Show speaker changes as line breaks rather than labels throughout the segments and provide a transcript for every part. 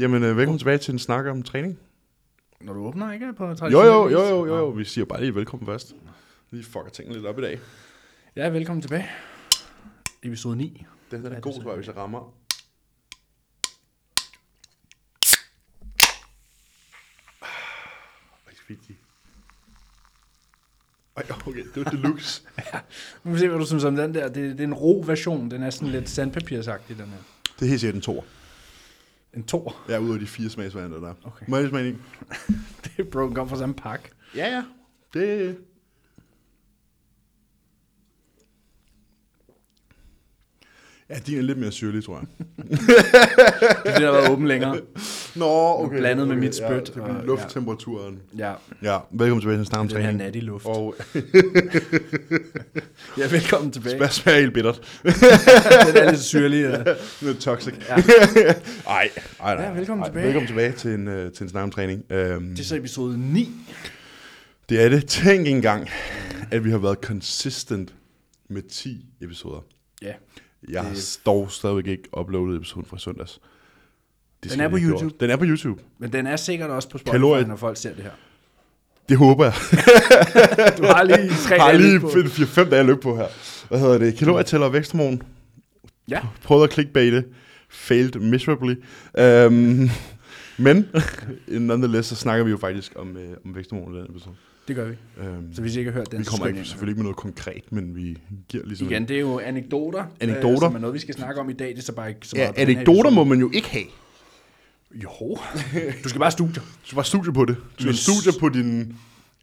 Jamen, øh, velkommen tilbage til en snak om træning.
Når du åbner, ikke? På
Jo, jo, jo, jo, jo, jo. Vi siger bare lige velkommen først. Lige fucker tingene lidt op i dag.
Ja, velkommen tilbage. Episode 9.
Den her
Ja,
er
det
god,
er
tror jeg, hvis jeg rammer. Ej, fiddy. Ej, okay, det var deluxe.
Nu må vi se, hvad du synes om den der. Det, det er en rå version. Den er sådan lidt sandpapirsagtig, den her.
det er helt sikkert en tor.
En tor.
Jeg er ude af de fire smagsvarianter, der er.
Okay.
Må jeg lige smage en?
Det er bro, den kom fra samme pakke.
Ja, ja. Det... Ja, de er lidt mere syrlige, tror jeg.
Det er, fordi, der har været åben længere.
Nå, okay.
blandet med
okay,
mit spyt,
Ja, det er
og-
lufttemperaturen.
Ja,
Ja, velkommen tilbage til Snak om
den her
Træning.
natty luft.
Og
Ja, velkommen tilbage.
hvad smager helt bittert?
den er lidt syrlig. Ja.
Noget toxic.
Ja.
Ej, ej, nej.
Ja, velkommen
ej,
tilbage.
Velkommen tilbage til en, øh, til en Snak om Træning. Øhm,
Det er så episode 9.
det er det. Tænk engang, at vi har været consistent med 10 episoder.
Ja.
Jeg har
Det-
dog stadigvæk ikke uploadet episoden fra søndags. Det skal
er
jeg
på
lige have
YouTube.
gjort. Den er på YouTube.
Men den er sikkert også på Spotify,
Kalorier.
når folk ser det her.
Det håber jeg.
Du har lige tre
Jeg har
dage
lige
på.
4-5 dage løb på her. Hvad hedder det? Kalorietæller og væksthormon.
Ja.
Prøvede at clickbaite. Failed miserably. Øhm, men nonetheless, så snakker vi jo faktisk om, øh, om væksthormon i den episode.
Det gør vi.
Øhm,
Så hvis I ikke har hørt den,
vi
så
kommer
skynd
ikke,
jer.
selvfølgelig ikke med noget konkret, men vi giver ligesom...
Igen, det er jo anekdoter,
Anekdoter.
Øh, som er noget, vi skal snakke om i dag. Det er så bare ikke så
ja,
meget. på den her
anekdoter
episode.
må man jo ikke have.
Jo, du skal bare studie.
Du skal bare studie på det. Du skal
Men-
studie på dine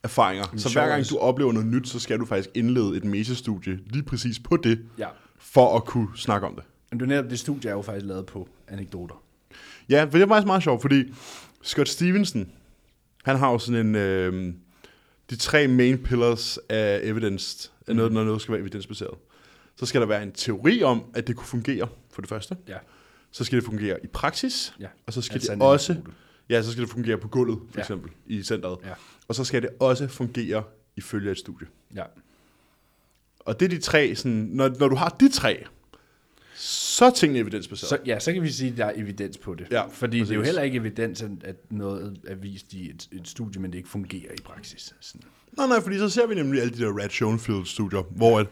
erfaringer. Så hver
sjov
gang
også.
du oplever noget nyt, så skal du faktisk indlede et mesestudie lige præcis på det,
Ja.
for at kunne snakke om det.
Men det er netop det studie, er jo faktisk lavet på anekdoter.
Ja, for det er faktisk meget sjovt, fordi Scott Stevenson, han har jo sådan en... Øh, de tre main pillars af evidence, mm. noget, når noget skal være evidensbaseret. Så skal der være en teori om, at det kunne fungere, for det første.
Ja.
Så skal det fungere i praksis,
Ja.
og så skal
Altså en
det også...
anekdote.
Ja, så skal det fungere på gulvet, for
Ja.
eksempel, i centret.
Ja.
Og så skal det også fungere ifølge et studie.
Ja.
Og det er de tre, sådan, når, når du har de tre, så er tingene evidensbaseret.
Så, ja, så kan vi sige, at der er evidens på det.
Ja,
Fordi det er jo
præcis.
heller ikke evidens, at- at noget er vist i et, et studie, men det ikke fungerer i praksis. Sådan.
Nej, nej, fordi så ser vi nemlig alle de der Red Schoenfield-studier, hvor at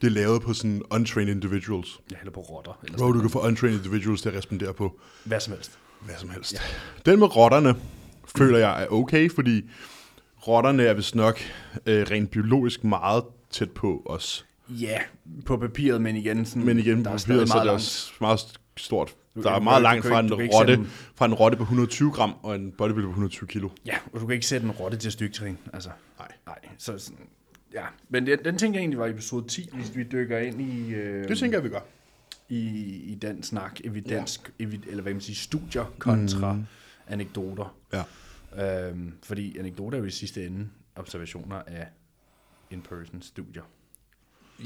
det er lavet på sådan untrained individuals.
Jeg hælder på rotter. Eller
Hvor
sådan.
du kan få untrained individuals til at respondere på
Hvad som helst.
hvad som helst. Ja. Den med rotterne føler jeg er okay, fordi rotterne er vist nok øh, rent biologisk meget tæt på os.
Ja, på papiret, men igen, sådan,
Men igen,
der er
på
stadig
papiret, så er
meget
det
langt.
også meget stort.
Du-
Der er
du
meget
kan-
langt
du kan
fra
ikke-
en,
du kan ikke sætte
rotte,
dem-
fra en rotte på 120 gram og en bodybuilder på 120 kilo.
Ja, og du kan ikke sætte en rotte til at styrketræne. Altså,
Nej.
nej. Så sådan, ja. Men den, den tænker jeg egentlig var episode 10, hvis vi dykker ind i, øh,
Det tænker jeg, vi gør.
i, i den snak, evidens, ja. evid, eller hvad man siger, studier kontra mm. anekdoter.
Ja.
Øhm, fordi anekdoter er jo i sidste ende observationer af in-person studier.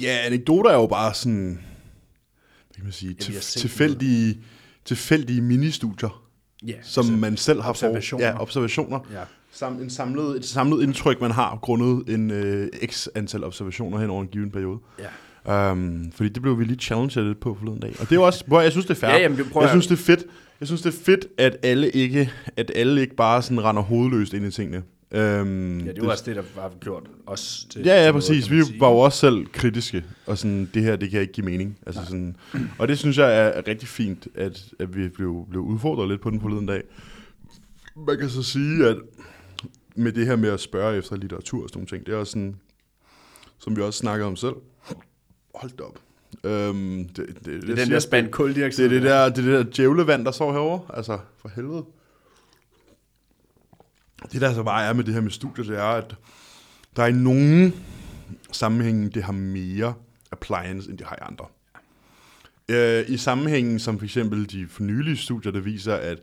Ja, anekdoter er jo bare sådan, hvad kan man sige,
vi har
til,
set
tilfældige, tilfældige ministudier,
Ja,
som
altså,
man selv har fået-
observationer.
Ja, observationer.
ja.
Sam, en samlet, et samlet indtryk, man har grundet en øh, x antal observationer hen over en given periode.
ja.
Um, fordi det blev vi lige challenged lidt på forleden dag. Og det er jo også, hvor jeg synes, det er fair.
Ja, jamen, det prøver
jeg
jeg.
synes, det er fedt. Jeg synes, det er fedt, at alle ikke, at alle ikke bare sådan render hovedløst ind i tingene. Um,
ja, det var også det, der var gjort os til
Ja, ja,
til noget,
præcis.
kan
Vi
man sige.
var jo også selv kritiske, og sådan, det her, det kan ikke give mening. Altså, sådan, og det synes jeg er rigtig fint, at, at vi blev, blev udfordret lidt på den forleden dag. Man kan så sige, at med det her med at spørge efter litteratur og sådan nogle ting, det er også sådan, som vi også snakkede om selv. Hold da op. Øhm, det, det, det,
Det er den der spand
det, er
kuldioxid.
det der, det er det der djævlevand, der står herovre. Altså, for helvede. Det der så bare er med det her med studier, det er, at der er i nogle sammenhænge, det har mere appliance, end det har i andre. Øh, I sammenhængen som for eksempel de for nylige studier, der viser, at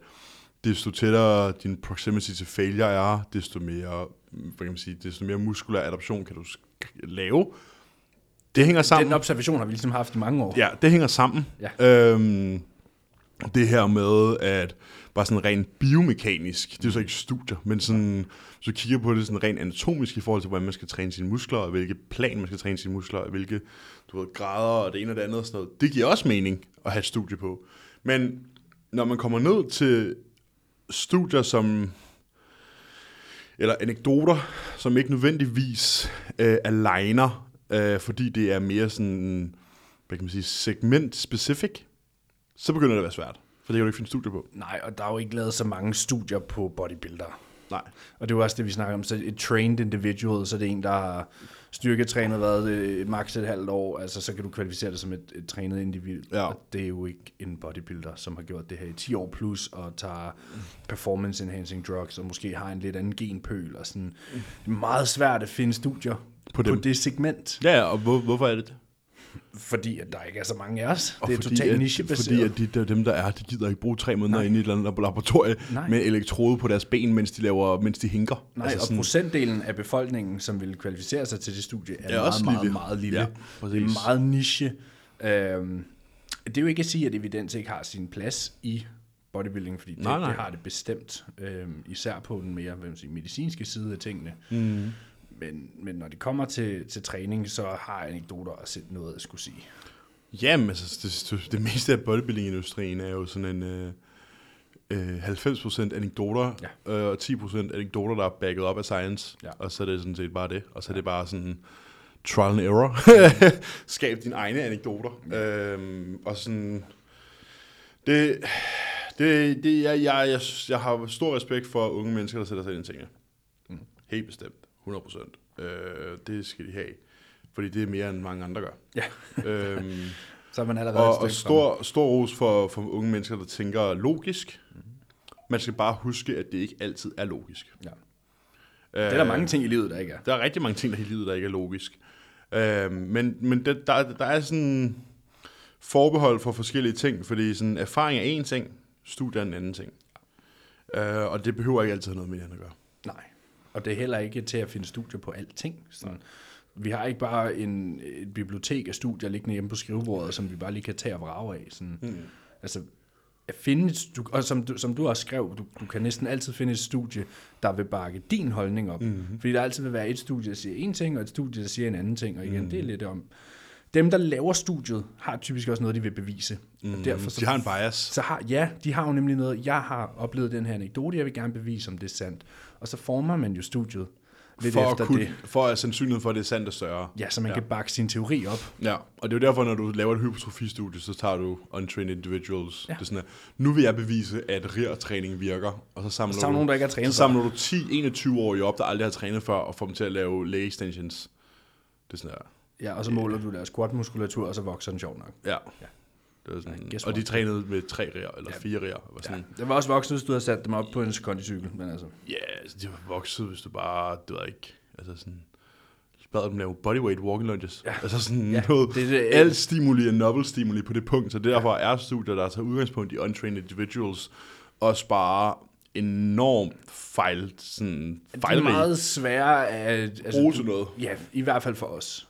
desto tættere din proximity til failure er, desto mere, hvad kan man sige, desto mere muskulær adaption kan du sk- lave. Det hænger sammen.
Den observation har vi ligesom haft i mange år.
Ja, det hænger sammen. Ja. Øhm, det her med, at bare sådan rent biomekanisk, det er jo så ikke studier, men sådan, hvis du kigger på det sådan rent anatomisk i forhold til, hvordan man skal træne sine muskler, og hvilke plan man skal træne sine muskler, og hvilke du ved, grader og det ene og det andet og sådan noget. Det giver også mening at have et studie på. Men når man kommer ned til studier, som eller anekdoter, som ikke nødvendigvis øh, aligner, øh, fordi det er mere sådan, hvad kan man sige, segment-specific, så begynder det at være svært. For det kan du ikke finde studier på.
Nej, og der er jo ikke lavet så mange studier på bodybuildere.
Nej.
Og det er jo også det, vi snakker om. Så et trained individual, så det er en, der har styrketrænet været øh, maks et halvt år. Altså, så kan du kvalificere det som et, et trænet individ.
Ja.
Og det er jo ikke en bodybuilder, som har gjort det her i 10 år plus, og tager performance enhancing drugs, og måske har en lidt anden genpøl. Og sådan. Det er meget svært at finde studier på,
dem.
på det segment,
Ja, ja, og hvor, hvorfor er det det?
fordi at der ikke er så mange af os.
Og
det er
fordi,
totalt
at-
nichebaseret.
Fordi at de, der, dem, der er, de gider ikke bruge tre måneder inde i et eller andet laboratorie
Nej.
med elektrode på deres ben, mens de, laver, mens de hinker.
Nej, altså og procentdelen af befolkningen, som ville kvalificere sig til det studie, er,
Er
er
også
meget, meget,
lille.
lille. meget lille.
Ja,
Ja,
præcis.
det er meget niche. Øhm, det er jo ikke at sige, at evidens ikke har sin plads i bodybuilding, fordi det,
Nej, nej.
det har det bestemt. Øhm, især på den mere hvad man siger, medicinske side af tingene. Mm. Men, men når det kommer til, til træning, så har anekdoter også noget at skulle sige.
Jamen, altså, det, det, det meste af bodybuilding-industrien er jo sådan en øh, øh, 90% anekdoter, ja. øh, og 10% anekdoter, der er backet op af science,
Ja.
og så er det sådan set bare det. Og så er det bare sådan trial and error. Skab dine egne anekdoter. Ja. Øhm, og sådan... Det, det, det jeg, jeg, jeg, jeg har stor respekt for unge mennesker, der sætter sig ind i tingene. Helt bestemt. 100%. Øh, det skal de have. Fordi det er mere, end mange andre gør.
Ja.
øhm,
Så er man allerede
og,
et
og
stykke
stor, stor ros for, for unge mennesker, der tænker logisk.
Mhm.
Man skal bare huske, at det ikke altid er logisk. Øh,
fremme. Ja. Det er der mange ting i livet, der ikke er.
Der er rigtig mange ting der i livet, der ikke er logisk. Øh, men men det, der, der er sådan forbehold for forskellige ting, fordi sådan, erfaring er en ting, studie er en anden ting. Øh, og det behøver ikke altid have noget med hinanden at gøre.
Nej, og det er heller ikke til at finde studier på alting. Sådan. Vi har ikke bare en, et bibliotek af studier liggende hjemme på skrivebordet, som vi bare lige kan tage og vrage af. Sådan. Mm. Altså, at finde et stu- og som du, som du også skrev, du, du kan næsten altid finde et studie, der vil bakke din holdning op. Mm-hmm. Fordi der altid vil være et studie, der siger en ting, og et studie, der siger en anden ting. Og igen, mm-hmm. det er lidt om... Dem, der laver studiet, har typisk også noget, de vil bevise. Mm-hmm. Og derfor
Mm.
så
De har en bias.
så har, ja, de har jo nemlig noget, jeg har oplevet den her anekdote, jeg vil gerne bevise, om det er sandt. Og så former man jo studiet lidt
For
efter
at, kunne,
det.
for at sandsynligheden for, at det er sandt er større.
Ja, så man ja. kan bakke sin teori op.
Ja, og det er jo derfor, når du laver et hypotrofistudie, så tager du untrained individuals. Ja.
Ja.
Det er sådan, at nu vil jeg bevise, at RIR-træning virker, og så samler,
Så er der
du,
nogen, der ikke har trænet
så
før.
samler du 10-21-årige op, der aldrig har trænet før, og får dem til at lave leg extensions. Det er sådan her.
Ja, og så måler du deres squat-muskulatur, og så vokser den sjov nok.
Ja. ja.
Ja.
Det er sådan,
Ja, guess
og de
what?
trænede med tre rier, eller ja. fire rier. Og var
Ja.
sådan,
Det var også voksen, hvis du havde sat dem op på en kondicykel, men altså...
ja, yeah, de var vokset, hvis du bare, det ved jeg ikke, altså sådan, bad dem lave bodyweight walking lunges. Ja. Altså sådan ja,
Ja,
noget,
det
det,
er
det, øh,
det-
alt stimuli er novel stimuli på det punkt, så derfor er studier, der tager udgangspunkt i untrained individuals, og sparer enormt fejl, sådan
Det er
fejlrig.
meget sværere at... Altså,
Bruge til noget.
Ja, i hvert fald for os.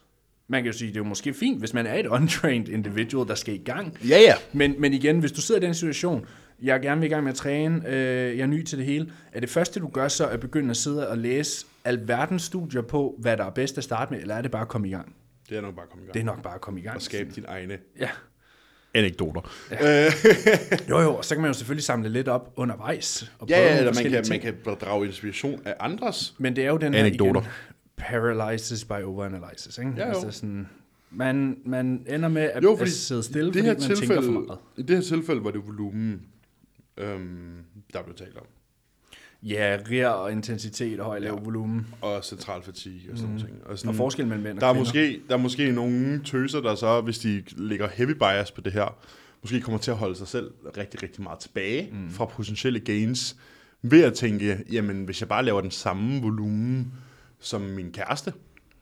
Man kan jo sige, det er jo måske fint, hvis man er et untrained individual, der skal i gang.
Ja, ja.
Men, men igen, hvis du sidder i den situation, jeg er gerne vil i gang med at træne, øh, jeg er ny til det hele, er det første, du gør så, at begynde at sidde og læse alverdens studier på, hvad der er bedst at starte med, eller er det bare at komme i gang?
Det er nok bare at komme i gang.
Det er nok bare at komme i gang.
Og skabe dine egne
Ja.
anekdoter.
Jo, jo, og så kan man jo selvfølgelig samle lidt op undervejs. Og
Ja, ja,
prøve nogle
eller man
forskellige
kan, man
ting.
kan drage inspiration af andres.
Men det er jo den her
Anekdoter.
igen, paralysis by overanalysis, ikke?
jo.
Altså sådan, man, man ender med at,
Jo, fordi
at sidde stille,
i det
fordi
her
man tænker for
tilfælde,
meget.
I det her tilfælde var det volumen, øhm, der blev talt om.
Ja, rir og intensitet og høj lav volumen.
og central fatigue og sådan mm. ting. Og, sådan,
Og forskel mellem mænd og
der er
kvinder.
måske Der er måske nogle tøser, der så, hvis de lægger heavy bias på det her, måske kommer til at holde sig selv rigtig, rigtig meget tilbage
Mhm.
mm. fra potentielle gains, ved at tænke, jamen hvis jeg bare laver den samme volumen som min kæreste,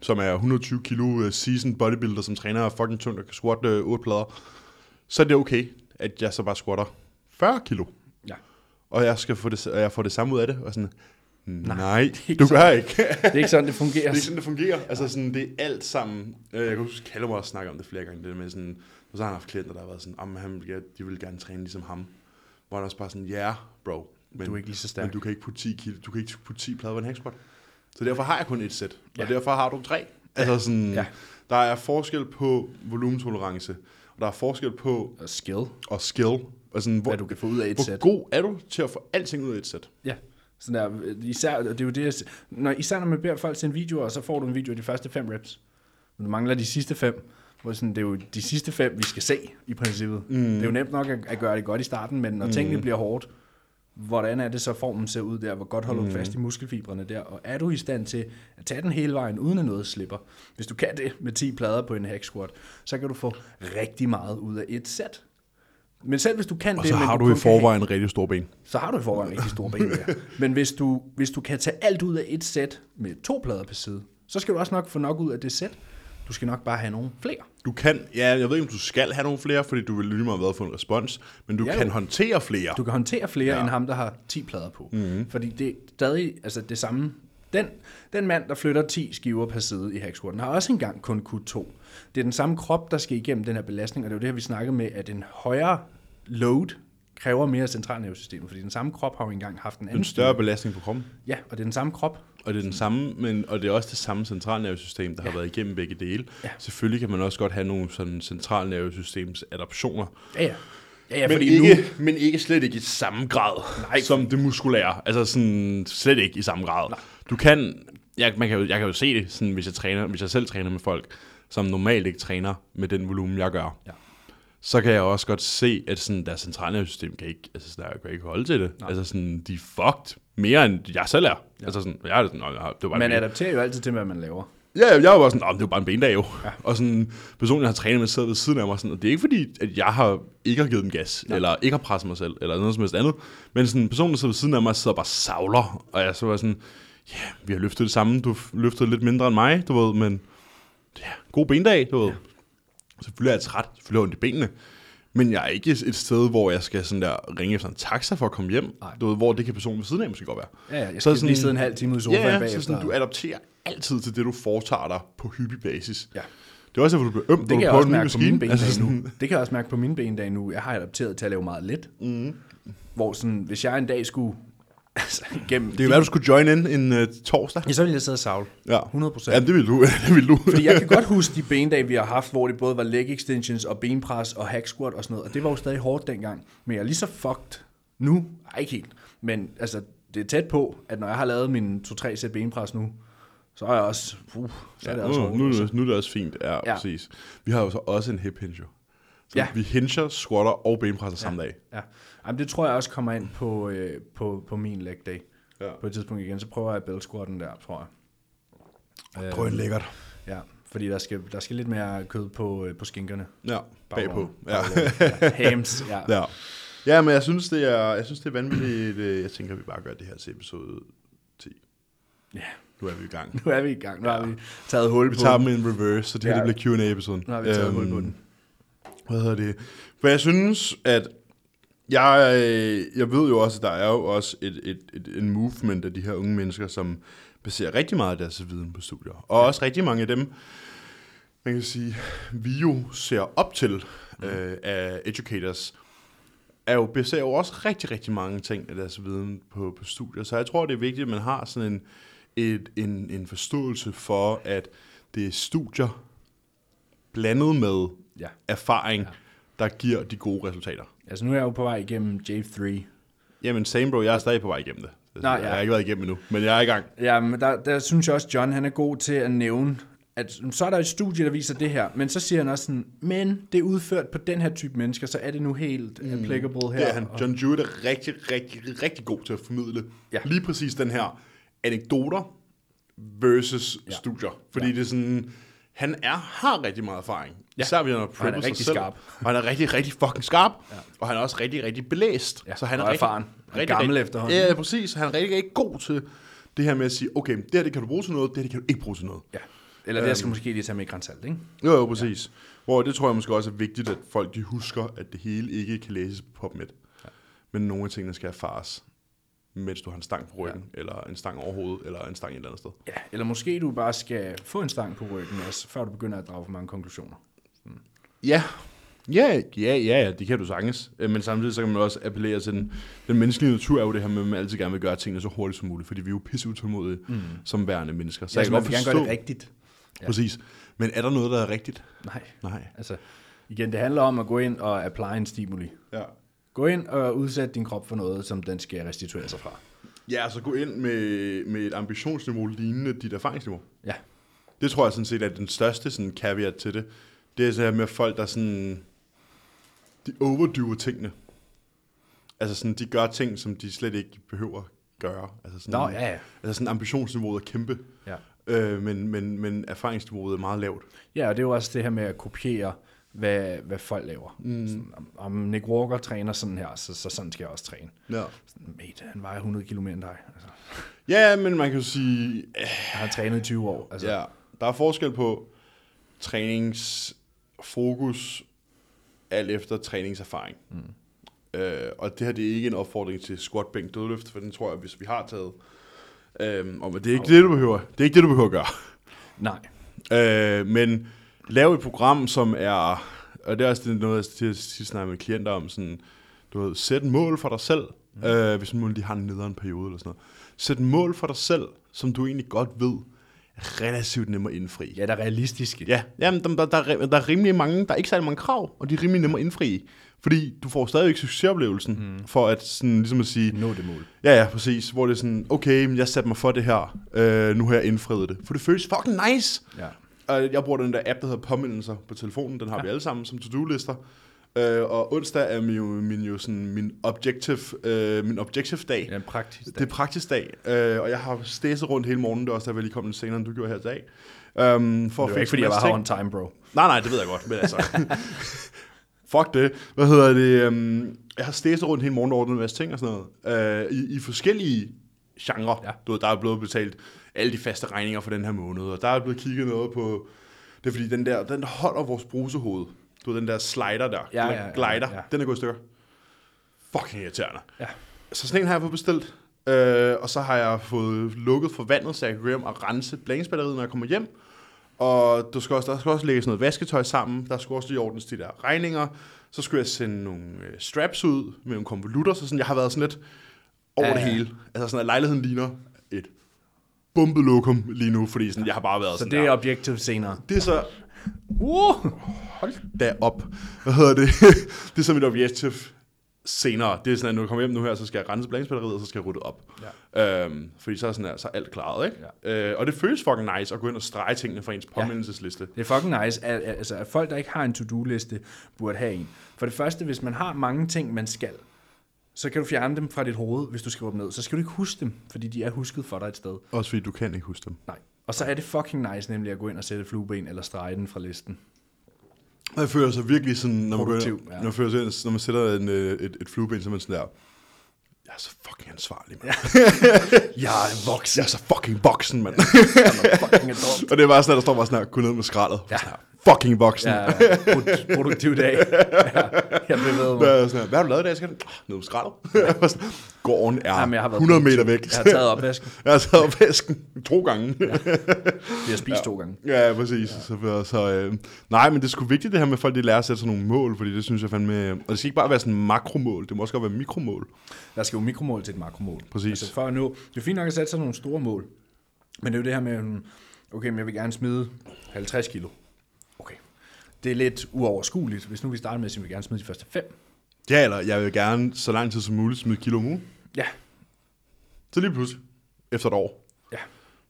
som er 120 kilo øh, seasoned bodybuilder, som træner fucking tungt og kan squatte 8 plader, så er det okay, at jeg så bare squatter 40 kilo
Ja.
og jeg, skal få det, og jeg får det samme ud af det, og sådan, nej, nej
det er ikke
du gør ikke.
Det er ikke sådan, det
Det
fungerer.
er ikke sådan, det fungerer. Altså, sådan, det er alt sammen. Øh, Jeg kan huske, Kalle var også snakke om det flere gange. Det der med sådan, og så har han haft klienter, der har været sådan, om han, ja, de vil gerne træne ligesom ham. Hvor han også bare sådan, ja, yeah, bro. Men,
Du er ikke lige så stærk.
Men du kan ikke putte 10, kilo, du kan ikke putte 10 plader på en hacksquat. Så derfor har jeg kun et sæt. Og derfor har du tre. Altså sådan, ja.
Ja.
der er forskel på volumentolerance. Og der er forskel på
Og skill.
og skill Og sådan, hvor,
Hvad du kan få ud af et
hvor
sæt.
god er du til at få alting ud af et sæt?
Ja. Sådan der, øh, især, og det er jo det, jeg s- når, især når man beder folk til en video, og så får du en video af de første fem reps. Men du mangler de sidste fem. Hvor sådan, det er jo de sidste fem, vi skal se, i princippet. Mm. Det er jo nemt nok at, at gøre det godt i starten, men når mm. tingene bliver hårdt, hvordan er det så, formen ser ud der? Hvor godt holder du
Mm.
fast i muskelfibrene der? Og er du i stand til at tage den hele vejen, uden at noget slipper? Hvis du kan det med 10 plader på en hack squat, så kan du få rigtig meget ud af et sæt. Men selv hvis du kan
Og
det,
så
men
har
kun
du i
kan have-
forvejen rigtig store ben.
så har du i forvejen rigtig store ben der. Men hvis du, hvis du kan tage alt ud af et sæt med to plader per side, så skal du også nok få nok ud af det sæt. Du skal nok bare have nogle flere.
Du kan, ja, jeg ved ikke, om du skal have nogle flere, fordi du vil lige meget hvad for en respons, men du
Ja,
ja, kan
jo.
håndtere flere.
Du kan håndtere flere
Ja. Mhm.
ja. end ham, der har 10 plader på. Mm-hmm. Fordi det er stadig altså det samme. Den, den mand, der flytter 10 skiver per side i hacksquatten, har også engang kun kunnet to. Det er den samme krop, der skal igennem den her belastning, og det er jo det her, vi snakker med, at en højere load kræver mere af centralnervesystemet, fordi den samme krop har jo engang haft en anden
en større belastning på kroppen.
styre. Ja, og det er den samme krop,
Og det er den samme, men, og det er også det samme centralnervesystem, der ja. har været igennem begge dele. Ja. Selvfølgelig kan man også godt have nogle sådan centralnervesystems adaptioner.
Ja, ja. ja, ja
Men
fordi ikke...
ikke,
nu,
men ikke slet ikke i samme grad Nej. som det muskulære. Altså sådan, slet ikke i samme grad. Nej. Du kan, jeg, man kan jo, jeg kan jo se det, sådan, hvis, jeg træner, hvis jeg selv træner med folk, som normalt ikke træner med den volumen, jeg gør.
Ja.
Så kan jeg også godt se, at sådan, deres centralnervesystem kan ikke, altså, sådan, der kan ikke holde til det. Nej. Altså sådan, de er fucked mere end jeg selv er. Ja. Altså sådan, jeg er sådan, "Nå, jeg har- det var bare en
man
video."
adapterer jo altid til, hvad man laver.
Ja, jeg var bare sådan, "Nå, men det er jo bare en benedag jo. Ja. Og sådan, personen, jeg har trænet med, sidder ved siden af mig, sådan, og det er ikke fordi, at jeg har ikke har givet den gas, ja. eller ikke har presset mig selv, eller noget som helst andet. Men sådan, personen, der sidder ved siden af mig, sidder bare og savler, og jeg så var sådan, ja, yeah, vi har løftet det samme, du f- løftede lidt mindre end mig, du ved, men ja, god benedag, du ved. Ja. Selvfølgelig er jeg træt, selvfølgelig har jeg ondt i benene, men jeg er ikke et sted, hvor jeg skal sådan der ringe efter en taxa for at komme hjem,
Nej.
du ved, hvor det kan personen ved siden af måske godt være.
Ja, ja,
Så
jeg skal
er
så sådan, lige sidde en halv time ude i sofaen
Ja, ja,
bagefter.
så sådan, du adapterer altid til det, du foretager dig på hyppig basis.
Ja.
Det er også, hvor du bliver øm,
Det
når
kan
du
jeg
prøver
også
en ny
mærke på mine
maskine.
ben
altså
altså,
sådan,
nu. Det kan jeg også mærke på mine ben dag nu. Jeg har adapteret til at lave meget let. Mm. Hvor sådan, hvis jeg en dag skulle altså, gennem...
det er jo, hvad du skulle join in en uh, torsdag.
Ja, så ville jeg sidde og savle. 100 procent.
Ja, det vil du. det vil du.
Fordi jeg kan godt huske de benedage, vi har haft, hvor det både var leg extensions og benpres og hack squat og sådan noget. Og det var jo stadig hårdt dengang. Men jeg er lige så fucked nu. Ej, ikke helt. Men altså, det er tæt på, at når jeg har lavet mine 2-3 sæt benpres nu, så er jeg også... Uh, så er det
Ja,
også
nu,
hårdt. altså.
nu, er det, nu er det også fint, ja, ja.
Ja.
præcis. Vi har jo så også en hip hinge. jo. Så ja.
Ja.
vi hinger, squatter og benpresser ja. samme dag.
Ja. Jamen, det tror jeg også kommer ind på, øh, på, på min leg day.
Ja.
Ja. På et tidspunkt igen, så prøver jeg bell squatten der, tror jeg. Øh,
Drøn lækkert.
Ja, fordi der skal, der skal lidt mere kød på, øh, på skinkerne.
Ja, bagpå.
Baglov.
Ja.
Baglov. ja. Hams, ja.
ja. Ja, men jeg synes, det er, jeg synes, det er vanvittigt. øh, Jeg tænker, vi bare gør det her til episode 10.
ja.
Nu er vi i gang.
Nu er vi i gang. Nu har vi taget hul på
Vi tager dem i en reverse, så det her
Ja.
det bliver Q&A-episoden.
Nu har vi taget hul på den.
Øhm, Hvad hedder det? For jeg synes, at jeg, jeg ved jo også, at der er jo også et, et, et, en movement af de her unge mennesker, som baserer rigtig meget af deres viden på studier. Og også rigtig mange af dem, man kan sige, vi jo ser op til øh, af educators, er jo, baserer jo også rigtig, rigtig mange ting af deres viden på, på studier. Så jeg tror, det er vigtigt, at man har sådan en, et, en, en forståelse for, at det er studier blandet med
Ja.
erfaring, ja. der giver de gode resultater.
Altså, nu er jeg jo på vej igennem J3.
Jamen, same bro, jeg er stadig på vej igennem det. det er
Nå,
sådan,
ja.
Jeg har ikke været igennem endnu, men jeg er i gang.
Ja, men der, der synes jeg også, John han er god til at nævne, at så er der et studie, der viser det her, men så siger han også sådan, men det er udført på den her type mennesker, så er det nu helt mm. applicable her.
Det er han.
Og-
John Jewett er rigtig, rigtig, rigtig god til at formidle ja.
Ja.
lige præcis den her anekdoter versus ja.
Ja.
studier. Fordi ja. det er sådan, han er, har rigtig meget erfaring. Ja.
Ja.
Især fordi han har
han er
preppet sig
rigtig
selv.
skarp.
Og han er rigtig, rigtig fucking skarp. Ja. Og han er også rigtig, rigtig belæst.
Ja,
Så han er
og
rigtig,
erfaren. Han er gammel
rigtig,
efterhånden.
Ja, præcis. Han er rigtig, rigtig god til det her med at sige, okay, det her det kan du bruge til noget, det her det kan du ikke bruge til noget.
Ja. Eller det jeg skal måske lige tage med i grænsalt, ikke?
Jo, jo, præcis. Ja. Hvor det tror jeg måske også er vigtigt, at folk de husker, at det hele ikke kan læses på PubMed. Ja. Men nogle af tingene skal erfares, mens du har en stang på ryggen, ja. eller en stang over hovedet, eller en stang et eller andet sted.
Ja. Eller måske du bare skal få en stang på ryggen også, før du begynder at drage for mange konklusioner.
Ja. Ja, ja, ja, ja, det kan du sagtens. Øh, Men samtidig så kan man også appellere til den, den menneskelige natur, er jo det her med, at man altid gerne vil gøre tingene så hurtigt som muligt, fordi vi er jo pisse utålmodige mm. som værende mennesker. Så
Så
ja,
jeg
jeg
kan
kan godt
man vil
forstå,
gerne gøre det rigtigt.
ja. præcis. Men er der noget, der er rigtigt?
Nej.
Nej.
Altså, igen, det handler om at gå ind og apply en stimuli.
Ja.
Gå ind og udsæt din krop for noget, som den skal restituere sig fra.
Ja, så gå ind med, med et ambitionsniveau lignende dit erfaringsniveau.
Ja.
Det tror jeg sådan set er den største sådan, caveat til det. Det er så her med folk, der sådan... De overdyver tingene. Altså sådan, de gør ting, som de slet ikke behøver gøre. Altså sådan,
Nå, ja, ja.
Altså sådan ambitionsniveauet er kæmpe,
Mm. Ja.
øh, men, men, men erfaringsniveauet er meget lavt.
Ja, og det er jo også det her med at kopiere, hvad, hvad folk laver. Mm. Sådan, om, om Nick Walker træner sådan her, så, så sådan skal jeg også træne.
Ja.
Sådan, mate, han vejer 100 km end dig. Altså,
ja, men man kan jo sige,
han har trænet i 20 år. Altså,
Ja, der er forskel på træningsfokus alt efter træningserfaring. Mm. Øh, og det her det er ikke en opfordring til squat, bænk, dødløft, for den tror jeg, hvis vi har taget. Øhm, og men det er ikke det, du behøver. Det er ikke det, du behøver at gøre.
Nej.
Øh, men lav et program, som er, og det er også noget, jeg til at snakke med klienter om, sådan, du ved, sæt et mål for dig selv, mm. øh, hvis man lige har en nederen periode eller sådan noget. Sæt et mål for dig selv, som du egentlig godt ved, er relativt nem at indfri.
Ja, der er realistiske.
Ja, jamen, der, der, der, der er rimelig mange, der er ikke særlig mange krav, og de er rimelig nemme at indfri. Fordi du får stadigvæk succesoplevelsen, mm. for at sådan, ligesom at sige,
Nå det mål.
ja ja, præcis, hvor det er sådan, okay, men jeg satte mig for det her, øh, nu har jeg indfriet det. For det føles fucking nice.
Ja.
Og jeg bruger den der app, der hedder Påmindelser på telefonen. Den har ja. vi alle sammen som to-do-lister. Øh, og onsdag er min, jo, min, jo sådan, min objective, øh, min objective dag.
Ja, praktisk.
Det er praktisk dag, øh, og jeg har stæset rundt hele morgenen. Det er også der var lige kommet lidt senere, end du gjorde her i dag. Um, for
det
at fikse
er jo ikke, fordi jeg
en masse
var her
ting.
on time, bro.
Nej, nej, det ved jeg godt, men altså... fuck det. Hvad hedder det? øhm, Jeg har stæset rundt hele morgen over en masse ting og sådan noget. øh, I, i forskellige genrer.
Ja.
Ja. Du ved, der er blevet betalt alle de faste regninger for den her måned, og der er blevet kigget noget på... Det er fordi, den der, den der holder vores brusehoved. Du ved, den der slider der.
Ja,
den der
ja, ja,
glider.
ja.
Den er gået i stykker. Fucking irriterende.
Ja.
Så sådan en har jeg fået bestilt. Øh, og så har jeg fået lukket for vandet, så jeg kan gå hjem og rense blandingsbatteriet, når jeg kommer hjem. Og du skal også, der skal også lægges noget vasketøj sammen. Der skal også lige ordnes de der regninger. Så skulle jeg sende nogle øh, straps ud med nogle konvolutter. Så sådan, jeg har været sådan lidt over
Ja,
ja, ja.
ja.
det hele. Altså sådan, at lejligheden ligner et bumpet lokum lige nu, fordi sådan, jeg har bare været
Så
sådan
det er
der.
objektiv senere.
Det er så
Uh!
da op. Hvad hedder det? det er som et objektiv senere. Det er sådan, at når jeg kommer hjem nu her, så skal jeg rense blandingsbatteriet, og så skal jeg rydde op. Ja. Øhm, fordi så er, sådan, her, så er alt klaret, ikke? Ja. Øh, og det føles fucking nice at gå ind og strege tingene fra ens påmindelsesliste.
Det er fucking nice, at, at- altså, at folk, der ikke har en to-do-liste, burde have en. For det første, hvis man har mange ting, man skal, så kan du fjerne dem fra dit hoved, hvis du skriver dem ned. Så skal du ikke huske dem, fordi de er husket for dig et sted.
Også fordi du kan ikke huske dem.
Nej. Og så er det fucking nice nemlig at gå ind og sætte flueben eller strege den fra listen.
Og jeg føler sig virkelig sådan, når man, går,
Produktiv,
ind-
ja.
når, man føler sig, ind- når man sætter en, øh, et, et flueben, så er man sådan der, jeg er så fucking ansvarlig, mand.
Jeg er voksen.
Jeg er så fucking voksen, mand.
Jeg er fucking adult.
og det er bare sådan, at der står bare sådan her, gå ned med skraldet.
Ja.
Ja. Fucking voksen.
Ja,
Ja.
pro- produktiv dag. Ja, jeg bevæger mig.
Hvad, sådan her, hvad har du lavet i dag? Skal du ned med skraldet? Og sådan, Gården er
Jamen, jeg har været
100 meter
produktiv.
væk.
Jeg har taget opvasken.
jeg har taget opvasken to gange.
Vi har spist ja. to gange.
Ja, ja præcis. Ja. Så, så, øh, nej, men det er sgu vigtigt det her med at folk, de lærer at sætte sådan nogle mål, fordi det synes jeg fandme... Og det skal ikke bare være sådan makromål, det må også godt være mikromål.
Der skal jo mikromål til et makromål.
Præcis.
Altså for at nå, det er fint nok at sætte sig nogle store mål, men det er jo det her med, hmm, okay, men jeg vil gerne smide 50 kilo. Okay. Det er lidt uoverskueligt, hvis nu vi starter med at sige, at vi vil gerne smide de første fem.
Ja, eller jeg vil gerne så lang tid som muligt smide et kilo om ugen.
Ja,
Så lige pludselig, efter et år,
ja,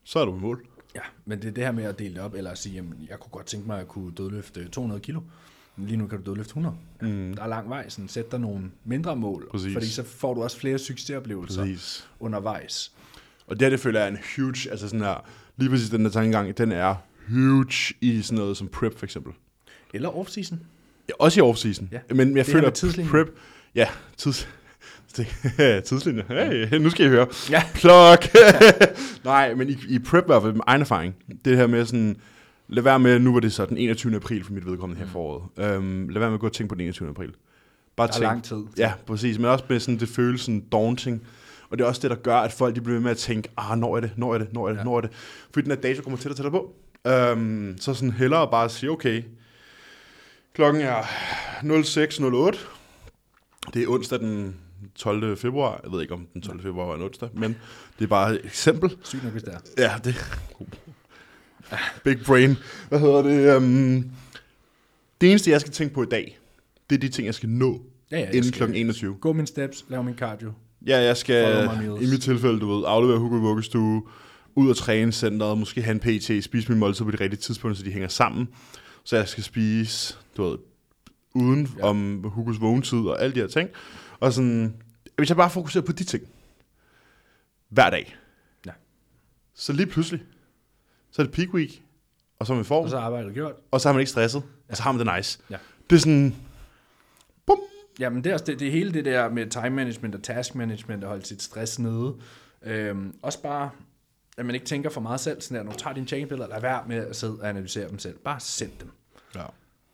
så er du i mål.
ja. Men det er det her med at dele det op, eller at sige, jamen, jeg kunne godt tænke mig, at jeg kunne dødløfte 200 kilo. Men Lige nu kan du dødløfte 100. Mm. Der er lang vej, sådan sæt dig nogle mindre mål,
Præcis.
fordi så får du også flere succesoplevelser
Præcis.
undervejs.
Og det her, det føler jeg er en huge, altså sådan her, lige præcis den der tankegang, den er huge i sådan noget som prep for eksempel.
Eller off-season.
Ja, også i off-season.
Ja.
Ja. Men jeg
Det her
føler,
med
at
tidslinjen.
prep... Ja, tids... det- tidslinje. Hey, nu skal I høre.
Ja.
Plok! Nej, men i, i prep i hvert fald, med egen erfaring, det her med sådan... Lad være med, nu var det så den 21. april for mit vedkommende her foråret. Um, lad være med at gå og tænke på den 21. april. Bare
Mm. Der er
tænk,
lang tid.
Ja, præcis. Men også med sådan, det føles sådan daunting. Og det er også det, der gør, at folk de bliver ved med at tænke, ah, når er det, når er det, når er det, ja. når er det. Fordi den her dato kommer tættere og tættere på. Um, så sådan hellere bare at sige, okay, klokken er 06.08. Det er onsdag den 12. februar. Jeg ved ikke, om den 12. februar var en onsdag, men det er bare et eksempel.
Sygt nok, hvis det er.
Ja, det Big brain. Hvad Øhm, hedder det? Um, det eneste, jeg skal tænke på i dag, det er de ting, jeg skal nå
Ja, ja, jeg
inden
skal
kl. 21.
Gå mine steps, lav min cardio.
Ja, jeg skal
Follow my meals.
i mit tilfælde, du ved, aflevere Hugo i vuggestue, ud og træne centeret, måske have en PT, spise min måltid på det rigtige tidspunkt, så de hænger sammen. Så jeg skal spise, du ved, uden ja. om Hugos vågentid og alle de her ting. Og sådan, hvis jeg bare fokuserer på de ting, hver dag,
Ja.
så lige pludselig, så er det peak week, og så er man i form,
Og så er arbejdet gjort.
og så er man ikke stresset, og så har man det nice.
Ja.
Det er sådan, bum,
Jamen, det er også det, det er hele det der med time management og task management og holde sit stress nede. Øhm, også bare, at man ikke tænker for meget selv, sådan der, når du tager dine checkbilleder, lad være med at sidde og analysere dem selv. Bare send dem,
ja.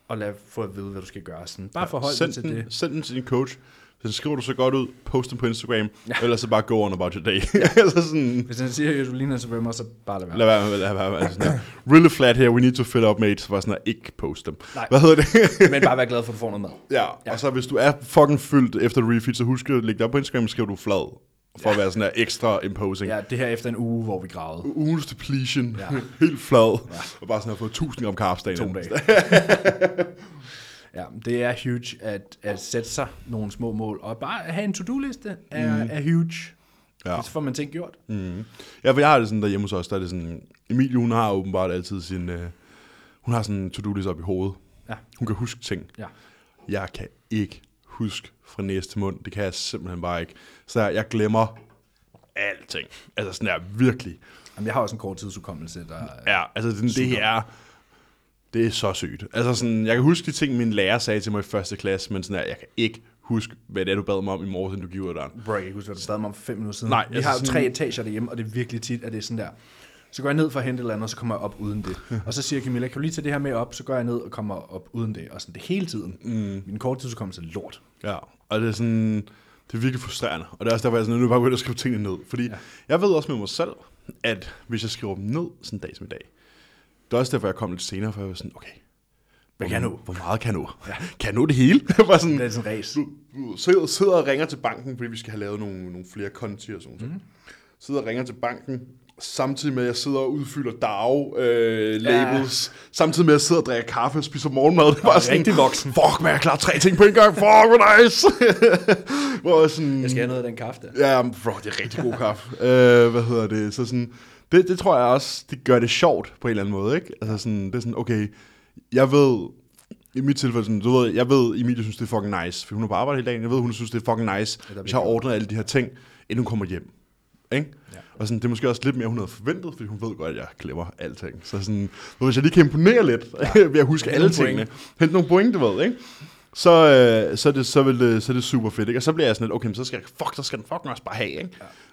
og lad få at vide, hvad du skal gøre. Sådan. Bare forhold
send
dig til
den,
det.
Send den til din coach. Så skriver du så godt ud, post den på Instagram, ja. ellers så bare go on about your day. altså sådan,
Hvis han siger, at du ligner en svømmer, så bare lad være.
lad være med, lad være med. Altså sådan her, really flat here, we need to fill up, mate. Så var sådan her, ikke post dem.
Nej.
Hvad hedder det?
Men bare være glad for, at du får noget mad.
ja, ja, og så hvis du er fucking fyldt efter et refeed, så husk at lægge det op på Instagram, så skriver du flad. For ja. at være sådan her ekstra imposing. Ja.
Ja, det her efter en uge, hvor vi gravede.
Ugens depletion,
Ja.
ja. helt flad. Ja. Og bare sådan her, få 1000 gram carbs dagen.
to
inden.
dage. ja, det er huge at, at sætte sig nogle små mål, og bare at have en to-do-liste er, mm. er huge.
Ja.
Ja. Så får man ting gjort.
Mm. Ja, for jeg har det sådan derhjemme hos os, der er det sådan, Emilie hun har åbenbart altid sin, øh, hun har sådan en to-do list op i hovedet.
Ja.
Hun kan huske ting.
Ja.
Jeg kan ikke huske fra næste til mund, det kan jeg simpelthen bare ikke. Så jeg, jeg glemmer alting. Altså sådan der, virkelig.
Jamen, jeg har også en kort tidsudkommelse, der...
Ja, altså den, det her er, det er så sygt. Altså sådan, jeg kan huske de ting, min lærer sagde til mig i første klasse, men sådan der, jeg kan ikke huske, hvad det er, du bad mig om i morgen, du giver døren.
Bro, jeg kan ikke huske, hvad du stadig om for fem minutter siden.
Nej,
vi
altså
har
sådan-
sådan... tre etager derhjemme, og det er virkelig tit, at det er sådan der. Så går jeg ned for at hente et eller andet, og så kommer jeg op uden det. og så siger Camilla, kan du lige tage det her med op? Så går jeg ned og kommer op uden det. Og sådan det hele tiden. Mm. Min kort tidsudkommelse er lort.
Ja, og det er sådan, det er virkelig frustrerende. Og det er også derfor, jeg er sådan, nu er jeg bare begyndt at skrive tingene ned. Fordi ja. jeg ved også med mig selv, at hvis jeg skriver dem ned sådan en dag som i dag, det er også derfor, jeg kom lidt senere, for jeg var sådan, okay,
Hvad kan jeg nu?
hvor meget kan jeg nu? Mm. Ja. Kan jeg nå det hele? Jeg var sådan,
Det er sådan en race.
du, du sidder, sidder og ringer til banken, fordi vi skal have lavet nogle, nogle flere konti og sådan noget.
Mhm.
Mm. Sidder og ringer til banken, samtidig med, at jeg sidder og udfylder DAO-labels, øh, labels. samtidig med, at jeg sidder og drikker kaffe og spiser morgenmad. Det var sådan,
rigtig voksen.
Fuck, man, jeg klarer tre ting på en gang. Fuck, hvor nice. Hvor jeg sådan,
Jeg skal have noget af den kaffe der.
Ja, bro, det er rigtig god kaffe. øh, hvad hedder det? Så sådan, det, det tror jeg også, det gør det sjovt på en eller anden måde, ikke? Altså sådan, det er sådan, okay, jeg ved, i mit tilfælde, sådan, du ved, jeg ved, Emilie synes, det er fucking nice, for hun er på arbejde hele dagen, jeg ved, hun synes, det er fucking nice,
der
hvis jeg har ordnet alle de her ting, inden hun kommer hjem. Ikke?
Ja.
Ja. Og sådan, det er måske også lidt mere, hun havde forventet, fordi hun ved godt, at jeg glemmer alting. Så sådan, du ved, hvis jeg lige kan imponere lidt ja. ved at huske
Hente
alle
nogle
tingene, hente nogle point, du ved, ikke? Så, øh, så, er det, så, vil det, så er det super fedt, ikke? Og så bliver jeg sådan lidt, okay, men så skal, jeg, fuck, så skal den fucking også bare have, ikke?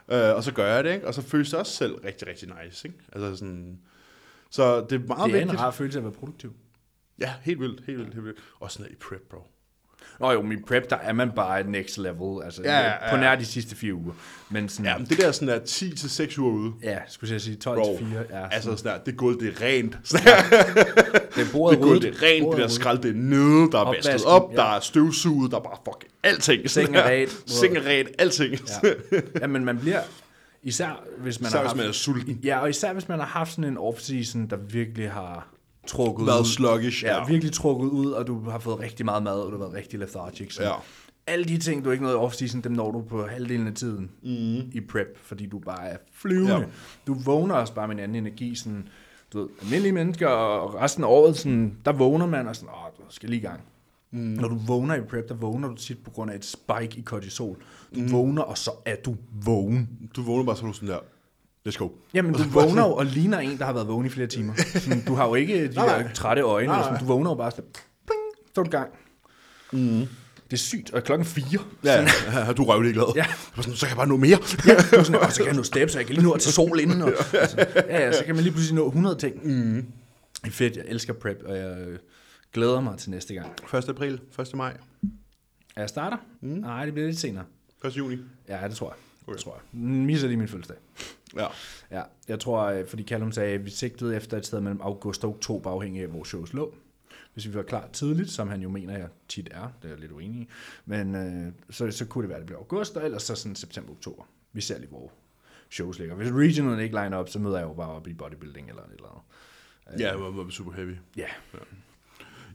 Ja. Øh, og så gør jeg det, ikke? Og så føles det også selv rigtig, rigtig nice, ikke? Altså sådan... Så det er meget
Det er
vigtigt.
en rar følelse af at være produktiv.
Ja, helt vildt, helt vildt, helt vildt. Og sådan noget i prep, bro.
Nå jo, min prep, der er man bare next level, altså
Ja, ja,
ja,
ja.
på nær de sidste fire uger. Men sådan,
Ja,
ja,
men det der sådan der 10-6 uger ude,
ja skulle jeg sige 12
bro.
til 4. Ja,
altså sådan der, det gulv, det er rent.
det er bordet
Det er gået
ryddet,
det er rent, det
bordet
der
ryddet.
skrald, det er nede, der er
Opvasken,
vasket op,
ja.
der er støvsuget, der er bare fucking alting.
Sengen er rent.
Sengen er rent, alting. Ja.
Ja. ja, men man bliver, især hvis man
Så
har
hvis
haft,
man er sulten.
ja, og især hvis man har haft sådan en off-season, der virkelig har trukket
Været
ud.
sluggish,
ja.
ja.
virkelig trukket ud, og du har fået rigtig meget mad, og du har været rigtig lethargic. Så
Ja.
Alle de ting, du ikke nåede i off-season, dem når du på halvdelen af tiden mm. i prep, fordi du bare er flyvende.
Mhm. Ja.
Ja. Du vågner også bare med en anden energi, sådan, du ved, almindelige mennesker, og resten af året, sådan, der vågner man, og sådan, åh, du skal lige i gang. Mm.
Mhm.
Når du vågner i prep, der vågner du tit på grund af et spike i kortisol. Du
Mhm.
mm. vågner, og så er du vågen.
Du vågner bare så er du sådan der, let's go.
Jamen, du vågner jo og ligner en, der har været vågen i flere timer. Sådan, du har jo ikke de
Nej,
der
nej.
trætte øjne.
Nej,
Nej,
nej.
Sådan, du vågner jo bare sådan, pling, så er du i gang. Mm. Det er sygt, og klokken fire.
Ja, ja, ja, du er røvlig glad.
Ja.
Du er Sådan, så kan jeg bare nå mere.
Ja, du er sådan, "Åh, så kan jeg nå steps, og jeg kan lige nå til sol inden. Og, altså, ja, ja, så kan man lige pludselig nå 100 ting. Mm. Det er fedt, jeg elsker prep, og jeg øh, glæder mig til næste gang.
1. april, 1. maj,
Er jeg starter? Mm. Nej, det bliver lidt senere.
1. juni.
Ja, det tror jeg.
Okay.
Det tror jeg. Misser lige min fødselsdag.
Ja.
Ja, jeg tror, øh, fordi Callum sagde, at vi sigtede efter et sted mellem august og oktober, afhængig af, hvor shows lå. Hvis vi var klar tidligt, som han jo mener, jeg tit er, det er jeg lidt uenig i, men øh, så, så kunne det være, at det bliver august, og ellers så sådan september-oktober. Vi ser lige, hvor shows ligger. Hvis regionalen ikke liner op, så møder jeg jo bare op i bodybuilding eller et eller andet.
Ja, det var, var super heavy.
Ja,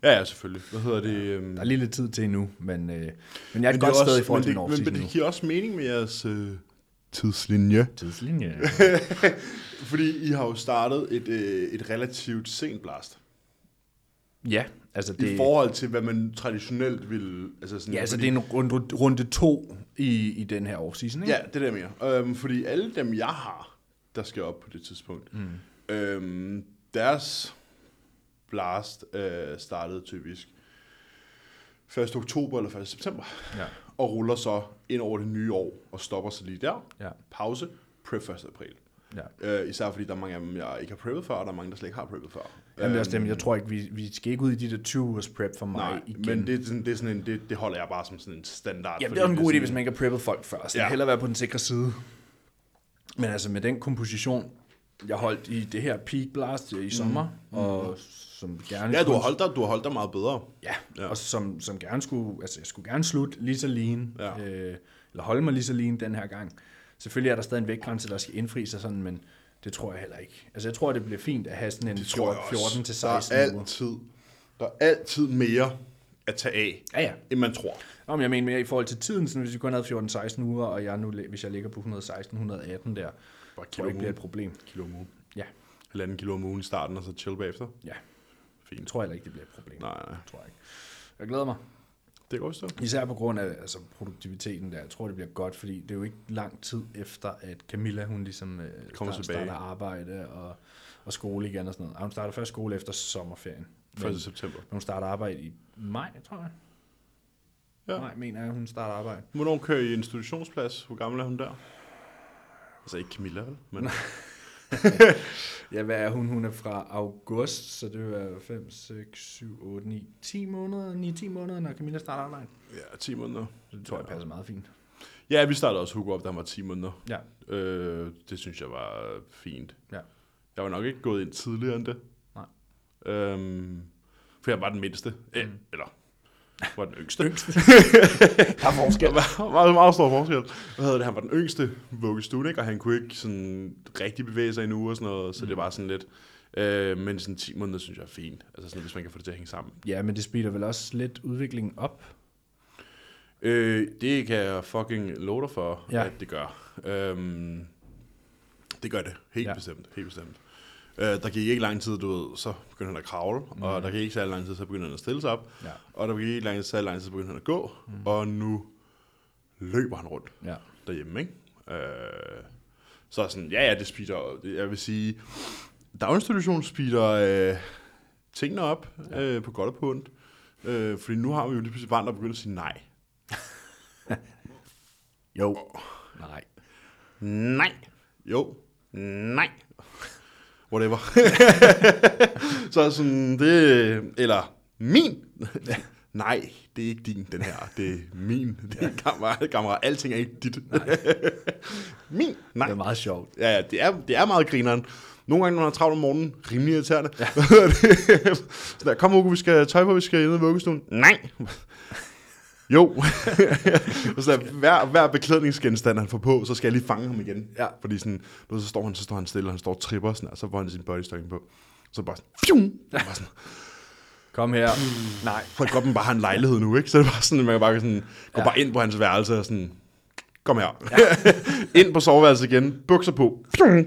Ja, ja, selvfølgelig. Hvad hedder det? øhm,
Der er lige lidt tid til endnu, men, øh, men jeg er
men det
et
er
godt sted
også-
i forhold
men
til
det-
North
Men men det
Season nu.
giver også mening med jeres øh, tidslinje.
Tidslinje.
Fordi I har jo startet et, øh, et relativt sent blast.
ja, altså
Det... I
det,
forhold til, hvad man traditionelt ville... Altså sådan,
ja, altså
fordi-
det er en runde, runde to i, i den her offseason, ikke?
Ja, det der mere. Øhm, fordi alle dem, jeg har, der skal op på det tidspunkt, mm. øhm, deres blast øh, startede typisk 1. oktober eller 1. september,
Ja.
og ruller så ind over det nye år, og stopper så lige der.
Ja.
Pause, prep 1. april.
ja.
Øh, især fordi der er mange af dem, jeg ikke har preppet før, og der er mange, der slet ikke har preppet før.
Jamen, det er også dem, jeg tror ikke, vi, vi skal ikke ud i de der 20 ugers prep for mig
Øhm. Nej,
igen.
men det, er sådan- det, er sådan en, det, det holder jeg bare som sådan en standard.
Jamen,
fordi
det er også en god idé,
sådan-
hvis man ikke har preppet folk først.
Ja.
Ja. Hellere være på den sikre side. Men altså med den komposition, jeg holdt i det her peak blast i sommer, mm. og som gerne
Ja, du har
skulle-
holdt dig, du har holdt dig meget bedre.
Ja,
Ja.
ja. og som, som gerne skulle, altså jeg skulle gerne slutte lige så lean,
Ja.
ja. øh, eller holde mig lige så lean den her gang. Selvfølgelig er der stadig en vægtgrænse, der skal indfri sig sådan, men det tror jeg heller ikke. Altså jeg tror, det bliver fint at have sådan en
tror jeg
14
også.
14 til
Der
16
er
uger.
altid, der er altid mere at tage af,
Ja, ja.
end man tror.
Nå, men jeg mener mere i forhold til tiden, sådan hvis vi kun havde 14-16 uger, og jeg nu, hvis jeg ligger på 116-118 der,
Bare
tror
kilo
jeg
om
ikke bliver
ugen.
et problem.
Kilo om ugen.
Ja,
Halvanden kilo om ugen i starten, og så chill bagefter.
ja. Jeg
Fint.
tror heller ikke, det bliver et problem.
Nej, nej.
Tror jeg ikke. Jeg glæder mig.
Det går også
Især på grund af altså, produktiviteten der. Jeg tror, det bliver godt, fordi det er jo ikke lang tid efter, at Camilla hun ligesom øh,
Kommer
start,
tilbage.
starter arbejde og, og skole igen og sådan noget. Og hun starter først skole efter sommerferien. Men
1. september.
hun starter arbejde i maj, tror jeg.
Ja.
Ja. Nej, mener jeg, hun starter arbejde.
Hvornår kører I institutionsplads? Hvor gammel er hun der? Altså ikke Camilla, vel? Men
Ja, hvad er hun? Hun er fra august, så det er 5, 6, 7, 8, 9, 10 måneder, 9-10 måneder, når Camilla starter arbejde.
ja, 10 måneder.
Det tror jeg passer meget fint.
Ja, vi startede også Hugo op, der var 10 måneder.
Ja,
Øh, det synes jeg var fint.
ja.
Jeg var nok ikke gået ind tidligere end det.
Nej.
Øhm, for jeg var den mindste. Mm. Eller, jeg var den yngste.
Der er forskel.
Der var meget, meget stor forskel. Hvad hedder det? Han var den yngste vuggestuen, ikke? og han kunne ikke sådan rigtig bevæge sig endnu og sådan noget, så mm. det var sådan lidt... Øh, men sådan 10 måneder, synes jeg er fint. Altså sådan, hvis man kan få det til at hænge sammen.
Ja, men det speeder vel også lidt udviklingen op.
Øh, det kan jeg fucking love dig for, ja.
Ja.
at det gør. Øhm, det gør det, helt ja.
Ja.
bestemt. Helt bestemt. Øh, der gik ikke lang tid, du ved, så begyndte han at kravle, mm. og der gik ikke særlig lang tid, så begyndte han at stille sig op,
Ja.
og der gik ikke lang tid, særlig lang tid, så begyndte han at gå, mm. og nu løber han rundt.
Ja.
derhjemme, ikke? Øh, så er sådan, ja, ja, det speeder, jeg vil sige, daginstitution speeder øh, tingene op øh, på godt og på ondt, øh, fordi nu har vi jo lige pludselig barn, der begynder at sige nej.
Jo. Nej.
Nej. Jo. Nej. Whatever. så sådan, det, eller min. Nej, det er ikke din, den her. Det er min. Det er kammerat. kammerat. Alting er ikke dit. min. Nej.
Det er meget sjovt.
Ja, ja, det er, det er meget grineren. Nogle gange, når man har travlt om morgenen, rimelig irriterende. Ja. Hvad hedder det? Så der, kom Hugo, vi skal have tøj på, vi skal ind i vuggestuen. Nej. Jo. og så der, hver, hver beklædningsgenstand, han får på, så skal jeg lige fange ham igen.
Ja.
Fordi sådan, du ved, så står han, så står han stille, og han står og tripper, sådan, og så får han sin bodystocking på. Så bare sådan, fjum, ja. bare sådan,
Kom her. Nej.
for at kroppen bare har en lejlighed nu, ikke? Så det er bare sådan, at man kan bare sådan, går ja.
Ja.
bare ind på hans værelse og sådan, kom her. Ja. ind på soveværelset igen, bukser på, ja.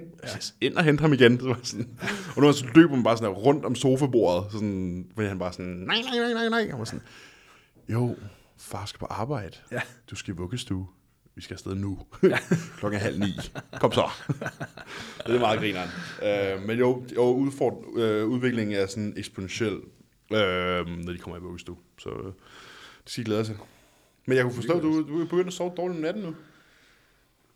ind og hente ham igen. Det var sådan. Og nu så løb han bare sådan der rundt om sofabordet, sådan, fordi han bare sådan, nej, nej, nej, nej, nej. Han var sådan, jo, far skal på arbejde.
Ja.
Du skal i vuggestue. Vi skal afsted nu. Klokken er halv ni. Kom så. det er meget grineren. Øh, men jo, jo udford, øh, udviklingen er sådan eksponentiel, øh, når de kommer i vuggestue. Så øh, det skal I glæde jer til. Men jeg kunne forstå, at du, du er begyndt at sove dårligt om natten nu.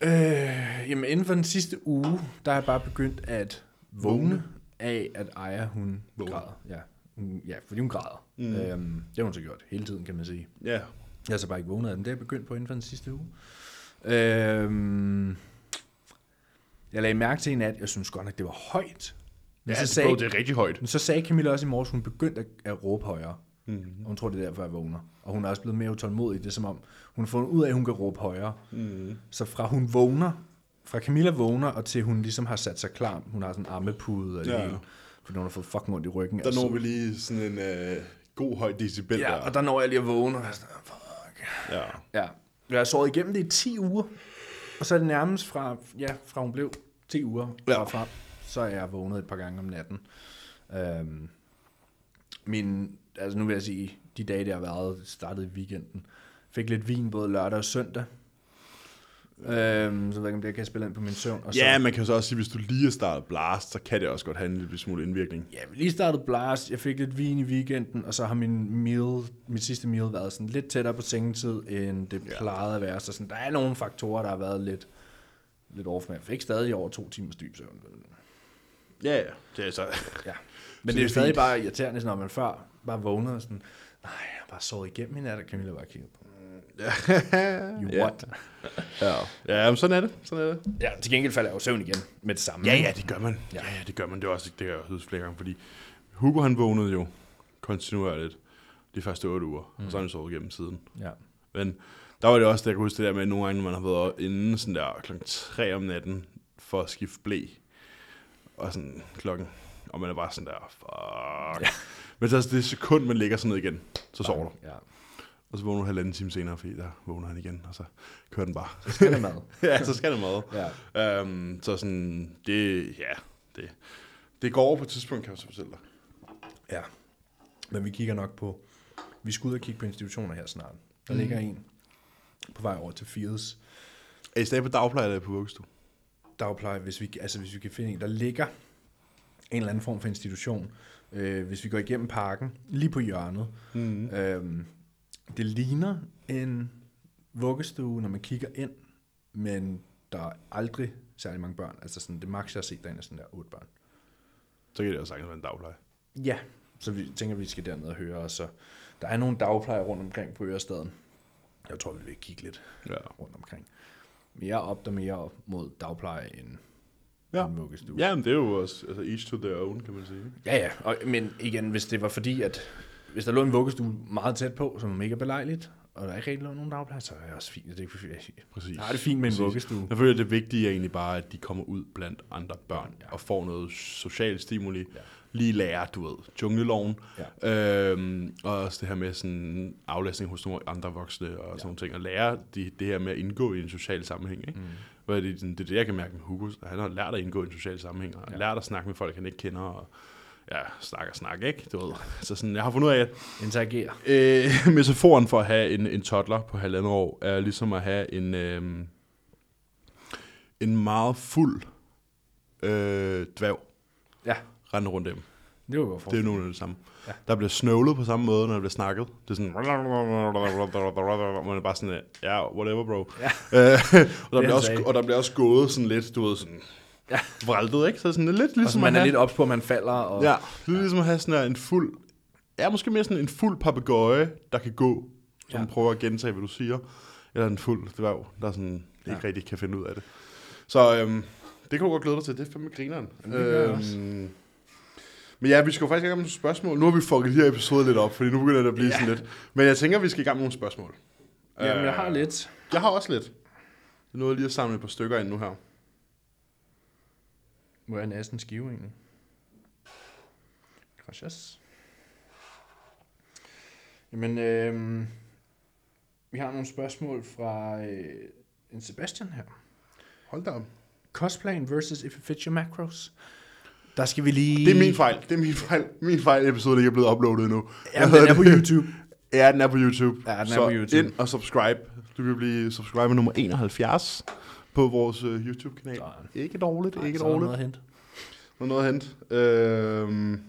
Øh, jamen inden for den sidste uge, der er jeg bare begyndt at vågne af, at Aya hun
Vågne.
vågne. græder. Ja. Hun, ja, fordi hun græder. Mm. Øhm, det har hun så gjort hele tiden, kan man sige.
Ja.
Jeg har så bare ikke vågnet af den. Det er jeg begyndt på inden for den sidste uge. Øhm, jeg lagde mærke til en nat, jeg synes godt nok, det var højt. Men
Ja,
så,
det, bro, det
sagde,
er rigtig højt.
men så sagde Camilla også i morges, hun begyndte at, at råbe højere.
Mm.
Og hun tror, det er derfor, jeg vågner. Og hun er også blevet mere utålmodig. Det er som om, hun har fundet ud af, at hun kan råbe højere.
Mm.
Så fra hun vågner, fra Camilla vågner, og til hun ligesom har sat sig klar. Hun har sådan en armepude og det
Ja.
ja. hele. Fordi hun har fået fucking ondt i ryggen.
Der
altså.
når vi lige sådan en øh, god høj decibel
Ja, og der når jeg lige at vågne, og jeg er sådan, fuck.
ja.
Ja. Jeg har sovet igennem det i 10 uger, og så er det nærmest fra, ja, fra hun blev 10 uger
Ja.
ja. frem, så er jeg vågnet et par gange om natten. Øhm, min, altså nu vil jeg sige, de dage, det har været, startede i weekenden. Fik lidt vin både lørdag og søndag. Øhm, så ved jeg ikke, om det kan spille ind på min søvn. Og så,
ja, man kan jo så også sige, hvis du lige er startet blast, så kan det også godt have en lille smule indvirkning.
Ja, vi lige startede Blast, jeg fik lidt vin i weekenden, og så har min meal, mit sidste meal været sådan lidt tættere på sengetid, end det
Ja.
plejede at være. Så sådan, der er nogle faktorer, der har været lidt, lidt off, men jeg fik stadig over to timers dyb søvn.
Ja, ja. Det er så...
Ja.
Så
Men
det
det
er
er stadig
fint.
bare irriterende, sådan, når man før bare vågnede og sådan, nej, jeg har bare sovet igennem i nat, og Camilla bare kiggede på. mig. You
Mm. Ja.
what?
ja. ja, men sådan er det. Sådan er det.
Ja, til gengæld falder jeg jo i søvn igen med det samme.
Ja, ja, det gør man. Ja,
Ja.
ja det gør man. Det er også det, jeg har hørt flere gange, fordi Hugo han vågnede jo kontinuerligt de første otte uger, mm. og så har han sovet igennem siden.
ja.
Men der var det også, der jeg kunne huske det der med, at nogle gange, når man har været oppe inden sådan der klokken 3 om natten for at skifte blæ, og sådan klokken, og man er bare sådan der, fuck. Ja. Men så altså, det sekund, man ligger sådan ned igen, så sover du.
Ja.
Og så vågner du halvanden time senere, fordi der vågner han igen, og så kører den bare.
Så skal der mad.
ja, så skal det meget.
Ja.
Øhm, så sådan, det, ja, det, det går over på et tidspunkt, kan jeg så fortælle dig.
Ja. Men vi kigger nok på... Vi skal ud og kigge på institutioner her snart. Der mm. ligger en på vej over til Fields
Er I stadig på dagpleje, eller er I på vuggestue?
dagpleje, hvis vi, altså hvis vi kan finde en, der ligger en eller anden form for institution. Øh, hvis vi går igennem parken, lige på hjørnet. Mm. Øh, det ligner en vuggestue, når man kigger ind, men der er aldrig særlig mange børn. Altså sådan, det maks, jeg har set derinde er sådan der otte børn.
Så kan det jo sagtens være en dagpleje.
Ja, så vi tænker, vi skal derned og høre. Og så der er nogle dagplejer rundt omkring på Ørestaden. Jeg tror, vi vil kigge lidt
Ja.
rundt omkring. Mere op, der mere op mod dagpleje end
Ja.
ja. en vuggestue.
Ja, men det er jo også, altså each to their own, kan man sige.
ja, ja. Og, men igen, hvis det var fordi, at hvis der lå en vuggestue meget tæt på, som er mega belejligt, og der ikke rigtig lå nogen dagplejer, så er det også fint. Det er ikke,
Præcis.
Jeg har det fint med en
Præcis.
vuggestue.
Jeg føler, at det vigtige er egentlig bare, at de kommer ud blandt andre børn ja. og får noget social stimuli. Ja. Lige lærer, du ved, jungleloven. Ja. Øhm, og også det her med sådan aflæsning hos nogle andre voksne og sådan nogle ting. Og lære de, det her med at indgå i en social sammenhæng. Ikke? Mm. Hvor det, sådan- det er det, jeg kan mærke med Hugo. Han har lært at indgå i en social sammenhæng. Og ja. lært at snakke med folk, han ikke kender. Og ja, snak og snak, ikke? Du ved. Så sådan, jeg har fundet ud af, at
Interagere.
Øh, metaforen for at have en, en toddler på halvandet år, er ligesom at have en, øh, en meget fuld øh, dværg
Ja,
rende rundt dem.
det var godt for.
Det er nogenlunde det samme. Ja.
Ja.
Der bliver snøvlet på samme måde, når der bliver snakket. Det er sådan... Man er bare sådan, ja, yeah, whatever, bro. Ja. Øh, og, der
han
bliver også,
sagde.
og der bliver også gået sådan lidt, du ved, sådan... Ja.
altså Ja.
Vraltet, ikke? Så sådan lidt
Og så
ligesom at
man er
have-
lidt ops på, at man falder. Og,
Ja, det er ligesom at have sådan her en fuld, ja, måske mere sådan en fuld papegøje, der kan gå, som ja.
Ja.
prøver at gentage, hvad du siger, eller en fuld dværg, der sådan ikke ja. rigtig kan finde ud af det. Så øhm, det kan du godt glæde dig til, det er fandme grineren. Øhm,
det gør jeg også.
men ja, vi skal jo faktisk i gang med nogle spørgsmål. Nu har vi fucket de her episode lidt op, fordi nu begynder det at blive ja. sådan lidt. Men jeg tænker, vi skal i gang med nogle spørgsmål.
Jamen, jeg har
Øh,
lidt.
Jeg har også lidt. Jeg nåede lige at samle et par stykker ind nu her.
Må jeg næsten skive egentlig? Gracias. Jamen, øh, vi har nogle spørgsmål fra øh, en Sebastian her.
Hold da op.
Cosplayen versus if you fit your macros. Der skal vi lige...
Det er min fejl. Det er min fejl. Min fejl episode ikke er blevet uploadet endnu.
Jamen, den er på YouTube.
Ja, den er på YouTube.
Ja, den er
så
på YouTube.
ind og subscribe. Du kan blive subscriber nummer 71 på vores uh, YouTube-kanal.
Sådan.
Ikke dårligt, ikke
Så er der
dårligt.
noget at hente.
Der er noget at hente. Øhm,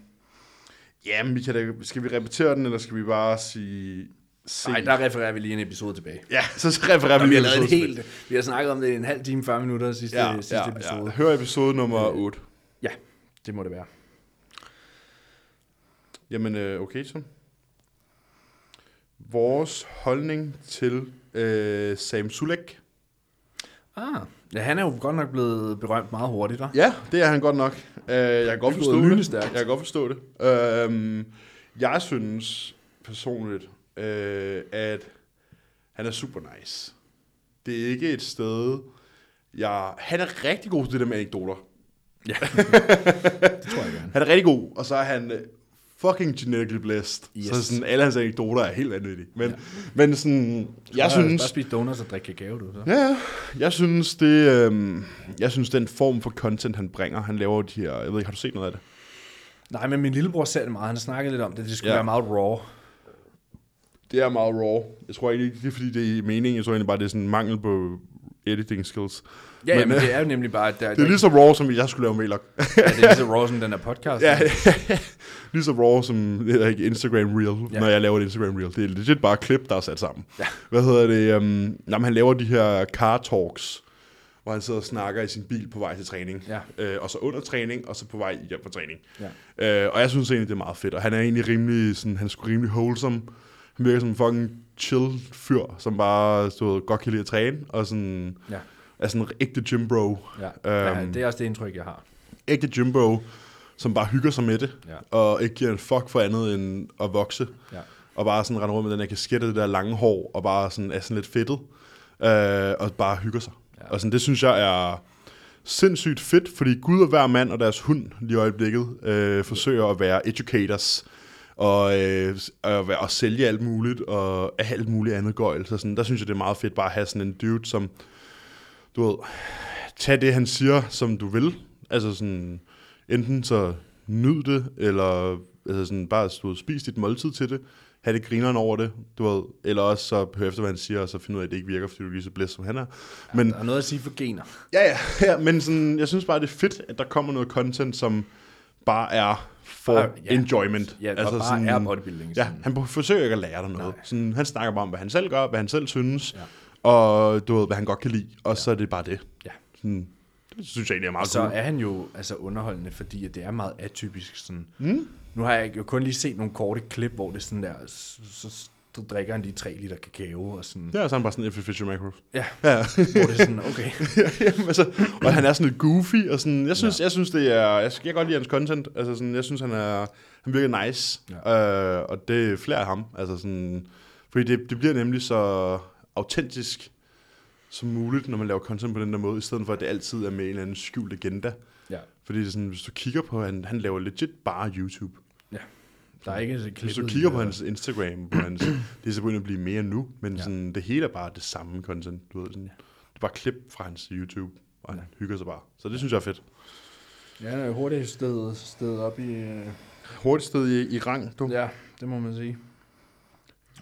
jamen, vi kan da, skal vi repetere den, eller skal vi bare sige... Se.
Nej, der refererer vi lige en episode tilbage.
Ja, så refererer
Der,
vi
vi, har
episode
lavet et
tilbage.
helt, vi har snakket om det i en halv time, 40 minutter sidste,
Ja,
sidste
ja,
episode. Øh.
ja. Hør episode nummer 8.
Ja, det må det være.
Jamen, øh, okay så. Vores holdning til øh, Sam Sulek.
Ah, ja, han er jo godt nok blevet berømt meget hurtigt, hva'?
Ja, det er han godt nok. Øh, jeg kan godt
Det er
forstå
gået
det.
lynestærkt.
Jeg kan godt forstå det. Øhm, jeg synes personligt, øh, at han er super nice. Det er ikke et sted, jeg... Han er rigtig god til det der med anekdoter.
Det tror jeg gerne.
Han er rigtig god, og så er han øh, fucking genetically blessed. Yes.
Yes.
Så sådan, alle hans anekdoter er helt vanvittige. Men, ja. men sådan, jeg
Bare-
synes...
Bare spise donuts og drikke kakao, du. Så.
Ja, ja. jeg synes det, øh, jeg synes den form for content, han bringer, han laver de her, jeg ved ikke, har du set noget af det?
Nej, men min lillebror ser det meget. Han snakkede lidt om det. Det skulle
Ja.
ja. være meget raw.
Det er meget raw. Jeg tror egentlig ikke, det er fordi, det er meningen, jeg tror egentlig bare, det er sådan en mangel på editing skills.
Ja, men, ja, men
øh,
det er jo nemlig bare...
det er
Der,
ligesom- lige så raw, som jeg skulle lave en vlog.
ja, det er lige så raw som den her podcast.
ja, lige så raw som det hedder ikke Instagram Reel, ja.
Ja.
når jeg laver et Instagram Reel. Det er legit bare klip, der er sat sammen.
Ja.
Hvad hedder det? Um, jamen, han laver de her car talks, hvor han sidder og snakker i sin bil på vej til træning.
Ja.
Øh, og så under træning, og så på vej hjem fra træning.
ja.
Øh, og jeg synes egentlig, det er meget fedt. Og han er egentlig rimelig, sådan, han er sgu rimelig wholesome. Han virker som en fucking chill fyr, som bare du ved, godt kan lide at træne, og sådan,
Ja.
er sådan en ægte gym bro.
Ja.
Øhm.
ja, det er også det indtryk, jeg har.
Ægte gym bro, som bare hygger sig med det,
Ja.
og ikke giver en fuck for andet end at vokse.
Ja.
Og bare sådan render rundt med den her kasket og det der lange hår, og bare sådan er sådan lidt fedtet, øh, og bare hygger sig. Ja.
Ja.
Og sådan, det synes jeg er sindssygt fedt, fordi Gud og hver mand og deres hund lige i øjeblikket øh, forsøger at være educators, og, øh, og, være- og sælge alt muligt, og alt muligt andet gøjl. Så sådan, der synes jeg, det er meget fedt bare at have sådan en dude, som, du ved, tag det, han siger, som du vil. Altså sådan, enten så nyd det, eller altså sådan, bare du ved, spis dit måltid til det. Ha' det grineren over det, du ved. Eller også så hør efter, hvad han siger, og så finde ud af, at det ikke virker, fordi du er lige så blæst, som han er. Men,
Der er noget at sige for gener.
ja, ja, ja men sådan, jeg synes bare, det er fedt, at der kommer noget content, som bare er for
Bare-
ja.
ja.
enjoyment.
Ja, altså bare sådan, er bodybuilding.
Ja,
sådan.
han be- forsøger ikke at lære dig noget.
Nej.
Sådan, han snakker bare om, hvad han selv gør, hvad han selv synes,
Ja.
ja. og du ved, hvad han godt kan lide, og ja. så er det bare det.
ja.
Sådan, det synes jeg egentlig er
Og
meget
så
cool.
er han jo altså underholdende, fordi at det er meget atypisk. Sådan. Mm. Nu har jeg jo kun lige set nogle korte klip, hvor det er sådan der, så, så drikker han lige 3 liter kakao og sådan.
Ja, så er han bare sådan F. Fisher Macro.
Ja,
Ja.
hvor det er sådan, okay.
Jamen, altså, og han er sådan lidt goofy, og sådan, jeg synes, ja. jeg synes det er, jeg, jeg kan godt lide hans content, altså sådan, jeg synes, han er, han virker nice, ja. øh, og det flere af ham, altså sådan, fordi det, det bliver nemlig så autentisk som muligt, når man laver content på den der måde, i stedet for, at det altid er med en eller anden skjult agenda.
Ja.
Fordi det er sådan, hvis du kigger på, han, han laver legit bare YouTube.
ja. Der er ikke så
Hvis
klippet
du
i
kigger på
det.
hans Instagram, på hans, det er så begyndt at blive mere nu, men ja.
Ja.
sådan, det hele er bare det samme content. Du ved, sådan, det er bare klip fra hans YouTube, og han hygger sig bare. Så det synes jeg er fedt.
Ja, han er jo hurtigt stedet, stedet op i... Øh...
Hurtigt sted i, i rang, du. Ja.
Ja, det må man sige.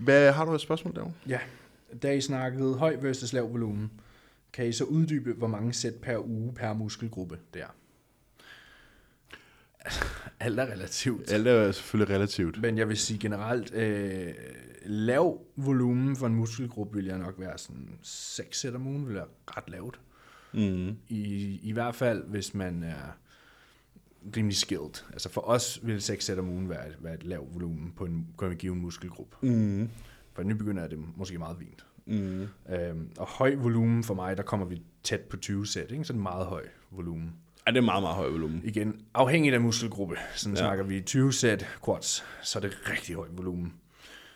Hvad har du et spørgsmål derovre?
Ja, da I snakkede høj versus lav volumen, kan I så uddybe, hvor mange sæt per uge per muskelgruppe det er? Alt er relativt.
Alt er selvfølgelig relativt.
Men jeg vil sige generelt, øh, lav volumen for en muskelgruppe vil jeg nok være sådan 6 sæt om ugen, vil være ret lavt.
Mm.
I, I hvert fald, hvis man er rimelig skilled. Altså for os vil 6 sæt om ugen være, et- være et lav volumen på en, på en given muskelgruppe.
Mm.
For nybegynder er det måske meget fint.
Mm.
Øhm, og høj volumen for mig, der kommer vi tæt på 20 sæt, ikke? Sådan meget høj volumen.
Ja, det er meget, meget høj volumen.
Igen, afhængigt af muskelgruppe, sådan
Ja.
ja. snakker vi 20 sæt quads, så er det rigtig høj volumen.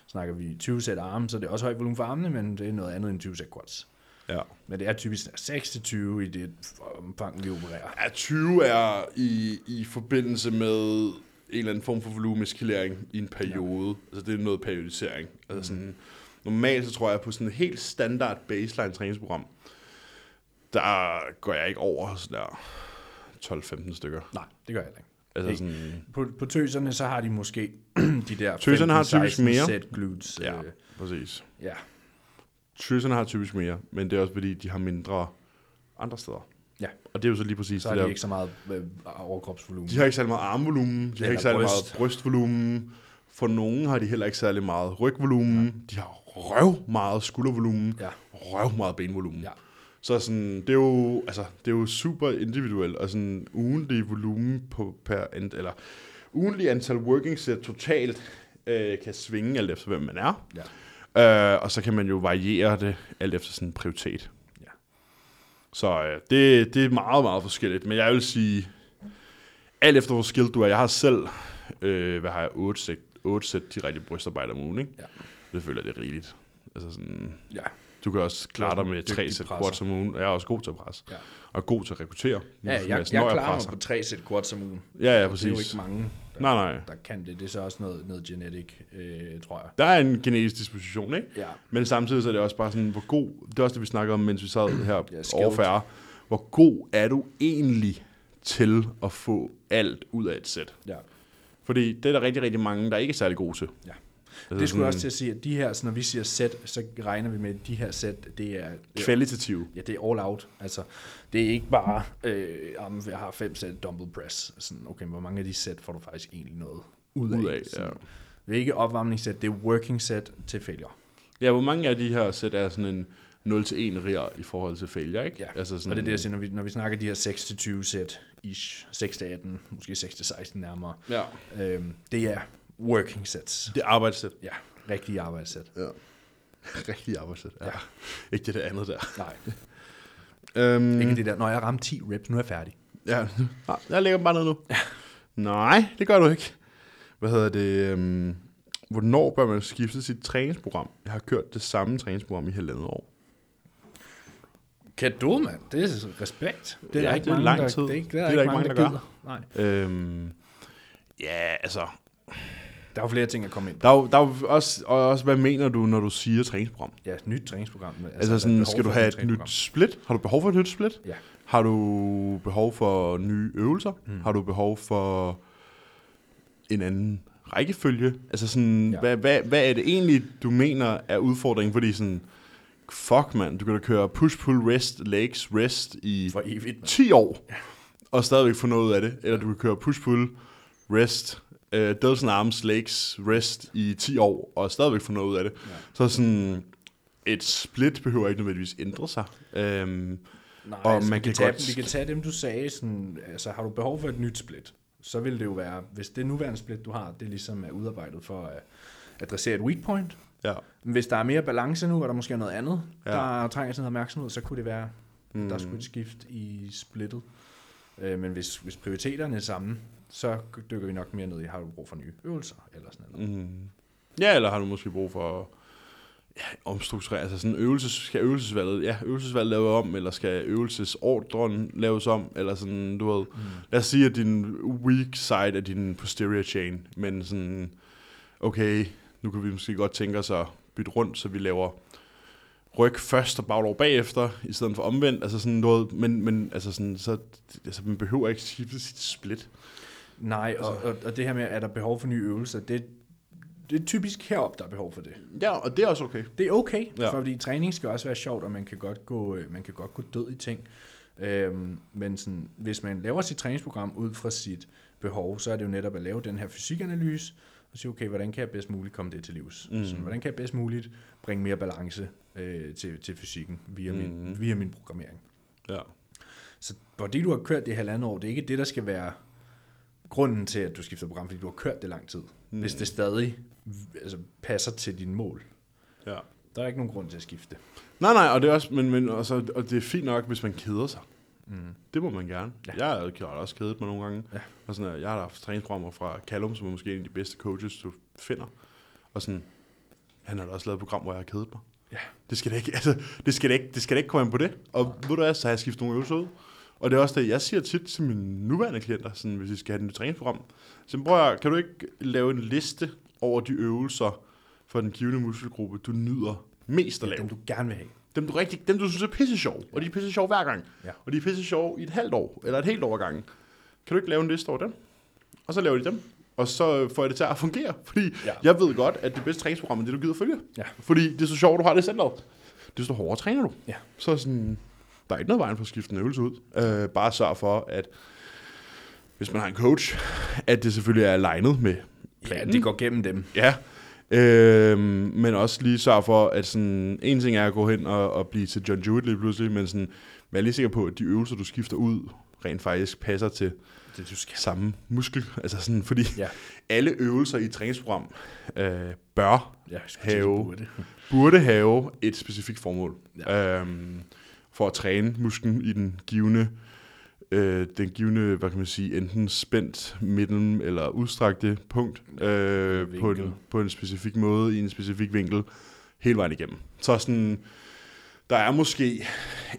Snakker vi 20 sæt arme, så er det også høj volumen for armene, men det er noget andet end 20 sæt quads.
Ja.
Men det er typisk 6-20 i det omfang, vi opererer.
ja 20 er i, i forbindelse med en eller anden form for volumeskalering i en periode. Ja. Altså det er noget periodisering. Altså
Mm.
sådan, normalt så tror jeg på sådan et helt standard baseline træningsprogram, der går jeg ikke over sådan der 12-15 stykker.
Nej, det gør jeg heller ikke.
Altså
Ikke.
sådan,
På, på tøserne, så har de måske de der
Tøserne har
15-16
typisk mere.
sæt glutes.
ja,
Øh,
præcis.
ja.
Tøserne har typisk mere, men det er også fordi, de har mindre andre steder.
ja.
Og det er jo så lige præcis
Så
det
har
der.
de ikke så meget øh, overkropsvolumen.
De har ikke særlig meget armvolumen, de har
Eller
ikke særlig meget
bryst.
brystvolumen. For nogen har de heller ikke særlig meget rygvolumen. Ja. De har røv meget skuldervolumen,
Ja.
røv meget benvolumen.
Ja.
Så sådan, det, er jo, altså, det er jo super individuelt, og sådan ugentlig volumen på, per, ant- eller ugentlig antal working set totalt øh, kan svinge alt efter, hvem man er.
Ja.
Øh, og så kan man jo variere det alt efter sådan en prioritet.
Ja.
Så øh, det, det er meget, meget forskelligt. Men jeg vil sige, alt efter hvor skilt du er. Jeg har selv, øh, hvad har jeg, 8 sæt, 8 sæt direkte brystarbejde om ugen, ikke?
Ja.
Det føler jeg, det er rigeligt. Altså sådan,
ja.
du kan også klare dig med
Dygtig
tre sæt
presser.
quads om ugen. Jeg er også god til at presse.
Ja.
Og god til at rekruttere. Ligesom
Ja, jeg, jeg,
Når
klarer mig
presser.
på tre sæt quads om ugen.
Ja, ja,
Det er jo
præcis.
ikke mange, der,
Nej, nej.
der kan det. Det er så også noget, noget genetic, øh, tror jeg.
Der er en genetisk disposition, ikke?
Ja.
Men samtidig så er det også bare sådan, hvor god, det er også det, vi snakker om, mens vi sad her
Ja,
ja,
skævt.
overfærre, hvor god er du egentlig til at få alt ud af et sæt?
Ja.
Fordi det er der rigtig, rigtig mange, der ikke er særlig gode til.
ja.
er
Det skulle
sådan-
jeg også til at sige, at de her, så når vi siger sæt, så regner vi med, at de her sæt, det er,
Kvalitative.
ja, det er all out. Altså, det er ikke bare, øh, om jeg har fem sæt dumbbell press. Sådan, okay, hvor mange af de sæt får du faktisk egentlig noget ud af?
Ud af,
Sådan,
ja.
Det er ikke opvarmningssæt, det er working sæt til failure.
Ja, hvor mange af de her sæt er sådan en 0-1 riger i forhold til failure, ikke?
Ja,
altså sådan,
og det er det, jeg siger, når vi, når vi snakker de her 6-20 sæt, ish, 6-18, måske 6-16 nærmere,
Ja,
øhm, det er working sets.
det er arbejdssæt.
Ja, rigtige arbejdssæt.
Ja. Rigtig arbejdssæt, ja.
Ja.
ja. Ikke det der andet der.
Nej,
Øhm,
ikke det der, når jeg rammer 10 reps, nu er jeg færdig.
Ja, Nej, Ah, jeg lægger dem bare ned nu. Nej, det gør du ikke. Hvad hedder det? Øhm, hvornår bør man skifte sit træningsprogram? Jeg har kørt det samme træningsprogram i halvandet år.
Kan du, mand? Det er respekt. Det er
Ja,
der ikke
det er
mange,
lang
der,
tid.
Det er ikke, der, er der ikke mange, der,
gør.
gider. Nej.
Øhm, ja, altså...
Der er jo flere ting at komme ind på.
Der er, jo, der er jo også, og også, hvad mener du, når du siger træningsprogram?
Ja, et nyt træningsprogram.
Altså, altså
der
sådan,
er
skal du
behov
have
for
et nyt split? Har du behov for et nyt split?
Ja.
Har du behov for nye øvelser? Mm. Har du behov for en anden rækkefølge? Altså sådan, ja.
Ja.
hvad, hvad, hvad er det egentlig, du mener er udfordringen? Fordi sådan, fuck mand, du kan da køre push-pull-rest, legs, rest i
For evigt, mand.
10 år, og stadigvæk få noget af det. Eller du kan køre push-pull, rest, uh, delts and arms, legs, rest i 10 år, og stadigvæk få noget af det. Ja.
Ja.
Så sådan, et split behøver ikke nødvendigvis ændre sig. Um,
Nej,
Og
og altså,
man
man vi, kan
kan
tage,
godt-
dem- vi kan tage dem, du sagde, sådan, altså har du behov for et nyt split, så vil det jo være, hvis det nuværende split, du har, det ligesom er udarbejdet for at adressere et weak point.
ja.
Men Hvis der er mere balance nu, og der måske er noget andet,
Ja.
ja. der trænger til noget opmærksomhed, så kunne det være, mm. der skulle et skift i splittet. Øh, men hvis, hvis prioriteterne er samme, så dykker vi nok mere ned i, har du brug for nye øvelser, eller sådan noget.
Mm. Ja, eller har du måske brug for at ja, omstrukturere, altså sådan øvelses, skal øvelsesvalget, ja, øvelsesvalget lave om, eller skal øvelsesordren laves om, eller sådan, du ved, mm. lad os sige, at din weak side er din posterior chain, men sådan, okay, nu kan vi måske godt tænke os at bytte rundt, så vi laver ryg først og baglov bagefter, i stedet for omvendt, altså sådan noget, men, men altså sådan, så, altså man behøver ikke skifte sit split.
Nej, og, og, og det her med, er der behov for nye øvelser, det, det er typisk herop, der er behov for det.
Ja, og det er også okay.
Det er okay,
Ja.
ja. fordi træning skal også være sjovt, og man kan godt gå, øh, man kan godt gå død i ting. Øhm, men sådan, hvis man laver sit træningsprogram ud fra sit behov, så er det jo netop at lave den her fysikanalyse, og sige, okay, hvordan kan jeg bedst muligt komme det til livs? Mm. Sådan, hvordan kan jeg bedst muligt bringe mere balance øh, til, til fysikken via, mm. min, via min programmering?
Ja.
Så fordi du har kørt det i halvandet år, det er ikke det, der skal være grunden til, at du skifter program, fordi du har kørt det lang tid. Mm. Hvis det stadig altså, passer til dine mål.
Mm. Ja.
Der er ikke nogen grund til at skifte.
Nej, nej, og det er også, men, men og, så, og det er fint nok, hvis man keder sig. Mm. Det må man gerne. Ja. Jeg er- jeg har også kedet mig nogle gange. Ja. Og sådan, at jeg har haft træningsprogrammer fra Callum, som er måske en af de bedste coaches, du finder. Og sådan, han har da også lavet et program, hvor jeg har kedet mig.
Ja.
Det skal da ikke, altså, det skal da ikke, det skal da ikke komme an på det. Og ved du hvad, så har jeg skiftet nogle øvelser ud. Og det er også det, jeg siger tit til mine nuværende klienter, sådan, hvis de skal have et nyt træningsprogram. Så prøv at, høre, kan du ikke lave en liste over de øvelser for den givende muskelgruppe, du nyder mest at lave?
Dem du gerne vil have.
Dem du, rigtig, dem, du synes er pisse sjov, og de er pisse sjov hver gang.
Ja.
Og de er pisse sjov i et halvt år, eller et helt år ad gangen. Kan du ikke lave en liste over dem? Og så laver de dem. Og så øh, får jeg det til at fungere. Fordi ja.
Ja.
jeg ved godt, at det bedste træningsprogram er det, du gider følge.
Ja.
Fordi det er så sjovt, du har det i centeret. Desto hårdere træner du.
Ja.
Så sådan, der er ikke noget vejen for at skifte en øvelse ud. Øh, bare sørg for, at hvis man har en coach, at det selvfølgelig er alignet med
Ja,
planen.
det går gennem dem.
Ja, øhm, men også lige sørge for, at sådan, en ting er at gå hen og, og blive til John Jewett lige pludselig, men sådan, vær lige sikker på, at de øvelser, du skifter ud, rent faktisk passer til
Det du skal.
samme muskel. Altså sådan, fordi ja.
Ja.
alle øvelser i et træningsprogram øh, bør,
Ja, jeg
til at sige, Have.
det.
burde have et specifikt formål. Ja. Øhm, for at træne musklen i den givende, øh, den givende, hvad kan man sige, enten spændt, middel eller udstrakte punkt øh, på, en,
Vinkel.
på en specifik måde, i en specifik vinkel, hele vejen igennem. Så sådan, der er måske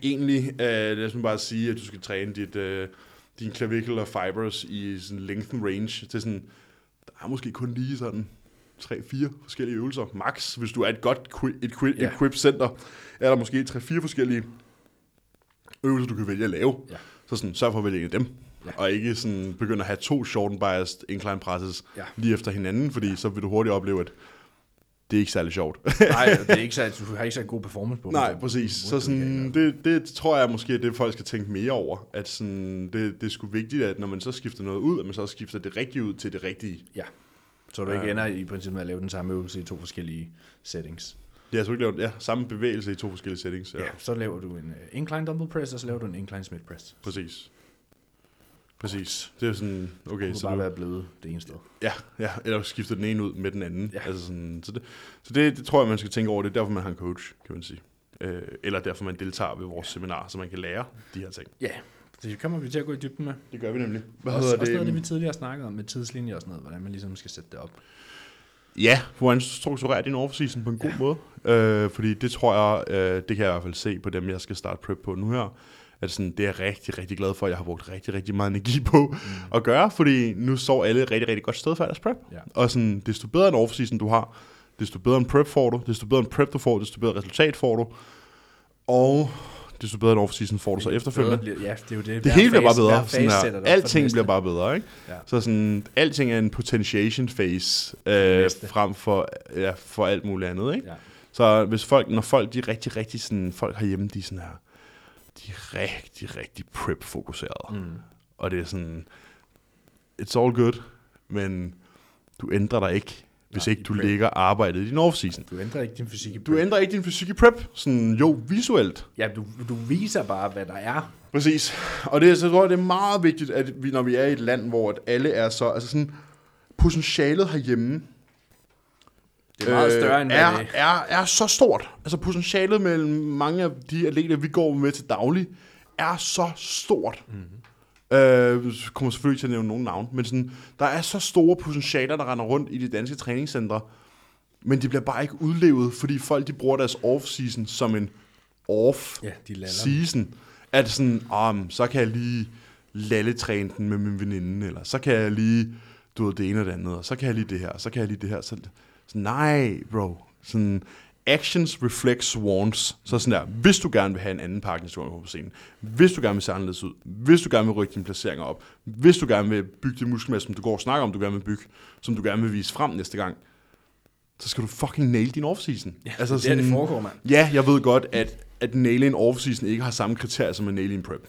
egentlig, øh, lad os nu bare sige, at du skal træne dit, øh, din clavicular fibers i sådan length and range til sådan der er måske kun lige sådan 3-4 forskellige øvelser. Max, hvis du er et godt qui- et qui-
Ja.
yeah. equip center, er der måske 3-4 forskellige øvelser, du kan vælge at lave.
Ja.
Så sådan, sørg for at vælge en af dem.
Ja.
Og ikke sådan begynde at have to short and biased incline presses
Ja.
lige efter hinanden, fordi så vil du hurtigt opleve, at det er ikke særlig sjovt.
Nej, det er ikke så, du har ikke så god performance på.
Nej,
dem.
præcis. Så
What the
sådan,
hell?
det, det tror jeg måske er det, folk skal tænke mere over. At sådan, det, det er sgu vigtigt, at når man så skifter noget ud, at man så også skifter det rigtige ud til det rigtige.
Ja. Så du ikke ender i princippet med at lave den samme øvelse i to forskellige settings.
Det er altså ikke lavet ja, samme bevægelse i to forskellige settings. Ja.
Ja. Så laver du en øh, incline dumbbell press, og så laver du en incline smith press.
Præcis. Præcis. Det er sådan, okay,
Det kunne
så
bare
du,
være blevet det ene sted.
ja, ja, eller skifter den ene ud med den anden.
Ja.
Ja. Altså sådan, så det, så det, det tror jeg, man skal tænke over. Det er derfor, man har en coach, kan man sige. Øh, eller derfor, man deltager ved vores seminar, så man kan lære de her ting.
Ja, det kommer vi til at gå i dybden med.
Det gør vi nemlig. Hvad
Hvad også,
hedder
også noget af
det?
det, vi tidligere snakkede om med tidslinjer og sådan noget, hvordan man ligesom skal sætte det op.
Ja, hvordan strukturerer din offseason på en god måde? Øh, fordi det tror jeg, øh, det kan jeg i hvert fald se på dem, jeg skal starte prep på nu her, at sådan, det er jeg rigtig, rigtig glad for, at jeg har brugt rigtig, rigtig meget energi på mm. at gøre, fordi nu står alle et rigtig, rigtig godt sted for deres prep.
Ja.
Og sådan, desto bedre en offseason du har, desto bedre en prep får du, desto bedre en prep du får, desto bedre resultat får du, og desto bedre en offseason får du så efterfølgende.
Bedre bliver- Ja, det er jo det.
Det
Hver
hele bliver bare
fase-
bedre.
hver fase
Sådan
sætter
her.
det op for den
Alting
næste.
bliver bare bedre, ikke?
Ja.
Så sådan, alting er en potentiation phase øh,
næste.
frem for, ja, for alt muligt andet, ikke?
Ja.
Så hvis folk, når folk, de er rigtig, rigtig sådan, folk herhjemme, de er sådan her, de er rigtig, rigtig prep-fokuserede.
Mm.
Og det er sådan, it's all good, men du ændrer dig ikke, hvis
Nej,
ikke
i
du
prep.
lægger arbejdet i din off-season.
Du ændrer ikke din fysik i
Du ændrer ikke din fysik i prep, sådan jo, visuelt,
Ja, du, du viser bare, hvad der er.
Præcis. Og det, er- så tror jeg, det er meget vigtigt, at vi, når vi er i et land, hvor at alle er så... Altså sådan, potentialet herhjemme
Det er meget
øh,
større end
er,
hvad det
er, er så stort. Altså potentialet mellem mange af de atleter, vi går med til daglig, er så stort.
Mhm.
Mm-hmm. Øh, jeg kommer selvfølgelig til at nævne nogle navn, men sådan, der er så store potentialer, der render rundt i de danske træningscentre, men de bliver bare ikke udlevet, fordi folk de bruger deres off-season som en off
Ja, de laller den.
season. At sådan, ah, men så kan jeg lige lalletræne den med min veninde, eller så kan jeg lige, du ved, det ene og det andet, og så kan jeg lige det her, og så kan jeg lige det her. Så, så nej, bro. Sådan, actions reflects wants. Så sådan der, hvis du gerne vil have en anden parkinsonur på scenen, hvis du gerne vil se anderledes ud, hvis du gerne vil rykke dine placeringer op, hvis du gerne vil bygge det muskelmasse, som du går og snakker om, du gerne vil bygge, som du gerne vil vise frem næste gang, så skal du fucking nail din offseason. Ja,
altså, det er det foregår, mand.
Ja, jeg ved godt, at, at nail en off-season ikke har samme kriterier som en nail en prep.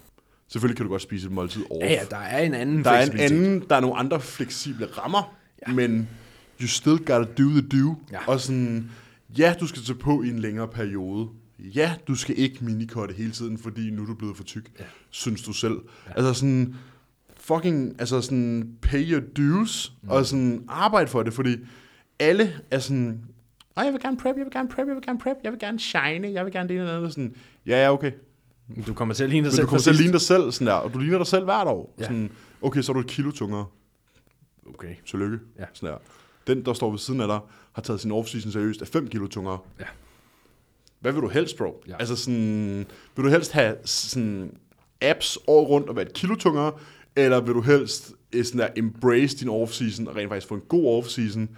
Selvfølgelig kan du godt spise et måltid off.
Ja, ja, der er en anden
der er en
fleksibilitet.
anden, der er nogle andre fleksible rammer, ja. men you still gotta do the do.
Ja.
Og sådan, ja, du skal tage på i en længere periode. Ja, du skal ikke minikotte hele tiden, fordi nu er du blevet for tyk,
Ja.
ja. synes du selv. Ja. Altså sådan, fucking, altså sådan, pay your dues, mm. og sådan, arbejde for det, fordi alle er sådan, Åh, jeg vil gerne prep, jeg vil gerne prep, jeg vil gerne prep, jeg vil gerne shine, jeg vil gerne det ene eller andet. Og Sådan, ja, ja, okay.
Du kommer til at ligne dig
Men
selv.
du kommer til at
præcis.
ligne dig selv, sådan der, og du ligner dig selv hvert år.
Ja.
Ja. Sådan, okay, så er du et kilo tungere.
Okay.
Tillykke.
Ja.
Sådan der. Den, der står ved siden af dig, har taget sin offseason seriøst, er 5 kilo tungere.
Ja.
Hvad vil du helst, bro?
Ja.
Altså sådan, vil du helst have sådan apps år rundt og være et kilo tungere, eller vil du helst eh, sådan der, embrace din offseason og rent faktisk få en god offseason,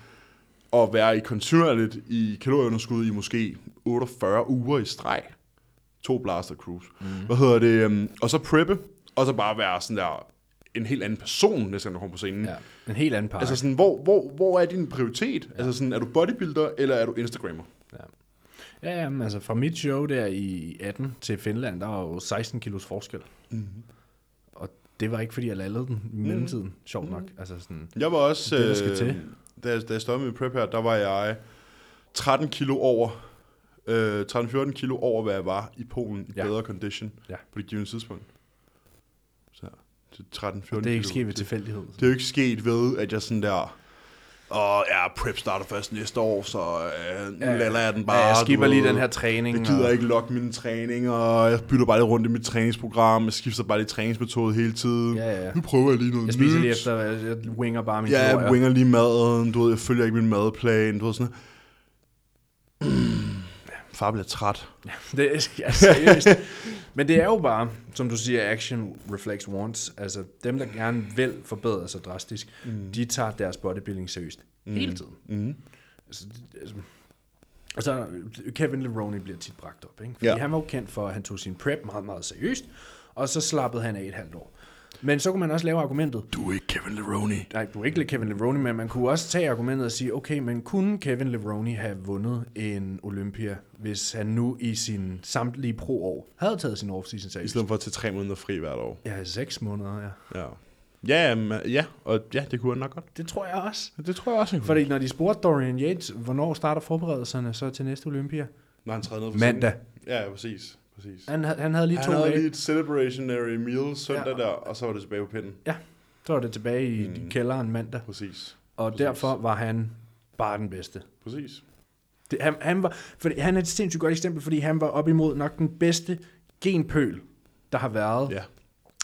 og være i kontinuerligt i kalorieunderskud i måske 48 uger i streg? To blaster cruise. Mm.
Mhm.
Hvad hedder det? øhm, Og så preppe, og så bare være sådan der en helt anden person, næste gang du kommer på scenen.
Ja, en helt anden par.
Altså sådan, hvor, hvor, hvor er din prioritet? Ja. Altså sådan, er du bodybuilder, eller er du Instagrammer?
Ja. Ja, ja, men altså fra mit show der i 18 til Finland, der var jo 16 kilos forskel. Mm-hmm.
Mhm.
Og det var ikke, fordi jeg lallede den i mellemtiden,
Mhm.
mm-hmm. sjovt nok. Altså sådan,
Jeg var også,
Det er det, der skal
øh,
til.
da, jeg- da jeg stoppede med prep her, der var jeg 13 kilo over, øh, 13-14 kilo over, hvad jeg var i Polen i
Ja.
ja. bedre condition
Ja.
ja. på det givende tidspunkt. Så det er 13-14
det er ikke
kilo.
sket ved tilfældighed.
Det er jo ikke sket ved, at jeg sådan der... Og ja, prep starter først næste år, så øh, nu
Ja,
ja, lader jeg den bare.
Ja, jeg
du
skipper lige
ved.
den her træning.
Jeg gider
og-
ikke logge mine træninger, og jeg bytter bare lidt rundt i mit træningsprogram, jeg skifter bare lidt træningsmetode hele tiden.
Ja, ja, ja.
Nu prøver jeg lige noget
Jeg spiser
nyt.
lige efter, jeg- jeg winger bare min
Ja,
kalorier.
jeg winger lige maden, du ved, jeg følger ikke min madplan, du ved sådan noget. Mm, far bliver træt.
Det er, ja, seriøst. Men det er jo bare, som du siger, action reflects wants. Altså dem, der gerne vil forbedre sig drastisk, mm. de tager deres bodybuilding seriøst. Mm. Hele tiden.
Mhm.
Mm. Altså, det- altså, og så er der- Kevin Lerone bliver tit bragt op, ikke? Fordi
Ja.
ja. han var jo kendt for, at han tog sin prep meget, meget seriøst, og så slappede han af et halvt år. Men så kunne man også lave argumentet,
Du er ikke Kevin Lerone.
nej, du er ikke Kevin Levroni, men man kunne også tage argumentet og sige, okay, men kunne Kevin Levroni have vundet en Olympia, hvis han nu i sin samtlige pro-år havde taget sin off-season
I
seriøst?
stedet for at tage tre måneder fri hvert år.
Ja, seks måneder, ja.
Ja. Ja, jamen, ja, og ja, det kunne han nok godt.
Det tror jeg også.
Det tror jeg også, han kunne.
Fordi når de spurgte Dorian Yates, hvornår starter forberedelserne så til næste Olympia?
Når han træder ned for
Mandag.
scenen. Ja, ja, præcis. præcis.
Han, hav- han havde lige
Han
to
havde
dage.
lige et celebrationary meal søndag
Ja.
der, og så var det tilbage på pinden.
Ja, så var det tilbage i mm. kælderen mandag.
Præcis.
Og
Præcis.
derfor var han bare den bedste.
Præcis.
Det, han, han, var, fordi, han er et sindssygt godt eksempel, fordi han var op imod nok den bedste genpøl, der har været
Ja,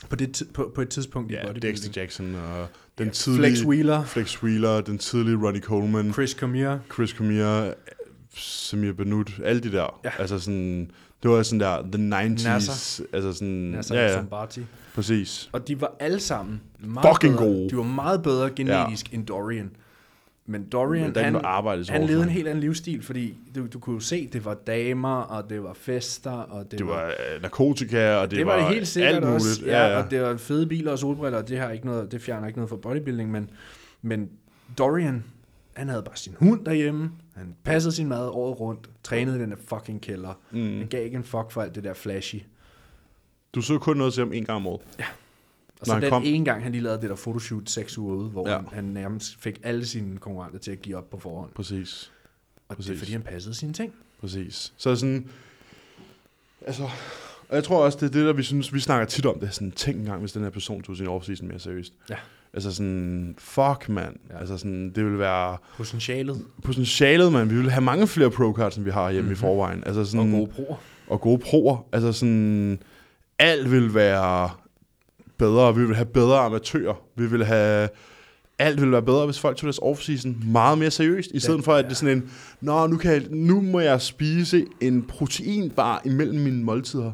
på, det, ti- på, på et tidspunkt i
ja
bodybuilding.
Dexter Jackson og den
Ja,
tidlige... Mm.
Flex Wheeler,
Flex Wheeler, den tidlige Ronnie Coleman,
Chris Cormier.
Chris Cormier, Samir Benut, alle de der.
Ja.
Altså sådan, det var sådan der, the 90s.
Nasser.
Altså sådan,
Nasser
ja, ja,
Sombati.
præcis.
Og de var alle sammen meget
Fucking
bedre,
gode.
De var meget bedre genetisk ja. end Dorian. Men Dorian,
Men der
han,
kunne arbejdes
han
hårdt for
levede en
ham.
helt anden livsstil, fordi du, du kunne jo se, det var damer, og det var fester, og det,
Det var øh, narkotika, og det,
det var det helt sikkert
alt muligt.
også. Ja, ja. Og det var fede biler og solbriller, og det, har ikke noget, det fjerner ikke noget fra bodybuilding, men, men Dorian, han havde bare sin hund derhjemme, han passede sin mad året rundt, trænede i den der fucking kælder, mm. han gav ikke en fuck for alt det der flashy.
Du så kun noget til ham en gang om året. Når
Og så
han
den
kom-
kom. ene gang, han lige lavede det der photoshoot seks uger ude, hvor
Ja.
ja. han nærmest fik alle sine konkurrenter til at give op på forhånd.
Præcis.
Og det
præcis.
er fordi, han passede sine ting.
Præcis. Så sådan, altså, og jeg tror også, det er det, der vi synes, vi snakker tit om, det er sådan, tænk engang, hvis den her person tog sin off mere seriøst.
Ja.
Altså sådan, fuck mand. Ja.
Ja.
Altså sådan, det ville være
Potentialet
potentialet, mand. Vi ville have mange flere pro-cards, end vi har hjemme mm-hmm. i forvejen. Altså
Mhm. og
sådan,
gode broer.
og gode proer. Altså sådan, alt vil være bedre. Vi vil have bedre amatører. Vi vil have... Alt ville være bedre, hvis folk tog deres off-season meget mere seriøst, i stedet for, at det er sådan en, Nå, nu, kan jeg, nu må jeg spise en proteinbar imellem mine måltider.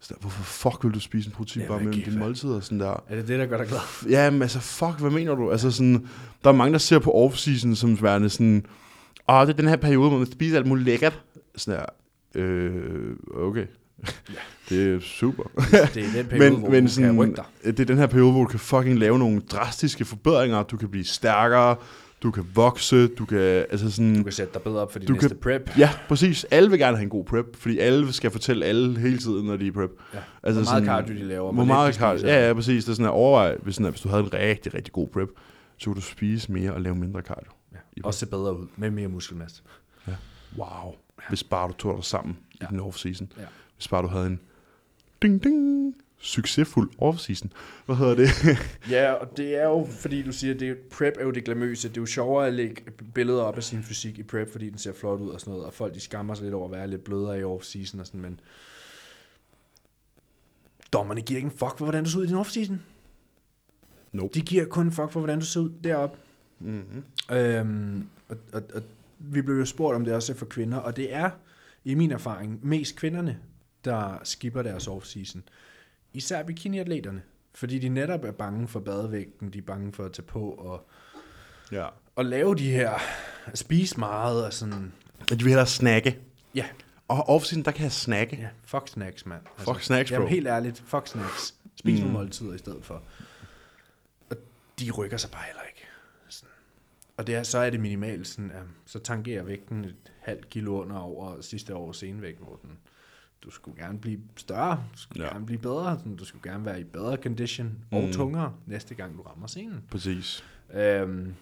Så der, hvorfor fuck vil du spise en proteinbar
Jamen,
imellem
Gifa.
dine måltider? Sådan der.
Er det det, der gør dig glad?
Jamen altså, fuck, hvad mener du? Altså sådan, der er mange, der ser på off-season som værende sådan, åh, det er den her periode, hvor man spiser alt muligt lækkert. Sådan her, øh, okay. det er super.
Det er den periode,
men,
men, hvor men
men
du sådan, kan rykke
sådan,
dig.
det er den her periode, hvor du kan fucking lave nogle drastiske forbedringer. Du kan blive stærkere, du kan vokse, du kan, altså sådan...
Du kan sætte dig bedre op for din
Du
næste
kan-
prep.
Ja, præcis. Alle vil gerne have en god prep, fordi alle skal fortælle alle hele tiden, når de er i prep.
Ja. Altså hvor meget cardio de laver.
Hvor
lidt
meget
de
cardio?
spiser.
Ja, ja, præcis. Det er sådan at overveje, hvis, sådan, at hvis du havde en rigtig, rigtig god prep, så kunne du spise mere og lave mindre cardio.
ja. Også se bedre ud med mere muskelmasse.
Wow. Hvis bare du tog dig sammen ja. i
Ja.
den off-season.
Ja.
Hvis bare du havde en ding, ding, succesfuld off-season. Hvad hedder det?
Ja, og det er jo, fordi du siger, det er, prep er jo det glamøse. Det er jo sjovere at lægge billeder op af sin fysik i prep, fordi den ser flot ud og sådan noget. Og folk de skammer sig lidt over at være lidt blødere i off-season og sådan, men... Dommerne giver ikke en fuck for, hvordan du ser ud i din off-season.
Nope.
De giver kun en fuck for, hvordan du ser ud deroppe. Mm-hmm. Øhm, og, og, og, vi blev jo spurgt, om det også er for kvinder, og det er, i min erfaring, mest kvinderne, der skipper deres off-season. Især bikiniatleterne, fordi de netop er bange for badevægten, de er bange for at tage på og,
ja.
og lave de her, spise meget og sådan,
At de vil hellere snakke.
ja,
Og off-season, der kan jeg snakke.
ja fuck snacks, mand. Altså,
Fuck snacks, bro.
Jamen helt ærligt, fuck snacks. Spis mm. nogle måltider i stedet for. Og de rykker sig bare heller ikke. Sådan. Og det er, så er det minimalt, sådan, at så tangerer vægten et halvt kilo under over sidste års senvægt, hvor den, du skulle gerne blive større, du skulle
Ja.
ja. gerne blive bedre, sådan, du skulle gerne være i bedre condition og
Mm.
tungere næste gang, du rammer scenen.
Præcis.
Øhm,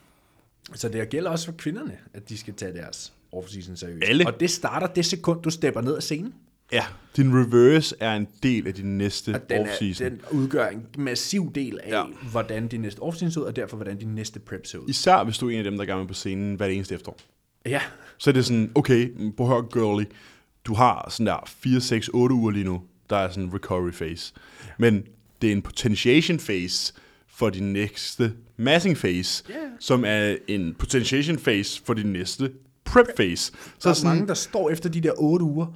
så det gælder også for kvinderne, at de skal tage deres off-season seriøst.
Alle.
Og det starter det sekund, du stepper ned af scenen.
Ja. Din reverse er en del af din næste
Og den, er,
off-season.
den udgør en massiv del af,
Ja.
ja. hvordan din næste off-season ser ud, og derfor hvordan din næste prep ser ud.
Især hvis du er en af dem, der gerne vil på scenen hver eneste efterår.
Ja,
Så er det sådan, okay, mm, prøv at høre, girly, du har sådan der 4, 6, 8 uger lige nu, der er sådan en recovery phase. Men det er en potentiation phase for din næste massing phase,
Ja.
som er en potentiation phase for din næste prep phase.
Så
Så
der
er
er
sådan,
mange, der står efter de der otte uger,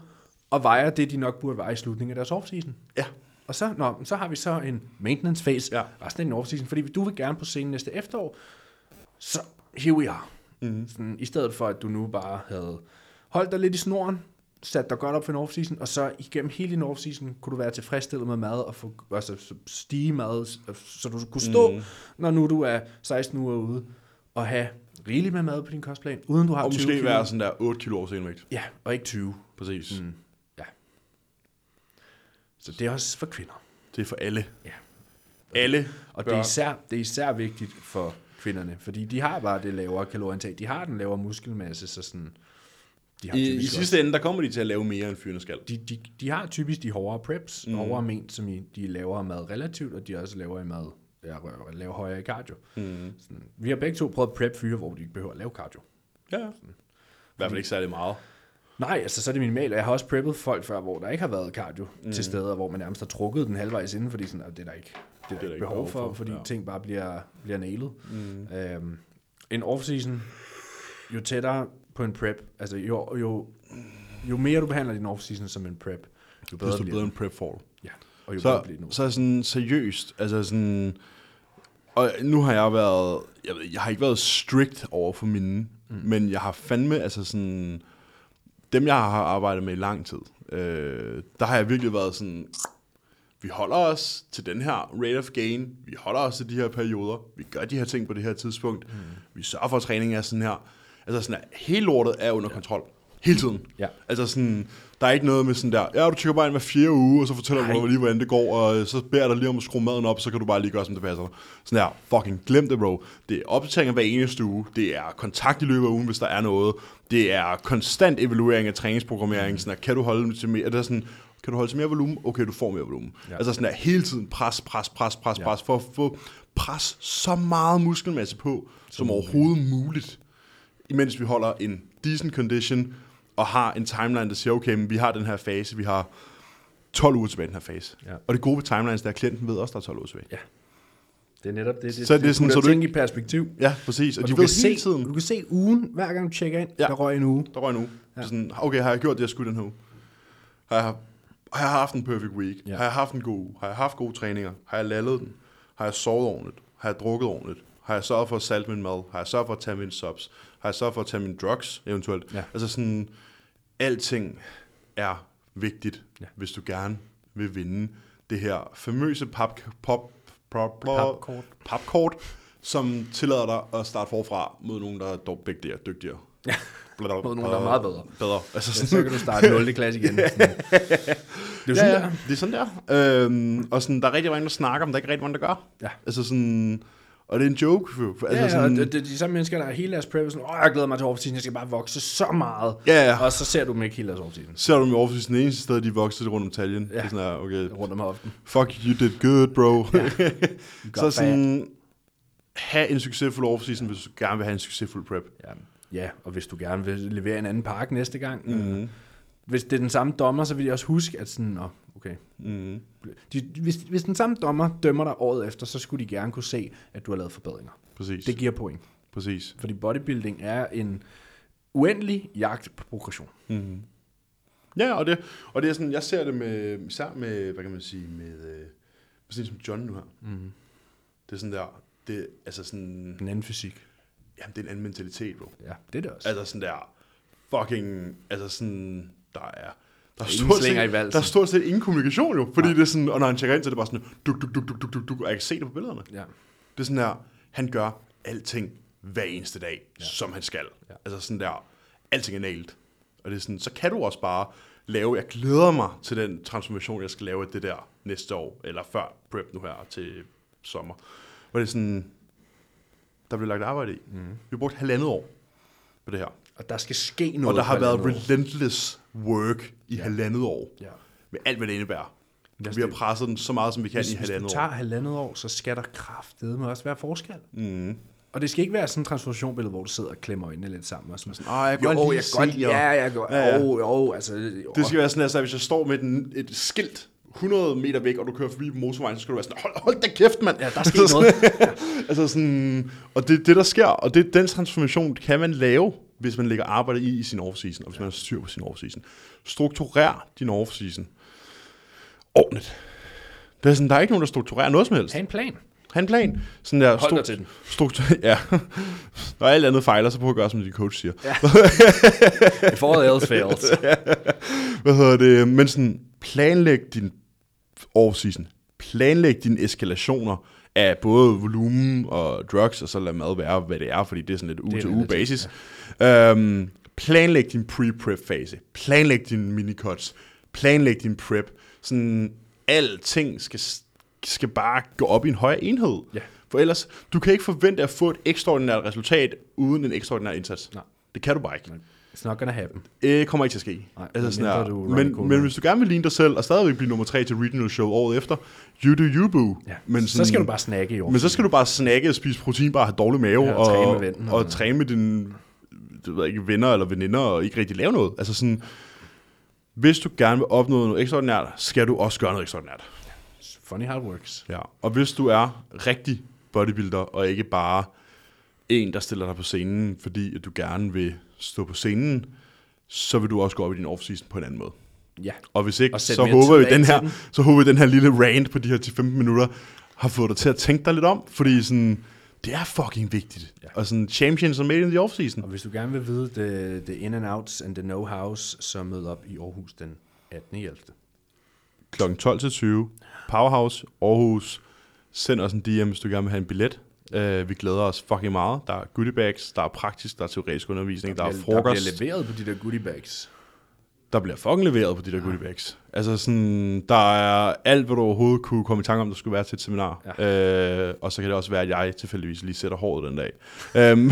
og vejer det, de nok burde veje i slutningen af deres offseason.
ja,
Og så, nå, men så har vi så en maintenance phase
Ja.
ja. resten af din offseason, fordi du vil gerne på scenen næste efterår, så here we are.
Mhm.
Mm-hmm. Sådan, I stedet for, at du nu bare havde holdt dig lidt i snoren, sat dig godt op for en offseason, og så igennem hele din offseason kunne du være tilfredsstillet med mad, og få, altså, så stige mad, s- så du kunne stå,
Mhm.
mm. når nu du er 16 uger ude, og have rigeligt med mad på din kostplan, uden du har
og
20
måske
kilo.
være sådan der 8 kilo oversenvægt.
Ja, og ikke 20.
Præcis. Mm.
Ja. Så det er også for kvinder.
Det er for alle.
Ja.
Alle
Og
bør-
det er, især, det er især vigtigt for kvinderne, fordi de har bare det lavere kalorieindtag. De har den lavere muskelmasse, så sådan... De har,
I, I
typisk også-
sidste ende, der kommer de til at lave mere end fyrene skal.
de, de, de har typisk de hårdere preps, mm. hårdere ment, som i, de laver mad relativt, og de er også laver i mad, ja, laver højere i cardio. Mm. Sådan, vi har begge to prøvet prep fyre, hvor de ikke behøver at lave cardio.
Ja, ja. I hvert fald ikke særlig meget.
Nej, altså så er det minimalt, og jeg har også preppet folk før, hvor der ikke har været cardio mm. til steder, hvor man nærmest har trukket den halvvejs inden, fordi sådan, "Ah, det er der ikke, det er der ikke behov for, fordi
ja.
ja. ting bare bliver, bliver nailet. Mm. Øhm, en off-season, jo tættere på en prep, altså jo, jo, jo mere du behandler din off-season som en prep, jo bedre
Desto
bliver
bedre
den.
end prep fall.
Ja, og jo så, bedre
så,
bliver den.
så sådan seriøst, altså sådan, og nu har jeg været, jeg, ved, jeg har ikke været strict over for mine, mm. men jeg har fandme, altså sådan, dem jeg har arbejdet med i lang tid, øh, der har jeg virkelig været sådan, vi holder os til den her rate of gain, vi holder os til de her perioder, vi gør de her ting på det her tidspunkt, mm. vi sørger for, at træningen er sådan her. Altså sådan, at hele lortet er under kontrol. Hele tiden.
Ja.
Altså sådan, der er ikke noget med sådan der, ja, du tjekker bare ind hver fjerde uge, og så fortæller
Nej.
du mig lige, hvordan det går, og øh, så beder jeg dig lige om at skrue maden op, så kan du bare lige gøre, som det passer dig. Sådan der, fucking glem det, bro. Det er opdateringer hver eneste uge, det er kontakt i løbet af ugen, hvis der er noget, det er konstant evaluering af træningsprogrammering,
Mm.
sådan der, kan du holde til mere, det er sådan, kan du holde til mere volumen? Okay, du får mere volumen. Ja.
Ja.
Altså sådan der, hele tiden pres, pres, pres, pres,
Ja.
pres, for at få pres så meget muskelmasse på, som overhovedet muligt imens vi holder en decent condition, og har en timeline, der siger, okay, men vi har den her fase, vi har 12 uger tilbage i den her fase.
Ja.
Og det gode ved timelines, der er, at klienten ved også, der er 12 uger tilbage.
ja. Det er netop det, det,
Så er det sådan, så
du
du
tænke i perspektiv.
Ja, præcis. Og,
Og
de
du,
ved
kan
hele
se,
tiden,
du kan se ugen, hver gang du tjekker ind,
Ja.
ja. der røg en uge.
der røg en uge. Ja. Sådan, okay, har jeg gjort det, jeg skulle den her uge? Har jeg, har jeg haft en perfect week? Ja.
Ja.
Har jeg haft en god uge? Har jeg haft gode træninger? Har jeg lallet den? Har jeg sovet ordentligt? Har jeg drukket ordentligt? Har jeg sørget for at salte min mad? Har jeg sørget for at tage mine subs? Har jeg sørget for at tage mine drugs eventuelt?
Ja.
Altså sådan, alting er vigtigt, ja.
Ja.
hvis du gerne vil vinde det her famøse pap, pop, pop, pop,
Papkort.
papkort, som tillader dig at starte forfra mod nogen, der er dog begge der dygtigere. Ja.
Mod nogen, der er meget bedre.
Bedre. Altså
Ja, så kan du starte 0. klasse igen. Sådan. Det er jo sådan,
ja,
der.
ja. det er sådan der. Øhm, og sådan, der er rigtig mange, der snakker om, der er ikke rigtig mange, der gør.
Ja.
Altså sådan, og det er en joke. jo. Altså
Ja, ja, og
sådan,
det, det er de samme mennesker, der er hele deres prep, og sådan, åh, jeg glæder mig til offseason, jeg skal bare vokse så meget.
Ja, ja.
Og så ser du dem ikke hele deres offseason.
ser du dem i Aarhus, den eneste sted, de voksede rundt om taljen. Ja. Det er sådan, der, okay,
Rundt om hoften.
fuck, you did good, bro. Ja.
got
så sådan, have en succesfuld offseason, hvis du gerne vil have en succesfuld prep.
Ja. ja, og hvis du gerne vil levere en anden park næste gang.
Mm.
Mm-hmm. Hvis det er den samme dommer, så vil jeg også huske, at sådan, nå, okay.
Mm.
De, hvis, hvis den samme dommer dømmer dig året efter, så skulle de gerne kunne se, at du har lavet forbedringer.
Præcis,
Det giver point.
præcis.
Fordi bodybuilding er en uendelig jagt på progression.
Mm-hmm. Ja, og det, og det er sådan, jeg ser det med, især med, hvad kan man sige, med, øh, med sådan en som John nu her. Mm.
Mm-hmm.
Det er sådan der, det, altså sådan,
En anden fysik.
Jamen, det er en anden mentalitet, bro.
Ja, det er det også.
Altså sådan der fucking, altså sådan, der er... Der er,
Ingen
stort
slinger i
set,
valsen.
der er stort set ingen kommunikation jo, fordi det er sådan, og når han tjekker ind, så er det bare sådan, duk, duk, duk, duk, duk, duk, duk, og jeg kan se det på billederne.
Ja.
Det er sådan der, han gør alting hver eneste dag, ja. som han skal. Ja. Altså sådan der, alting er nailed. Og det er sådan, så kan du også bare lave, jeg glæder mig til den transformation, jeg skal lave af det der næste år, eller før prep nu her til sommer. Hvor det er sådan, der blev lagt arbejde i. Mm.
Mhm.
Vi brugte halvandet år på det her.
Og der skal ske noget.
Og der har
på
været
den måde.
relentless work i ja. halvandet år.
Ja.
Med alt, hvad det indebærer.
Lad os
Vi har
det-
presset den så meget, som vi kan i
Hvis, hvis du
halvandet
tager
år.
halvandet år, så skal der kraftedeme også være forskel. Mm. Og det skal ikke være sådan en transformationsbillede, hvor du sidder og klemmer øjnene lidt sammen. Og sådan, sådan,
"Åh, jeg kan
jo,
godt lige
jeg
se,
kan godt,
og-
Ja, jeg går,
Ja, ja.
ja, ja. Oh, altså, jo.
Det skal være sådan, altså, at hvis jeg står med den, et skilt 100 meter væk, og du kører forbi på motorvejen, så skal du være sådan, hold, hold da kæft, mand!
Ja, der skal noget.
altså sådan, og det er det, der sker, og det er den transformation, kan man lave hvis man lægger arbejde i, i sin off-season, og hvis man er styr på sin off-season. Strukturer din off-season ordentligt. Det er sådan, der er ikke nogen, der strukturerer noget som helst.
Ha' en plan.
Han plan. Sådan der,
Hold dig til den.
Struktur, ja. Når alt andet fejler, så prøv at gøre, som din coach siger. Ja.
If all else fails.
Hvad hedder det? Men sådan, planlæg din off-season. Planlæg dine eskalationer af både volumen og drugs, og så lad mad være, hvad det er, fordi det er sådan lidt uge til uge
relativt,
basis. Ja. Øhm, planlæg din pre-prep-fase. Planlæg dine minicuts. Planlæg din prep. Sådan, alting skal, skal bare gå op i en højere enhed.
Ja.
For ellers, du kan ikke forvente at få et ekstraordinært resultat uden en ekstraordinær indsats.
Nej.
Det kan du bare ikke.
It's not gonna happen.
Øh, kommer ikke til at ske.
Nej,
altså sådan
medmindre
her.
du er Ronnie
men,
Coleman.
men hvis du gerne vil ligne dig selv, og stadigvæk blive nummer 3 til regional show året efter, you do you boo.
Ja.
Men
så skal du bare snakke i år.
Men så skal du bare snakke og spise protein, bare have dårlig mave,
Ja,
og,
og træne med
og,
vennen,
og,
og-
træne med dine det ved jeg ikke, venner eller veninder, og ikke rigtig lave noget. Altså sådan, hvis du gerne vil opnå noget ekstraordinært, skal du også gøre noget ekstraordinært.
Funny how it works.
Ja, og hvis du er rigtig bodybuilder, og ikke bare en, der stiller dig på scenen, fordi at du gerne vil stå på scenen, så vil du også gå op i din off-season på en anden måde.
Ja.
Og hvis ikke,
Og sætte
så
mere
håber,
tid
vi
af
den
til
her,
den.
så håber vi, den her lille rant på de her 10-15 minutter har fået dig til at tænke dig lidt om, fordi sådan, det er fucking vigtigt. Ja. Og sådan, champions are made in the off-season.
Og hvis du gerne vil vide the, the in and outs and the know-hows, så mød op i Aarhus den 18.11.
Klokken 12 til 20. Powerhouse, Aarhus. Send os en DM, hvis du gerne vil have en billet. Uh, vi glæder os fucking meget. Der er goodie bags, der er praktisk, der er teoretisk undervisning, der, der er
Der
frokost. Der
bliver
bliver,
leveret på de der goodie bags.
der bliver fucking leveret på de der goodie bags. Altså sådan, der er alt, hvad du overhovedet kunne komme i tanke om, der skulle være til et seminar. Ja. Uh, og så kan det også være, at jeg tilfældigvis lige sætter håret den dag. Um,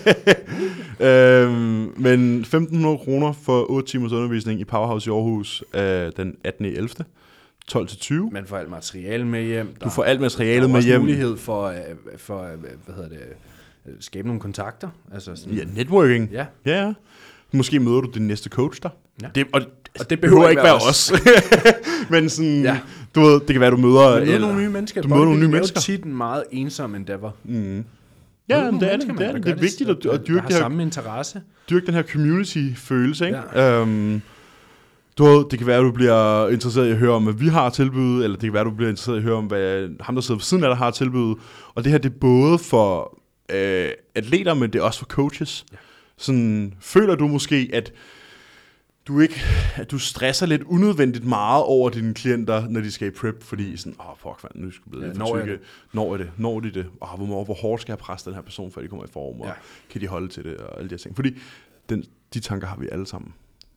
Øhm, men 1500 kroner for 8 timers undervisning i Powerhouse i Aarhus øh, den 18.11. 12 til 20.
Man får alt materiale med hjem.
Du får alt materialet
der er
med
også
hjem.
mulighed for, øh, for øh, hvad hedder det, øh, skabe nogle kontakter. Altså sådan,
Ja, networking.
Ja.
ja. ja. Måske møder du din næste coach der.
Ja.
Det, og,
Og det behøver
ikke være os. Men sådan,
Ja.
ja. du ved, det kan være, du møder...
Du møder
eller-
nogle nye mennesker.
Du møder nogle nye
Bodybuilding er jo
mennesker.
tit en meget ensom endeavor.
Ja,
Møder
men
nogle
det er det.
mennesker,
Det er, det.
man, der
det
gør
er vigtigt at, at
der
dyrke,
har
det her,
samme interesse.
dyrke den her community-følelse. Ikke? Ja. Øhm, du ved, det kan være, at du bliver interesseret i at høre om, hvad vi har at tilbyde, eller det kan være, at du bliver interesseret i at høre om, hvad ham, der sidder ved siden af dig, har at tilbyde. Og det her, det er både for øh, atleter, men det er også for coaches. Ja. Sådan, føler du måske, at du ikke, at du stresser lidt unødvendigt meget over dine klienter, når de skal i prep, fordi sådan, åh, oh, fuck, mand, nu skal jeg blive
Ja,
lidt
når
for
jeg
tykke. Når er det? Når de det? Åh, hvor, meget- hvor hårdt skal jeg presse den her person, før de kommer i form, og
Ja.
ja. kan de holde til det, og alle de her ting. Fordi den, de tanker har vi alle sammen.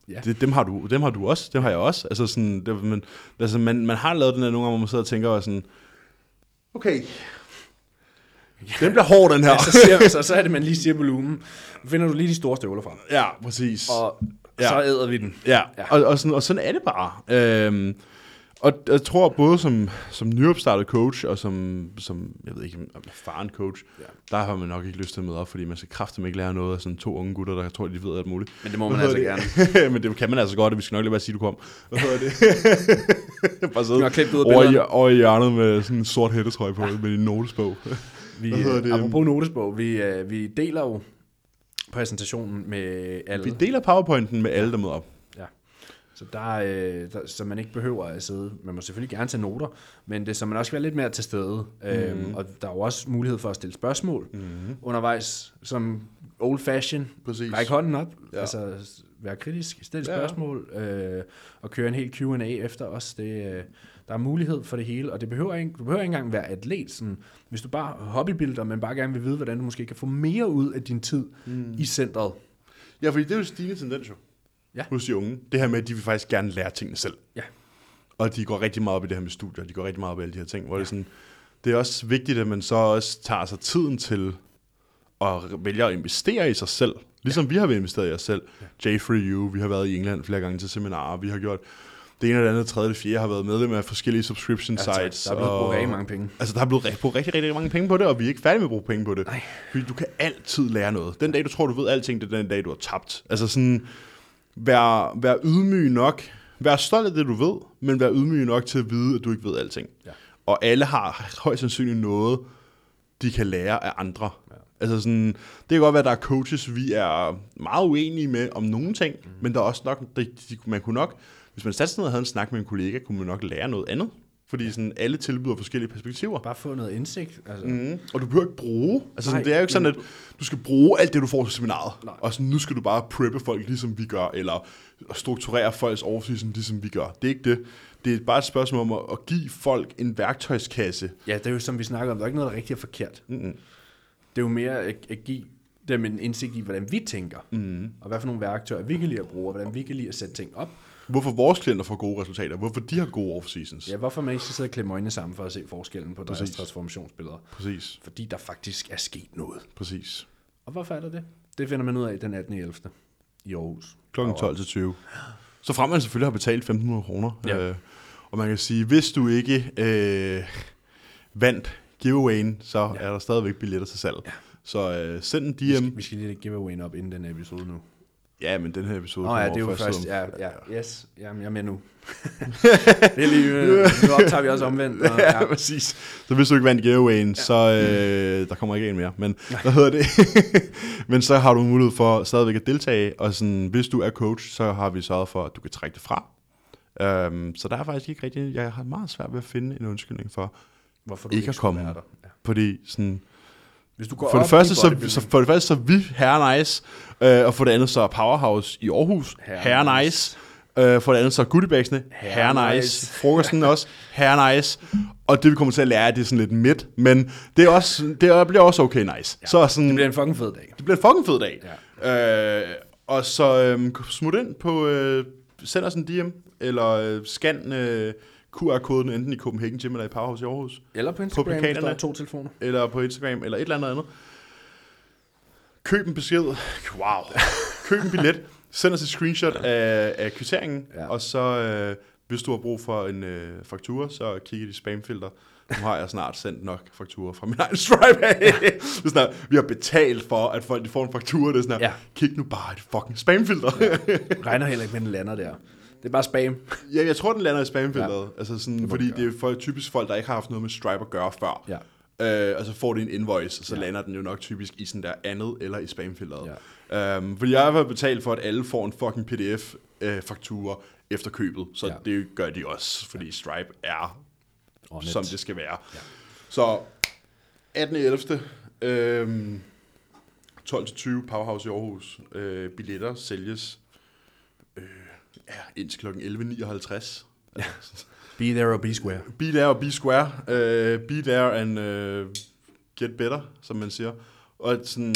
Ja.
Ja. Det, dem, har du, dem har du også, dem har jeg også. Altså sådan, det, men, altså man, man har lavet den der nogle gange, hvor man sidder og tænker og sådan, okay, den bliver hård, den her.
Ja, Altså, så, siger, så, så er det, man lige siger volumen. Finder du lige de store støvler frem.
ja, præcis.
Og ja.
Ja.
så æder vi den.
Ja,
Ja.
ja. Og, og, sådan, og sådan er det bare. Øhm, og jeg tror både som, som nyopstartet coach, og som, som jeg ved ikke, om erfaren coach, ja. der har man nok ikke lyst til at møde op, fordi man skal kraftedeme ikke lære noget af sådan to unge gutter, der tror, de ved alt muligt.
Men det må
Hvad
man altså
hedder det? Men det kan man altså godt, og vi skal nok lige være at sige, du kom. Hvad hedder det? bare sidde
Du har klippet ud af
over, i,
billederne.
over i hjørnet med sådan en sort hættetrøje på, med en notesbog.
Vi,
Hvad hedder
øh,
det?
Apropos notesbog, vi, øh, vi deler jo præsentationen med alle.
Vi deler powerpointen med alle, der møder op.
Ja. Så, der, øh, der, så man ikke behøver at sidde. Man må selvfølgelig gerne tage noter, men det, så man også skal være lidt mere til stede. Mm.
Mhm.
Øhm, og der er jo også mulighed for at stille spørgsmål mm. undervejs, som old fashion.
Præcis.
Ræk hånden op, ja.
Ja.
altså s- være kritisk, stille
Ja, ja.
spørgsmål, øh, og køre en hel Q&A efter os. Det, øh, der er mulighed for det hele, og det behøver ikke, du behøver ikke engang være atlet. Sådan, hvis du bare er hobbybuilder, men bare gerne vil vide, hvordan du måske kan få mere ud af din tid mm. i centret.
Ja, fordi det er jo en stigende tendens jo.
Ja.
Hos de unge. Det her med, at de vil faktisk gerne lære tingene selv.
Ja.
Og de går rigtig meget op i det her med studier, de går rigtig meget op i alle de her ting, hvor ja. det er sådan, det er også vigtigt, at man så også tager sig tiden til at vælge at investere i sig selv. Ligesom ja. vi har investeret i os selv. Ja. J3U, vi har været i England flere gange til seminarer, vi har gjort det ene og det andet, tredje og det fjerde, har været medlem af forskellige subscription
Ja, tak.
sites.
Altså, Der er blevet
og-
brugt rigtig mange penge.
Altså, der er blevet rigtig- brugt rigtig, rigtig mange penge på det, og vi er ikke færdige med at bruge penge på det.
Nej.
Fordi du kan altid lære noget. Den dag, du tror, du ved alting, det er den dag, du har tabt. Altså sådan, vær, vær ydmyg nok. Vær stolt af det, du ved, men vær ydmyg nok til at vide, at du ikke ved alting.
Ja.
Og alle har højst sandsynligt noget, de kan lære af andre. Ja. Altså sådan, det kan godt være, at der er coaches, vi er meget uenige med om nogle ting, mm. men der er også nok, de, de, man kunne nok, hvis man satte sig ned og havde en snak med en kollega, kunne man nok lære noget andet. Fordi sådan, alle tilbyder forskellige perspektiver.
Bare få noget indsigt. Altså.
Mm. Og du behøver ikke bruge, altså sådan,
Nej,
det er jo ikke sådan,
men-
at du skal bruge alt det, du får til seminaret.
Nej.
Og sådan, nu skal du bare preppe folk, ligesom vi gør, eller strukturere folks overseason, ligesom vi gør. Det er ikke det. Det er bare et spørgsmål om at, at give folk en værktøjskasse.
Ja, det er jo som vi snakker om, der er ikke noget, der er rigtigt og forkert.
Mm-mm.
Det er jo mere at, at give dem en indsigt i, hvordan vi tænker, mm. og hvad for nogle værktøjer vi kan lide at bruge, og hvordan vi kan lide at sætte ting op.
Hvorfor vores klienter får gode resultater, hvorfor de har gode off-seasons.
Ja, hvorfor man ikke skal sidde og klemme øjnene sammen for at se forskellen på deres
Præcis.
transformationsbilleder.
Præcis,
Fordi der faktisk er sket noget.
præcis.
Og hvorfor er der det? Det finder man ud af den 18.11. i Aarhus.
Klokken 12 til 20. Så frem man selvfølgelig har betalt 1.500 kroner.
Ja.
Øh, og man kan sige, hvis du ikke øh, vandt giveawayen, så ja. er der stadigvæk billetter til salg. Ja. Så øh, send en DM.
Vi skal lige lægge giveawayen op inden den episode nu.
Ja, men den her episode
Nå ja, det er
kommer
jo først.
om-
Ja, ja, yes. Jamen, jeg er med nu. det er lige, øh, nu optager vi også omvendt. Og, ja.
Ja, præcis. Så hvis du ikke vandt giveawayen, ja. så øh, der kommer ikke en mere. Men hvad hedder det? men så har du mulighed for stadigvæk at deltage, og sådan, hvis du er coach, så har vi sørget for, at du kan trække det fra. Um, så der er faktisk ikke rigtig, jeg har meget svært ved at finde en undskyldning for,
Hvorfor
ikke at
skulle
komme.
være der. Ja.
fordi sådan,
Hvis du går
for
op
det, første,
i
så,
bodybuilding-
så, for det første, så er vi herre nice, øh, og for det andet, så er Powerhouse i Aarhus
Herre
herre nice, øh, for det andet, så er goodiebagsene herre,
Herre
herre
nice.
nice, frokosten også herre nice, og det vi kommer til at lære, det er sådan lidt midt, men det, er også, det er- bliver også okay nice. Ja, så sådan,
Det bliver en fucking fed dag.
det bliver en fucking fed dag. Ja. Øh, og så øhm, smut ind på, øh, send os en DM, eller øh, scan øh, QR-koden enten i Copenhagen Gym eller i Powerhouse i Aarhus,
Eller på Instagram, hvis der
plakanerne.
er to telefoner.
eller på Instagram, eller et eller andet andet. Køb en besked. Wow. Køb en billet. Send os et screenshot af, af kvitteringen,
Ja.
ja. og så øh, hvis du har brug for en øh, faktura, så kig i dit spamfilter. Nu har jeg snart sendt nok fakturer fra min egen Stripe af. Det er sådan, at vi har betalt for, at folk de får en faktura. Det er sådan,
Ja.
ja. kig nu bare i det fucking spamfilter. Ja.
Regner heller ikke med, den lander der. Det er bare spam.
ja, jeg tror, den lander i spamfilteret. Ja. Altså sådan, fordi
den gøre.
det er for, typisk folk, der ikke har haft noget med Stripe at gøre før.
Ja.
Øh, og så får de en invoice, og så ja. lander den jo nok typisk i sådan der andet eller i spamfilteret.
Ja.
Ja. Øhm, fordi jeg har i hvert fald betalt for, at alle får en fucking pdf-faktura øh, efter købet, så
Ja.
ja. det gør de også, fordi Stripe er,
On it.
som det skal være. Ja. Så 18.11. Øhm, 12-20 Powerhouse i Aarhus. Øh, billetter sælges øh, ja, indtil kl. 11.59. Altså,
Be there or be square.
Be there og be square. Uh, be there and uh, get better, som man siger. Og sådan,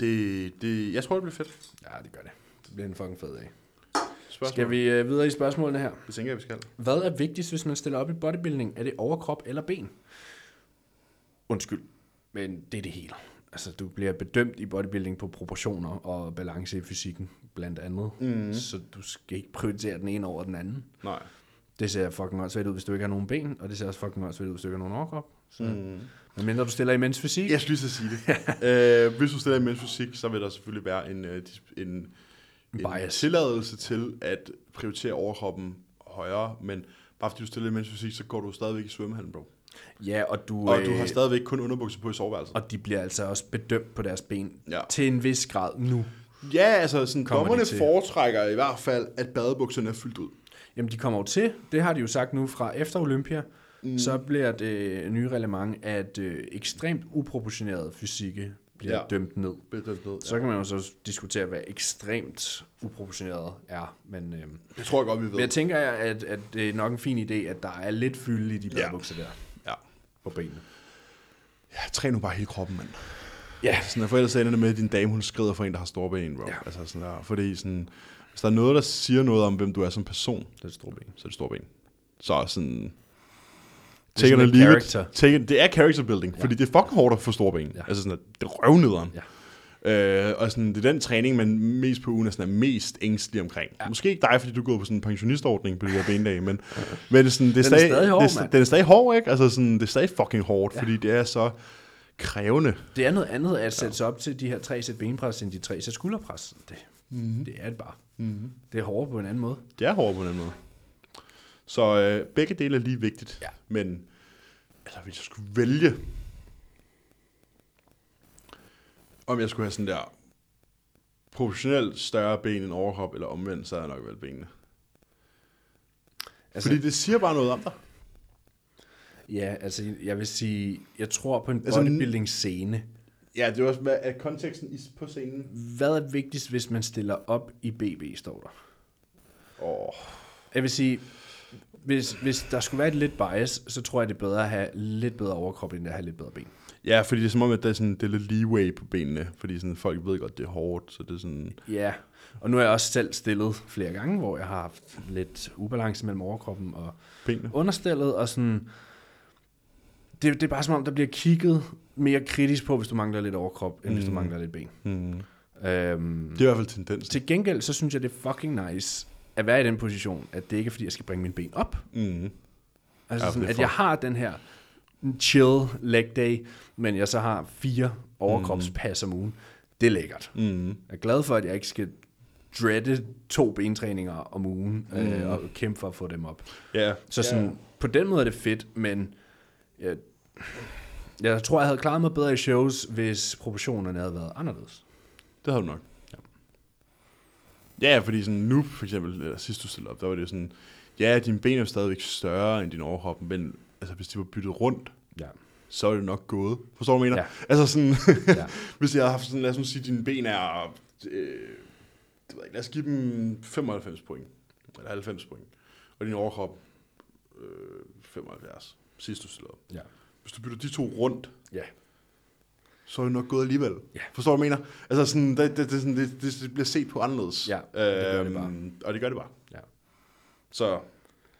det, det, jeg tror, det bliver fedt.
Ja, det gør det. Det bliver en fucking fed dag.
Spørgsmål.
Skal vi øh, videre i spørgsmålene her?
Det tænker jeg, vi skal.
Hvad er vigtigst, hvis man stiller op i bodybuilding? Er det overkrop eller ben? Undskyld, men det er det hele. Altså, du bliver bedømt i bodybuilding på proportioner og balance i fysikken, blandt andet.
Mhm.
Mm. Så du skal ikke prioritere den ene over den anden.
Nej.
Det ser fucking åndssvagt ud, hvis du ikke har nogen ben, og det ser også fucking åndssvagt ud, hvis du ikke har nogen overkrop. Så. Mm. Men mindre du stiller i mens fysik,
Jeg skulle lige så sige det. uh, hvis du stiller i mens fysik, så vil der selvfølgelig være en, uh, dis- en, en
bias.
tilladelse til at prioritere overkroppen højere, men bare fordi du stiller i mens fysik, så går du stadigvæk i svømmehallen, bro.
Ja, og du,
Og du har
øh,
stadigvæk kun underbukser på i soveværelset.
og de bliver altså også bedømt på deres ben
Ja.
til en vis grad nu.
Ja, altså sådan,
Kommer de
dommerne
til.
foretrækker i hvert fald, at badebukserne er fyldt ud.
Jamen, de kommer jo til. Det har de jo sagt nu fra efter Olympia. Mm. Så bliver det øh, nye reglement, at øh, ekstremt uproportioneret fysikke bliver ja.
Ja.
dømt ned.
Bedømt ned,
Så kan man jo så diskutere, hvad ekstremt uproportioneret er. Men, øh, men
Det tror jeg godt, vi ved.
jeg tænker, at, at det er nok en fin idé, at der er lidt fylde i de
Ja.
badebukser der
Ja.
på benene.
ja træn nu bare hele kroppen, mand.
Ja,
Sådan, der, for ellers ender det med, at din dame, hun skrider for en, der har store ben, bro.
Ja.
Ja. Altså sådan der, fordi sådan, hvis der er noget, der siger noget om, hvem du er som person,
det er et stort ben.
så er det store ben. Så sådan...
er
Take it
sådan
or
lidt
leave
character.
it. Take it. Det er character building, ja. fordi det er fucking hårdt at få store ben.
Ja.
Ja. Altså sådan, at det er røvnederen.
Ja.
Øh, og sådan, det er den træning, man mest på ugen er, sådan, er mest ængstelig omkring. Ja. Måske ikke dig, fordi du går på sådan en pensionistordning på de her benedage, men, men det er sådan, det er
Den er
stadig,
stadig hård,
det er,
mand.
den er stadig hård, ikke? Altså sådan, det er stadig fucking hårdt, ja. fordi det er så krævende.
Det er noget andet at sætte sig op til de her tre sæt benpres, end de tre sæt skulderpres. Det, mm-hmm.
Mhm.
det er det bare. Mm-hmm. Det er hårdere på en anden måde.
Det er hårdt på den måde. Så øh, begge dele er lige vigtigt,
Ja.
men altså, hvis jeg skulle vælge, Om jeg skulle have sådan der proportionelt større ben end overkrop, eller omvendt, så havde jeg nok valgt benene. Altså,
Altså-
Fordi det siger bare noget om dig.
Ja, altså jeg vil sige, jeg tror på en
Altså, n-
bodybuilding-scene.
Ja, det er også, hvad er konteksten i, på scenen?
Hvad er vigtigst, hvis man stiller op i BB, står der?
Åh, oh,
Jeg vil sige, hvis, hvis der skulle være et lidt bias, så tror jeg, det er bedre at have lidt bedre overkrop, end at have lidt bedre ben.
Ja, fordi det er som om, at der er, sådan, det er lidt leeway på benene, fordi sådan, folk ved godt, det er hårdt, så det er sådan...
Ja, og nu er jeg også selv stillet flere gange, hvor jeg har haft lidt ubalance mellem overkroppen og
Benene.
understillet, og sådan... Det, det er bare som om, der bliver kigget mere kritisk på, hvis du mangler lidt overkrop, end mm. hvis du mangler lidt ben.
Hmm.
Øhm,
Det er i hvert fald tendensen.
Til gengæld, så synes jeg, det er fucking nice at være i den position, at det ikke er, fordi jeg skal bringe mine ben op.
Mm.
Altså
Ja,
ja,
det
sådan,
er
at
for-
jeg har den her chill leg day, men jeg så har fire overkropspas om ugen. Det er lækkert.
Mm.
Jeg er glad for, at jeg ikke skal dreade to bentræninger om ugen øh, og kæmpe for at få dem op.
Ja.
Så sådan,
Ja.
på den måde er det fedt, men jeg, jeg tror, jeg havde klaret mig bedre i shows, hvis proportionerne havde været anderledes.
Det havde du nok. Ja. ja, fordi sådan nu for eksempel, eller sidst du stillede op, der var det jo sådan, ja, dine ben er stadigvæk større end din overhop, men altså, hvis de var byttet rundt,
Ja.
så er det nok gået. Forstår du, hvad jeg mener?
Ja.
Altså sådan,
ja.
hvis jeg havde haft sådan, lad os nu sige, dine ben er, øh, det ved jeg ikke, lad os give dem 95 point, eller 90 point, og din overkrop øh, 75, sidst du stillede op.
Ja.
Hvis du bytter de to rundt,
ja.
så er det nok gået alligevel.
Ja.
Forstår du, hvad jeg mener? Altså, sådan, det, det, det, sådan, det, det, det bliver set på anderledes.
Ja, det gør det
Øhm, Og det gør det bare.
ja.
Så det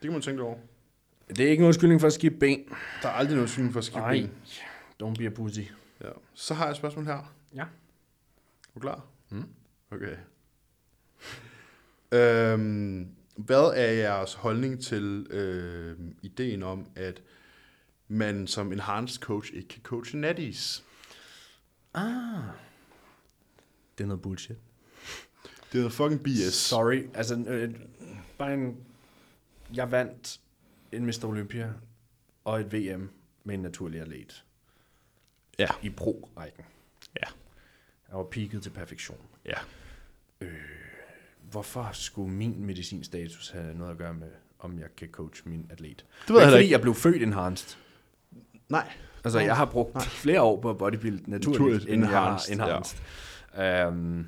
kan man tænke lidt over.
Det er ikke en undskyldning for at skifte ben.
Der er aldrig noget syn for at skifte
Nej,
ben.
don't be a pussy.
Ja. Så har jeg et spørgsmål her.
Ja.
Er du klar?
Mm.
Okay. øhm, hvad er jeres holdning til øh, ideen om, at man som enhanced coach ikke kan coache natties?
Ah. Det er noget bullshit.
Det er noget fucking BS.
Sorry. Altså, øh, bare en... Jeg vandt en Mr. Olympia og et VM med en naturlig atlet.
Ja.
I pro-rækken.
Ja.
Jeg var peaked til perfektion.
Ja.
Hvorfor skulle min medicinstatus have noget at gøre med, om jeg kan coache min atlet?
Det ved jeg
ikke,
heller
fordi
ikke.
jeg blev født enhanced.
Nej.
Altså, jeg har brugt Nej. flere år på at bodybuild naturligt,
Naturligt,
naturligt end
enhanced,
enhanced, jeg har enhanced. Ja. Um,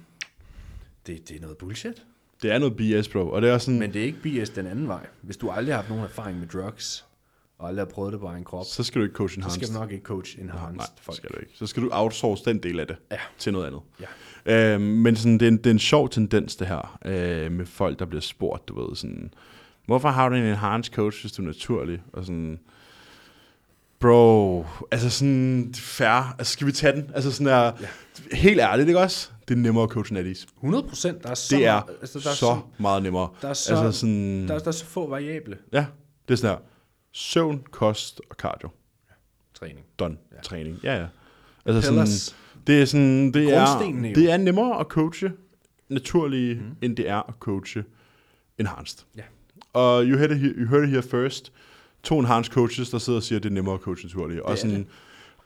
det, det er noget bullshit.
Det er noget BS, bro. Og det er sådan,
Mm. Men det er ikke bias den anden vej. Hvis du aldrig har haft nogen erfaring med drugs, og aldrig har prøvet det på egen krop,
så skal du ikke coach
så
enhanced.
skal du nok ikke coach enhanced
Nej,
folk.
skal du ikke. Så skal du outsource den del af det
Ja.
til noget andet.
Ja.
Øh, men sådan, det, er en, det er en sjov tendens, det her, øh, med folk, der bliver spurgt, du ved, sådan, hvorfor har du en enhanced coach, hvis du er naturlig? Og sådan, bro, altså sådan, det er fair, altså skal vi tage den? Altså sådan der, ja. helt ærligt, ikke også? Det er nemmere at coache natties.
100 procent, der er så,
Det er,
meget- altså, der
så,
er
så meget nemmere.
der er så-
altså sådan,
der, er, der er så få variable
ja, det er sådan her, søvn, kost og cardio.
træning.
done ja. træning. Ja, ja. Altså
Pillars.
sådan, det er sådan, det er,
Grundstenene jo.
det er nemmere at coache naturlige, mm. end det er at coache enhanced.
Mhm. Ja.
Og you heard, it here, you heard it here first. To enhanced coaches, der sidder og siger, at det er nemmere at coache naturlige. Og,
Det er
sådan,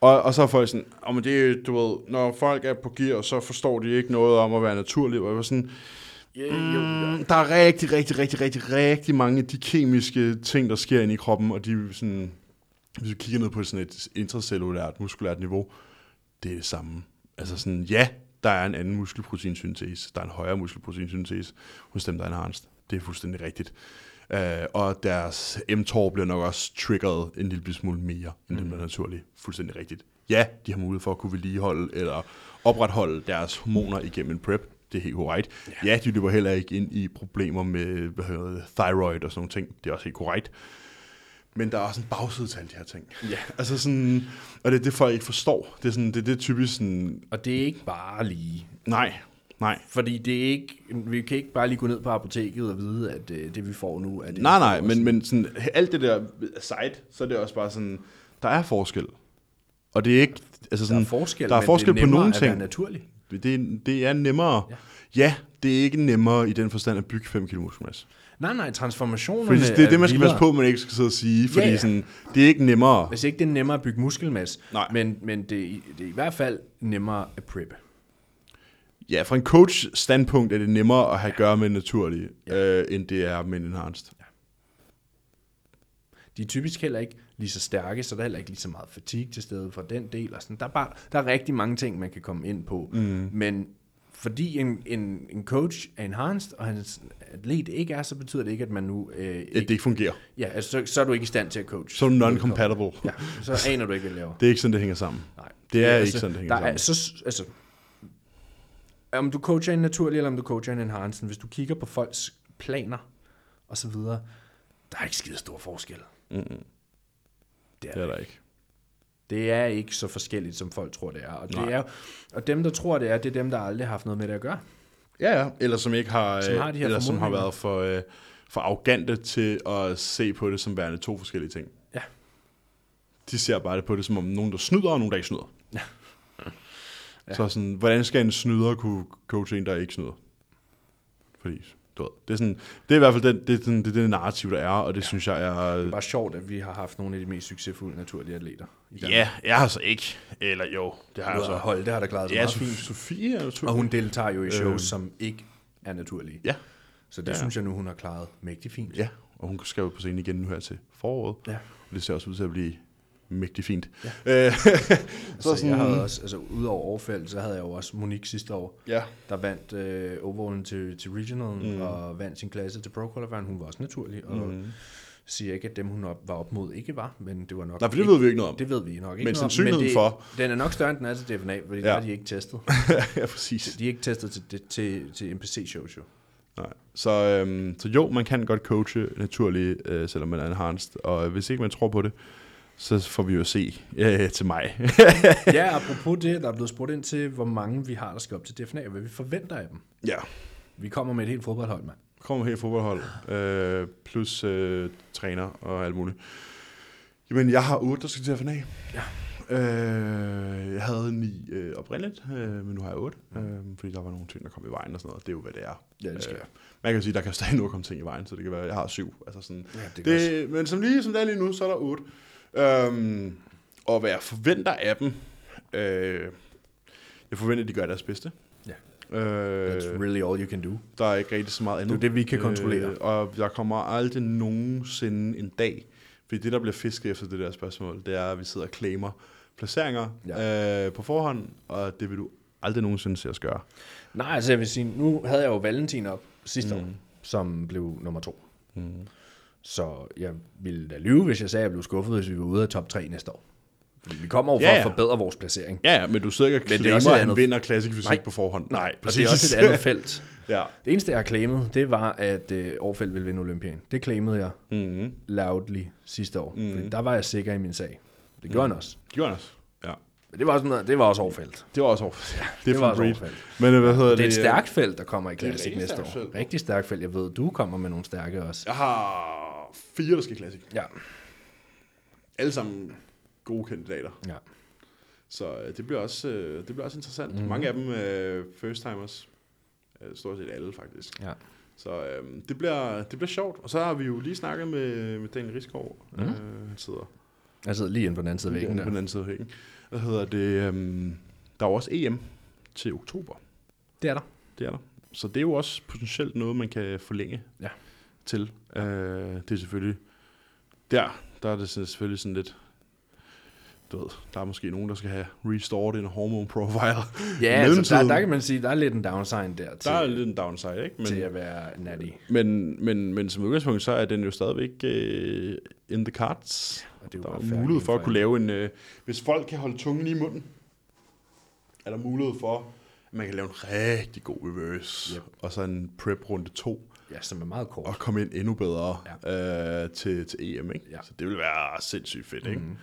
og, og så er folk sådan, oh, men det, er jo, du ved, når folk er på gear, så forstår de ikke noget om at være naturlig. Og jeg var sådan,
Yeah,
mm, der er rigtig, rigtig, rigtig, rigtig, rigtig mange af de kemiske ting, der sker inde i kroppen, og de er sådan, hvis vi kigger ned på sådan et intracellulært, muskulært niveau, det er det samme. Altså sådan, ja, der er en anden muskelproteinsyntese, der er en højere muskelproteinsyntese hos dem, der er enhanced. Det er fuldstændig rigtigt. Uh, og deres mTOR bliver nok også triggeret en lille smule mere, end dem, der er naturlige. Fuldstændig rigtigt. Ja, de har mulighed for at kunne vedligeholde eller opretholde deres hormoner igennem en PrEP. Det er helt korrekt. Ja, de løber heller ikke ind i problemer med hvad hedder det, thyroid og sådan nogle ting. Det er også helt korrekt. Men der er også en bagside til alle de her ting.
Ja.
Altså sådan, og det er det, folk ikke forstår. Det er, sådan, det, er det typisk sådan,
Og det er ikke bare lige.
nej, nej.
Fordi det er ikke, vi kan ikke bare lige gå ned på apoteket og vide, at øh, det vi får nu er det. vi
Nej,
får
nej,
også.
men, men sådan, alt det der side, så er det også bare sådan, der er forskel. Og det er ikke, altså
der
sådan,
er forskel,
der er
men
forskel
det
på
nemmere
nogle
at være
ting.
naturlig.
Det, er- det er nemmere. Ja. ja, det er ikke nemmere i den forstand at bygge 5 kg muskelmasse.
Nej, nej, transformationerne
Fordi det er det, man skal
øh, vildere.
passe på, man ikke skal sidde og sige, fordi ja,
Ja,
ja.
ja.
sådan, det er ikke nemmere.
Altså ikke det er nemmere at bygge muskelmasse,
Nej.
men, men det, er i- det er i hvert fald nemmere at preppe.
Ja, fra en coach standpunkt er det nemmere at have at gøre med en naturlig, øh, end det er med en enhanced.
De er typisk heller ikke lige så stærke, så der er heller ikke lige så meget fatigue til stede for den del. Og sådan. Der, er bare, der er rigtig mange ting, man kan komme ind på. Mm. Men fordi en, en, en coach er enhanced, og hans atlet ikke er, så betyder det ikke, at man nu... Øh,
Ja, det
ikke,
ikke fungerer.
ja, altså, så, så er du ikke i stand til at coach.
Så er du non-compatible.
Ja, så aner du ikke, hvad du laver.
Det er ikke sådan, det hænger sammen.
Nej.
Det er ikke sådan, det hænger
der er,
sammen.
så, altså, om du coacher en naturlig, eller om du coacher en enhanced, hvis du kigger på folks planer og så videre, der er ikke skide stor forskel. Mm-hmm. Det, er,
Det er
det.
der ikke.
det er ikke så forskelligt, som folk tror, det er. Og,
Nej.
det er, og dem, der tror, det er, det er dem, der aldrig har haft noget med det at gøre.
Ja, ja. Eller som ikke har, øh,
Som har de her
eller som har
formodninger.
været for, øh, for arrogante til at se på det som værende to forskellige ting.
Ja.
De ser bare det på det som om nogen, der snyder, og nogen, der ikke snyder.
Ja.
ja. Så sådan, hvordan skal en snyder kunne coache en, der ikke snyder? Fordi, du ved, det er, sådan, det er i hvert fald den, det, er sådan, det, er det narrativ, der er, og det ja. synes jeg er...
Det er bare sjovt, at vi har haft nogle af de mest succesfulde naturlige atleter. I Danmark.
Ja, jeg har så ikke. Eller jo, det har jeg
Altså,
så.
hold, det har der klaret sig
Ja,
meget fint.
Sof- Sofie er naturlig.
Og hun deltager jo i shows,
Øh.
øh. som ikke er naturlige.
Ja.
Så det
Ja.
ja. synes jeg nu, hun har klaret mægtig fint.
Ja, og hun skal jo på scenen igen nu her til foråret.
Ja.
Og det ser også ud til at blive mægtig fint. Ja. Øh,
Så altså, jeg havde også, altså udover overfald, så havde jeg jo også Monique sidste år,
ja.
der vandt øh, overallen til, til regionalen mm. og vandt sin klasse til pro qualifieren. Hun var også naturlig, og mm. siger ikke, at dem hun op, var op mod ikke var, men det var nok...
Nej, for det
ikke-
ved vi ikke noget om.
Det ved vi nok ikke.
Men
noget om,
sandsynligheden
det,
for-
Den er nok større, end den er til DFNA, fordi ja. der
Ja.
er de ikke testet.
ja, præcis.
De er ikke testet til, til, til, til MPC-shows jo.
Nej. Så, øhm, så jo, man kan godt coache naturligt, øh, selvom man er enhanced. Og hvis ikke man tror på det, så får vi jo se øh, til mig.
Ja, apropos det, der er blevet spurgt ind til, hvor mange vi har, der skal op til DFNA, og hvad vi forventer af dem.
ja.
Vi kommer med et helt fodboldhold, mand.
Kommer her fodboldhold, øh, plus øh, træner og alt muligt. Jamen, jeg har otte, der skal til at finde af.
Ja.
Øh, jeg havde ni øh, oprindeligt, øh, men nu har jeg otte, øh, fordi der var nogle ting, der kom i vejen og sådan noget. Det er jo, hvad det er. Øh,
Mm. Ja, det skal jeg.
Man kan jo sige, der kan stadig nå at komme ting i vejen, så det kan være, jeg har syv. Altså sådan,
Ja, det
det
kan
det, men som lige som det er lige nu, så er der otte. Øhm, og hvad jeg forventer af dem, øh, jeg forventer, at de gør deres bedste.
Ja. That's
Øh,
really all you can do.
der er ikke rigtig så meget andet.
Det er jo det, vi kan kontrollere.
Øh, og der kommer aldrig nogensinde en dag, fordi det, der bliver fisket efter det der spørgsmål, det er, at vi sidder og claimer placeringer ja. øh, på forhånd, og det vil du aldrig nogensinde se os gøre.
Nej, altså jeg vil sige, nu havde jeg jo Valentin op sidste mm. år, som blev nummer to.
Mm.
Så jeg ville da lyve, hvis jeg sagde, at jeg blev skuffet, hvis vi var ude af top 3 næste år. Fordi vi kommer over for
Ja,
at
ja.
forbedre vores placering.
Ja, ja, men du sidder ikke og
Men det er
claimer,
også et
at han
andet-
vinder klassisk fysik
Nej.
på forhånd. Nej,
Og det er også et andet felt.
ja.
Det eneste, jeg har claimet, det var, at øh, Aarfeldt ville vinde Olympien. Det claimede jeg
Mm-hmm.
loudly sidste år. Mm. Fordi der var jeg sikker i min sag. Det gjorde mm. han også.
Jonas. Ja.
Men det var også, noget, det var også Aarfeldt.
Det var også over. Ja, det,
det
er
var
var
også
breed.
overfald.
Men øh, hvad hedder det?
Det er et stærkt felt, der kommer i
er et
klassik
rigtig
næste
stærkt
år.
felt.
Rigtig stærkt felt. Jeg ved, du kommer med nogle stærke også.
Jeg har fire, der skal i klassik.
Ja.
Alle sammen gode kandidater.
ja.
Så øh, det bliver også, øh, det bliver også interessant. Mm. Mange af dem er first timers. Øh, Stort set alle, faktisk.
ja.
Så øh, det, bliver, det bliver sjovt. Og så har vi jo lige snakket med, med Daniel Riskov. Mm. Øh, han sidder
Jeg sidder lige inde på den anden side af væggen
på den
der.
anden side af hækken. Hvad hedder det? Øh, der er jo også EM til oktober.
Det er der.
Det er der. Så det er jo også potentielt noget, man kan forlænge
Ja.
til. Øh, det er selvfølgelig... Der, der er det sådan- selvfølgelig sådan lidt... Du ved, der er måske nogen, der skal have restored en hormone profile.
Ja,
I
altså, der,
mellemtiden-
der kan man sige, der er lidt en downside der til,
Der er lidt en downside, ikke?
til
Men,
at være natty.
men, men, men som udgangspunkt, så er den jo stadigvæk øh, in the cards.
Og det er
Der
jo
er
retfærdigt
mulighed for at
for
kunne lave en... Øh, hvis folk kan holde tungen lige i munden, er der mulighed for, at man kan lave en rigtig god reverse.
Yep.
Og så en prep-runde 2.
Ja, som er meget kort.
og komme ind endnu bedre ja. øh, til, til EM. Ikke?
Ja.
Så det vil være sindssygt fedt. Ikke? Mm.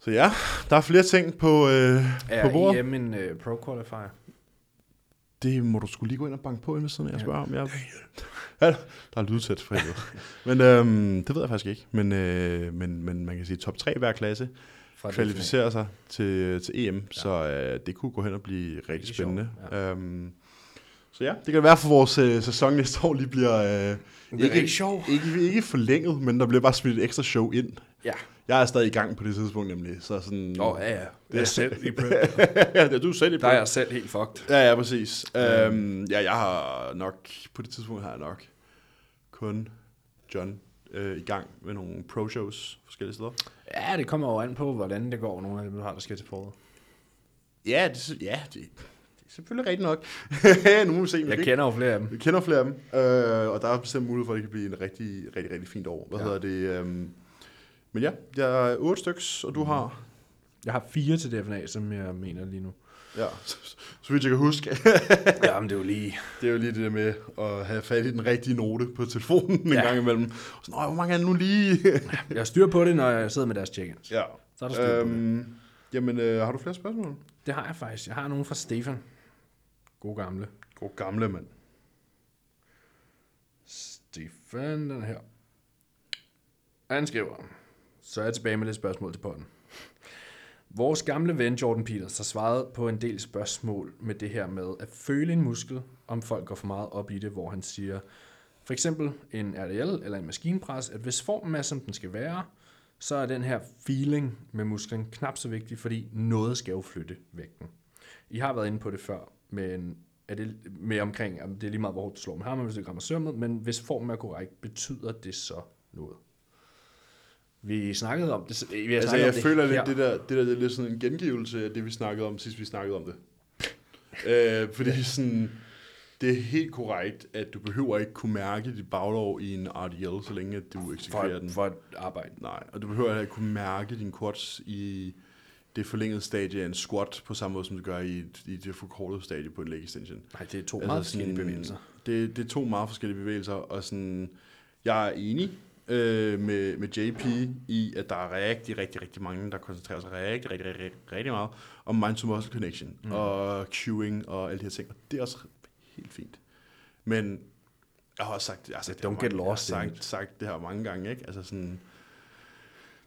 Så ja, der er flere ting på, øh, på
Er
bordet.
EM en uh, pro qualifier?
Det må du skulle lige gå ind og banke på, inden siden jeg spørger om. Jeg... Ja, der er lydtæt for helvede. men øhm, det ved jeg faktisk ikke. Men, øh, men, men man kan sige, at top 3 hver klasse
Fra det øh,
kvalificerer sig til, til EM, ja. så øh, det kunne gå hen og blive rigtig
Rigtig sjovt,
spændende. Ja. Øhm, så ja, det kan være, for vores øh, sæson næste år lige bliver... Øh,
rigtig sjov.
Ikke, ikke forlænget, men der bliver bare smidt et ekstra show ind
Ja,
Jeg er stadig i gang på det tidspunkt nemlig, så sådan...
Åh, oh, ja, ja. Jeg er selv i prep.
ja, du er selv i
Der er
prep.
jeg selv helt fucked.
Ja, ja, præcis. Øhm, ja, jeg har nok, på det tidspunkt har jeg nok kun John øh, i gang med nogle pro-shows forskellige steder.
Ja, det kommer jo an på, hvordan det går, nogle af dem, du har, der skal til foråret.
Ja, det, sy- ja, det, det er selvfølgelig rigtigt nok. nu må vi se, men
Jeg
det-
kender jo flere af dem.
Vi kender flere af dem, øh, og der er bestemt mulighed for, at det kan blive en rigtig, rigtig, rigtig fint år. Hvad
Ja.
ja. hedder det? Øh, men ja, jeg er otte styks, og du har...
Jeg har fire til DFNA, som jeg mener lige nu.
Ja, så, så vidt jeg kan huske.
Jamen, det er jo lige...
det er jo lige det der med at have fat i den rigtige note på telefonen en
Ja.
gang imellem. Så, Nå, hvor mange er det nu lige?
Jeg har styr på det, når jeg sidder med deres check-ins.
Ja.
Så er der styr på
øhm, jamen, øh, har du flere spørgsmål?
Det har jeg faktisk. Jeg har nogen fra Stefan. God gamle.
God gamle mand.
Stefan, den her. Han skriver, så er jeg tilbage med lidt spørgsmål til podden. Vores gamle ven Jordan Peters har svaret på en del spørgsmål med det her med at føle en muskel, om folk går for meget op i det, hvor han siger, for eksempel en RDL eller en maskinpres, at hvis formen er, som den skal være, så er den her feeling med musklen knap så vigtig, fordi noget skal jo flytte vægten. I har været inde på det før, men er det med omkring, om det er lige meget, hvor hårdt du slår med ham, hvis det rammer sømmet, men hvis formen er korrekt, betyder det så noget? Vi snakkede om det. Vi har
Altså,
snakket
jeg
om det
føler lidt,
her.
det der, det der det er lidt sådan en gengivelse af det, vi snakkede om, sidst vi snakkede om det. øh, fordi sådan, det er helt korrekt, at du behøver ikke kunne mærke dit baglov i en RDL, så længe at du eksekverer
for,
den.
for at arbejde.
Nej, og du behøver heller ikke kunne mærke din quads i det forlængede stadie af en squat, på samme måde som du gør i, et- i det forkortede stadie på en leg extension.
Nej, det er to altså meget forskellige
sådan,
bevægelser.
Det, det er to meget forskellige bevægelser, og sådan, jeg er enig øh, med, med JP i, at der er rigtig, rigtig, rigtig mange, der koncentrerer sig rigtig, rigtig, rigtig, rigtig meget om mind to muscle connection mm. og cueing og alle de her ting, og det er også helt fint. Men jeg har også sagt, jeg har sagt,
Don't
det her
get
mange- jeg har
lost in
sagt, sagt det her mange gange, ikke? Altså sådan,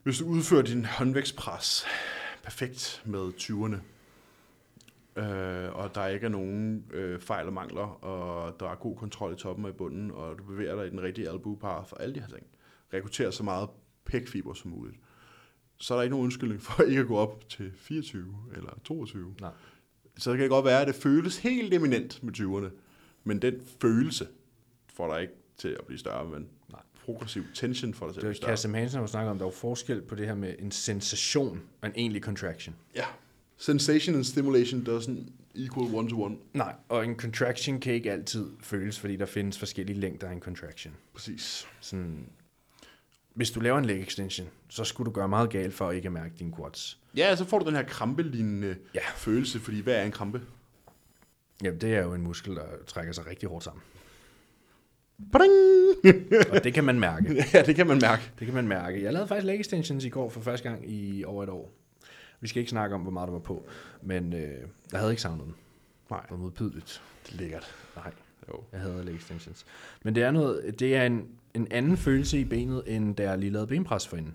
hvis du udfører din håndvægtspres perfekt med 20'erne, øh, og der ikke er nogen øh, fejl og mangler, og der er god kontrol i toppen og i bunden, og du bevæger dig i den rigtige elbow path og alle de her ting, rekrutterer så meget pækfiber som muligt, så er der ikke nogen undskyldning for ikke at gå op til 24 eller 22.
Nej.
Så det kan godt være, at det føles helt eminent med 20'erne, men den følelse får dig ikke til at blive større, men
Nej.
progressiv tension får dig til at
Det
blive
var
større.
Kassim Hansen, der snakker om, der var forskel på det her med en sensation og en egentlig contraction.
Ja. Sensation and stimulation doesn't equal one to one.
Nej, og en contraction kan ikke altid føles, fordi der findes forskellige længder af en contraction.
Præcis.
Sådan, hvis du laver en leg extension, så skulle du gøre meget galt for at ikke at mærke dine quads.
Ja, så får du den her krampelignende
Ja.
ja. følelse, fordi hvad er en krampe?
Jamen, det er jo en muskel, der trækker sig rigtig hårdt sammen.
Bading!
Og det kan man mærke.
ja, det kan man mærke.
Det kan man mærke. Jeg lavede faktisk leg extensions i går for første gang i over et år. Vi skal ikke snakke om, hvor meget der var på, men øh, jeg havde ikke savnet dem.
Nej.
Det var modbydeligt.
Det er lækkert.
Nej,
Jo.
jeg havde leg extensions. Men det er, noget, det er en, en anden følelse i benet, end da jeg lige lavede benpres for hende.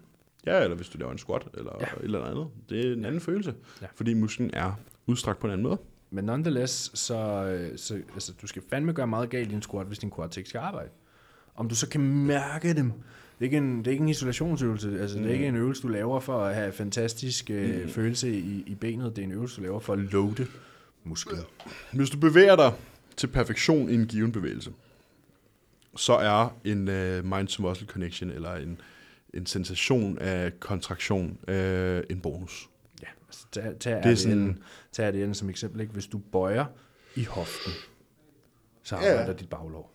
Ja, eller hvis du laver en squat eller
Ja.
ja. et eller andet. Det er en anden følelse,
Ja.
ja. fordi musklen er udstrakt på en anden måde.
Men nonetheless, så, øh, så altså, du skal fandme gøre meget galt i din squat, hvis din quads ikke skal arbejde. Om du så kan mærke dem. Det er ikke en, det er ikke en isolationsøvelse. Altså, mm. Det er ikke en øvelse, du laver for at have fantastisk øh, mm. følelse i, i benet. Det er en øvelse, du laver for at loade muskler.
Hvis du bevæger dig til perfektion i en given bevægelse, så er en uh, mind-to-muscle connection eller en, en sensation af kontraktion uh, en bonus.
Ja, altså, tag, tag,
Det er
RDL'en,
sådan-
tag RDL'en som eksempel. Ikke? Hvis du bøjer i hoften, så
Ja.
arbejder dit baglov.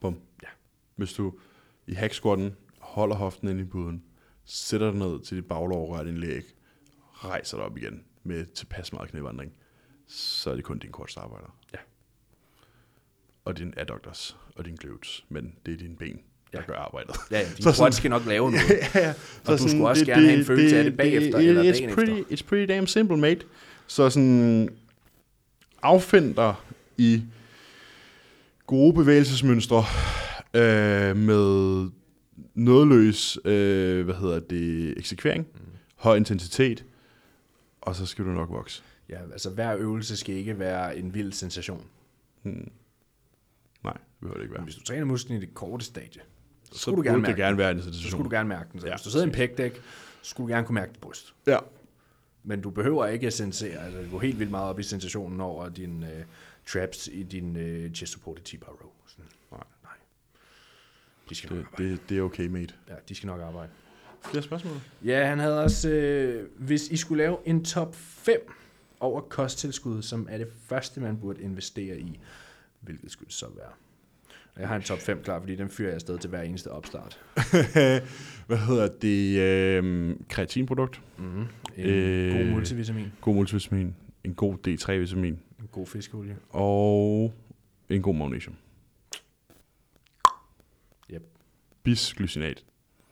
Bum.
Ja.
Hvis du i hacksquatten holder hoften ind i buden, sætter dig ned til dit baglov, rører din læg, rejser dig op igen med tilpas meget knævandring, så er det kun din kortsarbejder.
Ja.
Og din adductors og din glutes, men det er dine ben, der
Ja.
ja. gør arbejdet.
Ja, ja, din
Så sådan-
quads skal nok lave noget.
ja, ja.
du skulle også gerne have en følelse af det bagefter, eller
it's
dagen
pretty, It's pretty damn simple, mate. Så sådan, affind dig i gode bevægelsesmønstre øh, med nådeløs, øh, hvad hedder det, eksekvering, mm. høj intensitet, og så skal du nok vokse.
Ja, altså hver øvelse skal ikke være en vild sensation.
Nej, det behøver det ikke
Men
være.
Hvis du træner musklen i det korte stadie,
Så,
skulle du gerne
burde det
mærke
gerne være en
Så
institution.
skulle du gerne mække den. Så
Ja,
ja, hvis du sidder i en pækdæk, så skulle du gerne kunne mærke dit bryst.
Ja,
Men du behøver ikke at sensere, altså du går helt vildt meget op i sensationen over din øh, traps i din øh, chest supported T-bar row. Sådan, nej, nej. De skal nok
det,
arbejde.
det, det er okay, mate.
Ja, de skal nok arbejde.
Flere spørgsmål?
Ja, han havde også, øh, hvis I skulle lave en top 5 over kosttilskud, som er det første, man burde investere i, hvilket skulle det så være? Og Jeg har en top 5 klar, fordi den fyrer jeg afsted til hver eneste opstart.
Hvad hedder det? Øh, kreatinprodukt.
Mm-hmm. En
Øh.
øh... god multivitamin,
God multivitamin. En god D3-vitamin.
en god fiskeolie.
Og en god magnesium.
Yep.
Bisglycinat,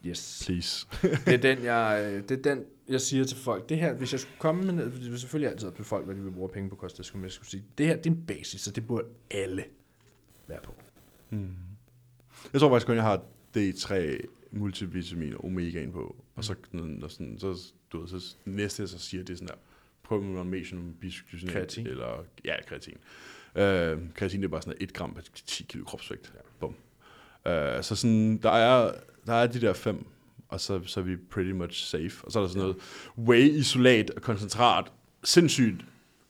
Yes.
please.
Det er den, jeg, øh, det er den, jeg siger til folk. Det her, hvis jeg skulle komme med noget, fordi det vil selvfølgelig altid op til folk, hvad de vil bruge penge på kost, skulle jeg skulle sige, det her, det er en basis, så det burde alle være på.
Mm. Jeg tror faktisk kun, jeg har D3 multivitamin og omegaen på. Og så, sådan- og sådan, så, du ved, så næste jeg så siger, det er sådan der, prøv med magnesium, bisglycinat.
Kreatin.
Eller, ja, kreatin. Øh, kreatin, det er bare sådan 1 gram per 10 kilo kropsvægt. Ja. Bum. Øh, så sådan, der er, der er de der fem, og så, så er vi pretty much safe. Og så er der sådan noget whey-isolat og koncentrat. Sindssygt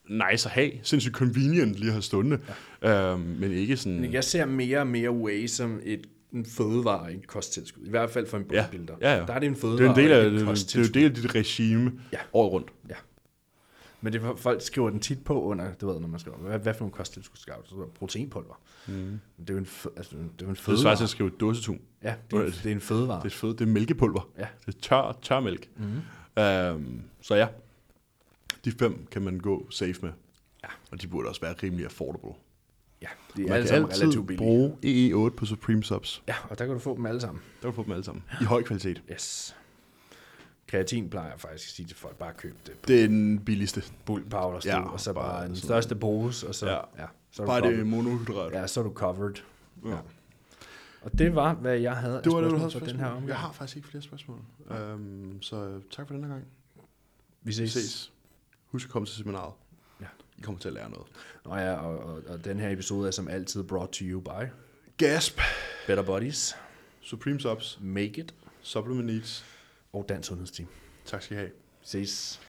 nice at have. Sindssygt convenient lige at have stående. Ja. Øh, men ikke sådan...
Men Jeg ser mere og mere whey som et en fødevare, en kosttilskud. I hvert fald for en
Ja,
bodybuilder.
ja, ja.
Der er det en
Det er
fødevare
en del af,
og
det,
et
det er jo
kosttilskud.
en del af dit regime ja.
Ja.
året rundt.
Ja. Men det, er, folk skriver den tit på under, du ved, når man skriver, hvad, hvad for nogle kosttilskud skal du? Så skriver jeg, proteinpulver. Mm. Det er jo en, fø, altså, det er jo en
Det er
fødevare.
svært til at skrive dåsetun.
ja, det er, en- det er en fødevare.
Det er fedt. Det er mælkepulver.
Ja.
Det er tør, tør mælk.
Mhm.
Mm. Øhm, så ja, de fem kan man gå safe med.
Ja.
Og de burde også være rimelig affordable.
ja, det er
Man
alle
kan
sammen
altid
relativt billige.
bruge EE8 på Supreme Subs.
Ja, og der kan du få dem alle sammen.
Der kan du få dem alle sammen. I høj kvalitet.
Yes. Kreatin plejer jeg faktisk at sige til folk, bare køb det.
Det er den billigste.
Bull Powder stod,
Ja,
ja, og så
bare
bare, den
sådan-
største pose, og så,
Ja.
ja. Ja, så er
Bare
du
det er
covered.
monohydrat.
Ja, så er du covered.
Ja.
Ja. Og det var, hvad jeg havde af
Det var det, du
spørgsmål
havde
for
spørgsmål.
den her omgang.
Jeg har faktisk ikke flere spørgsmål. Øhm, så tak for den her gang.
Vi
Vi
ses.
ses. Husk at komme til seminaret.
Ja.
I kommer til at lære noget.
Nå ja, og, og, og den her episode er som altid brought to you by
Gasp.
Better Bodies,
Supreme Subs.
Make It
Supplement Needs.
og Dansk Sundhedsteam.
Tak skal I have.
Ses.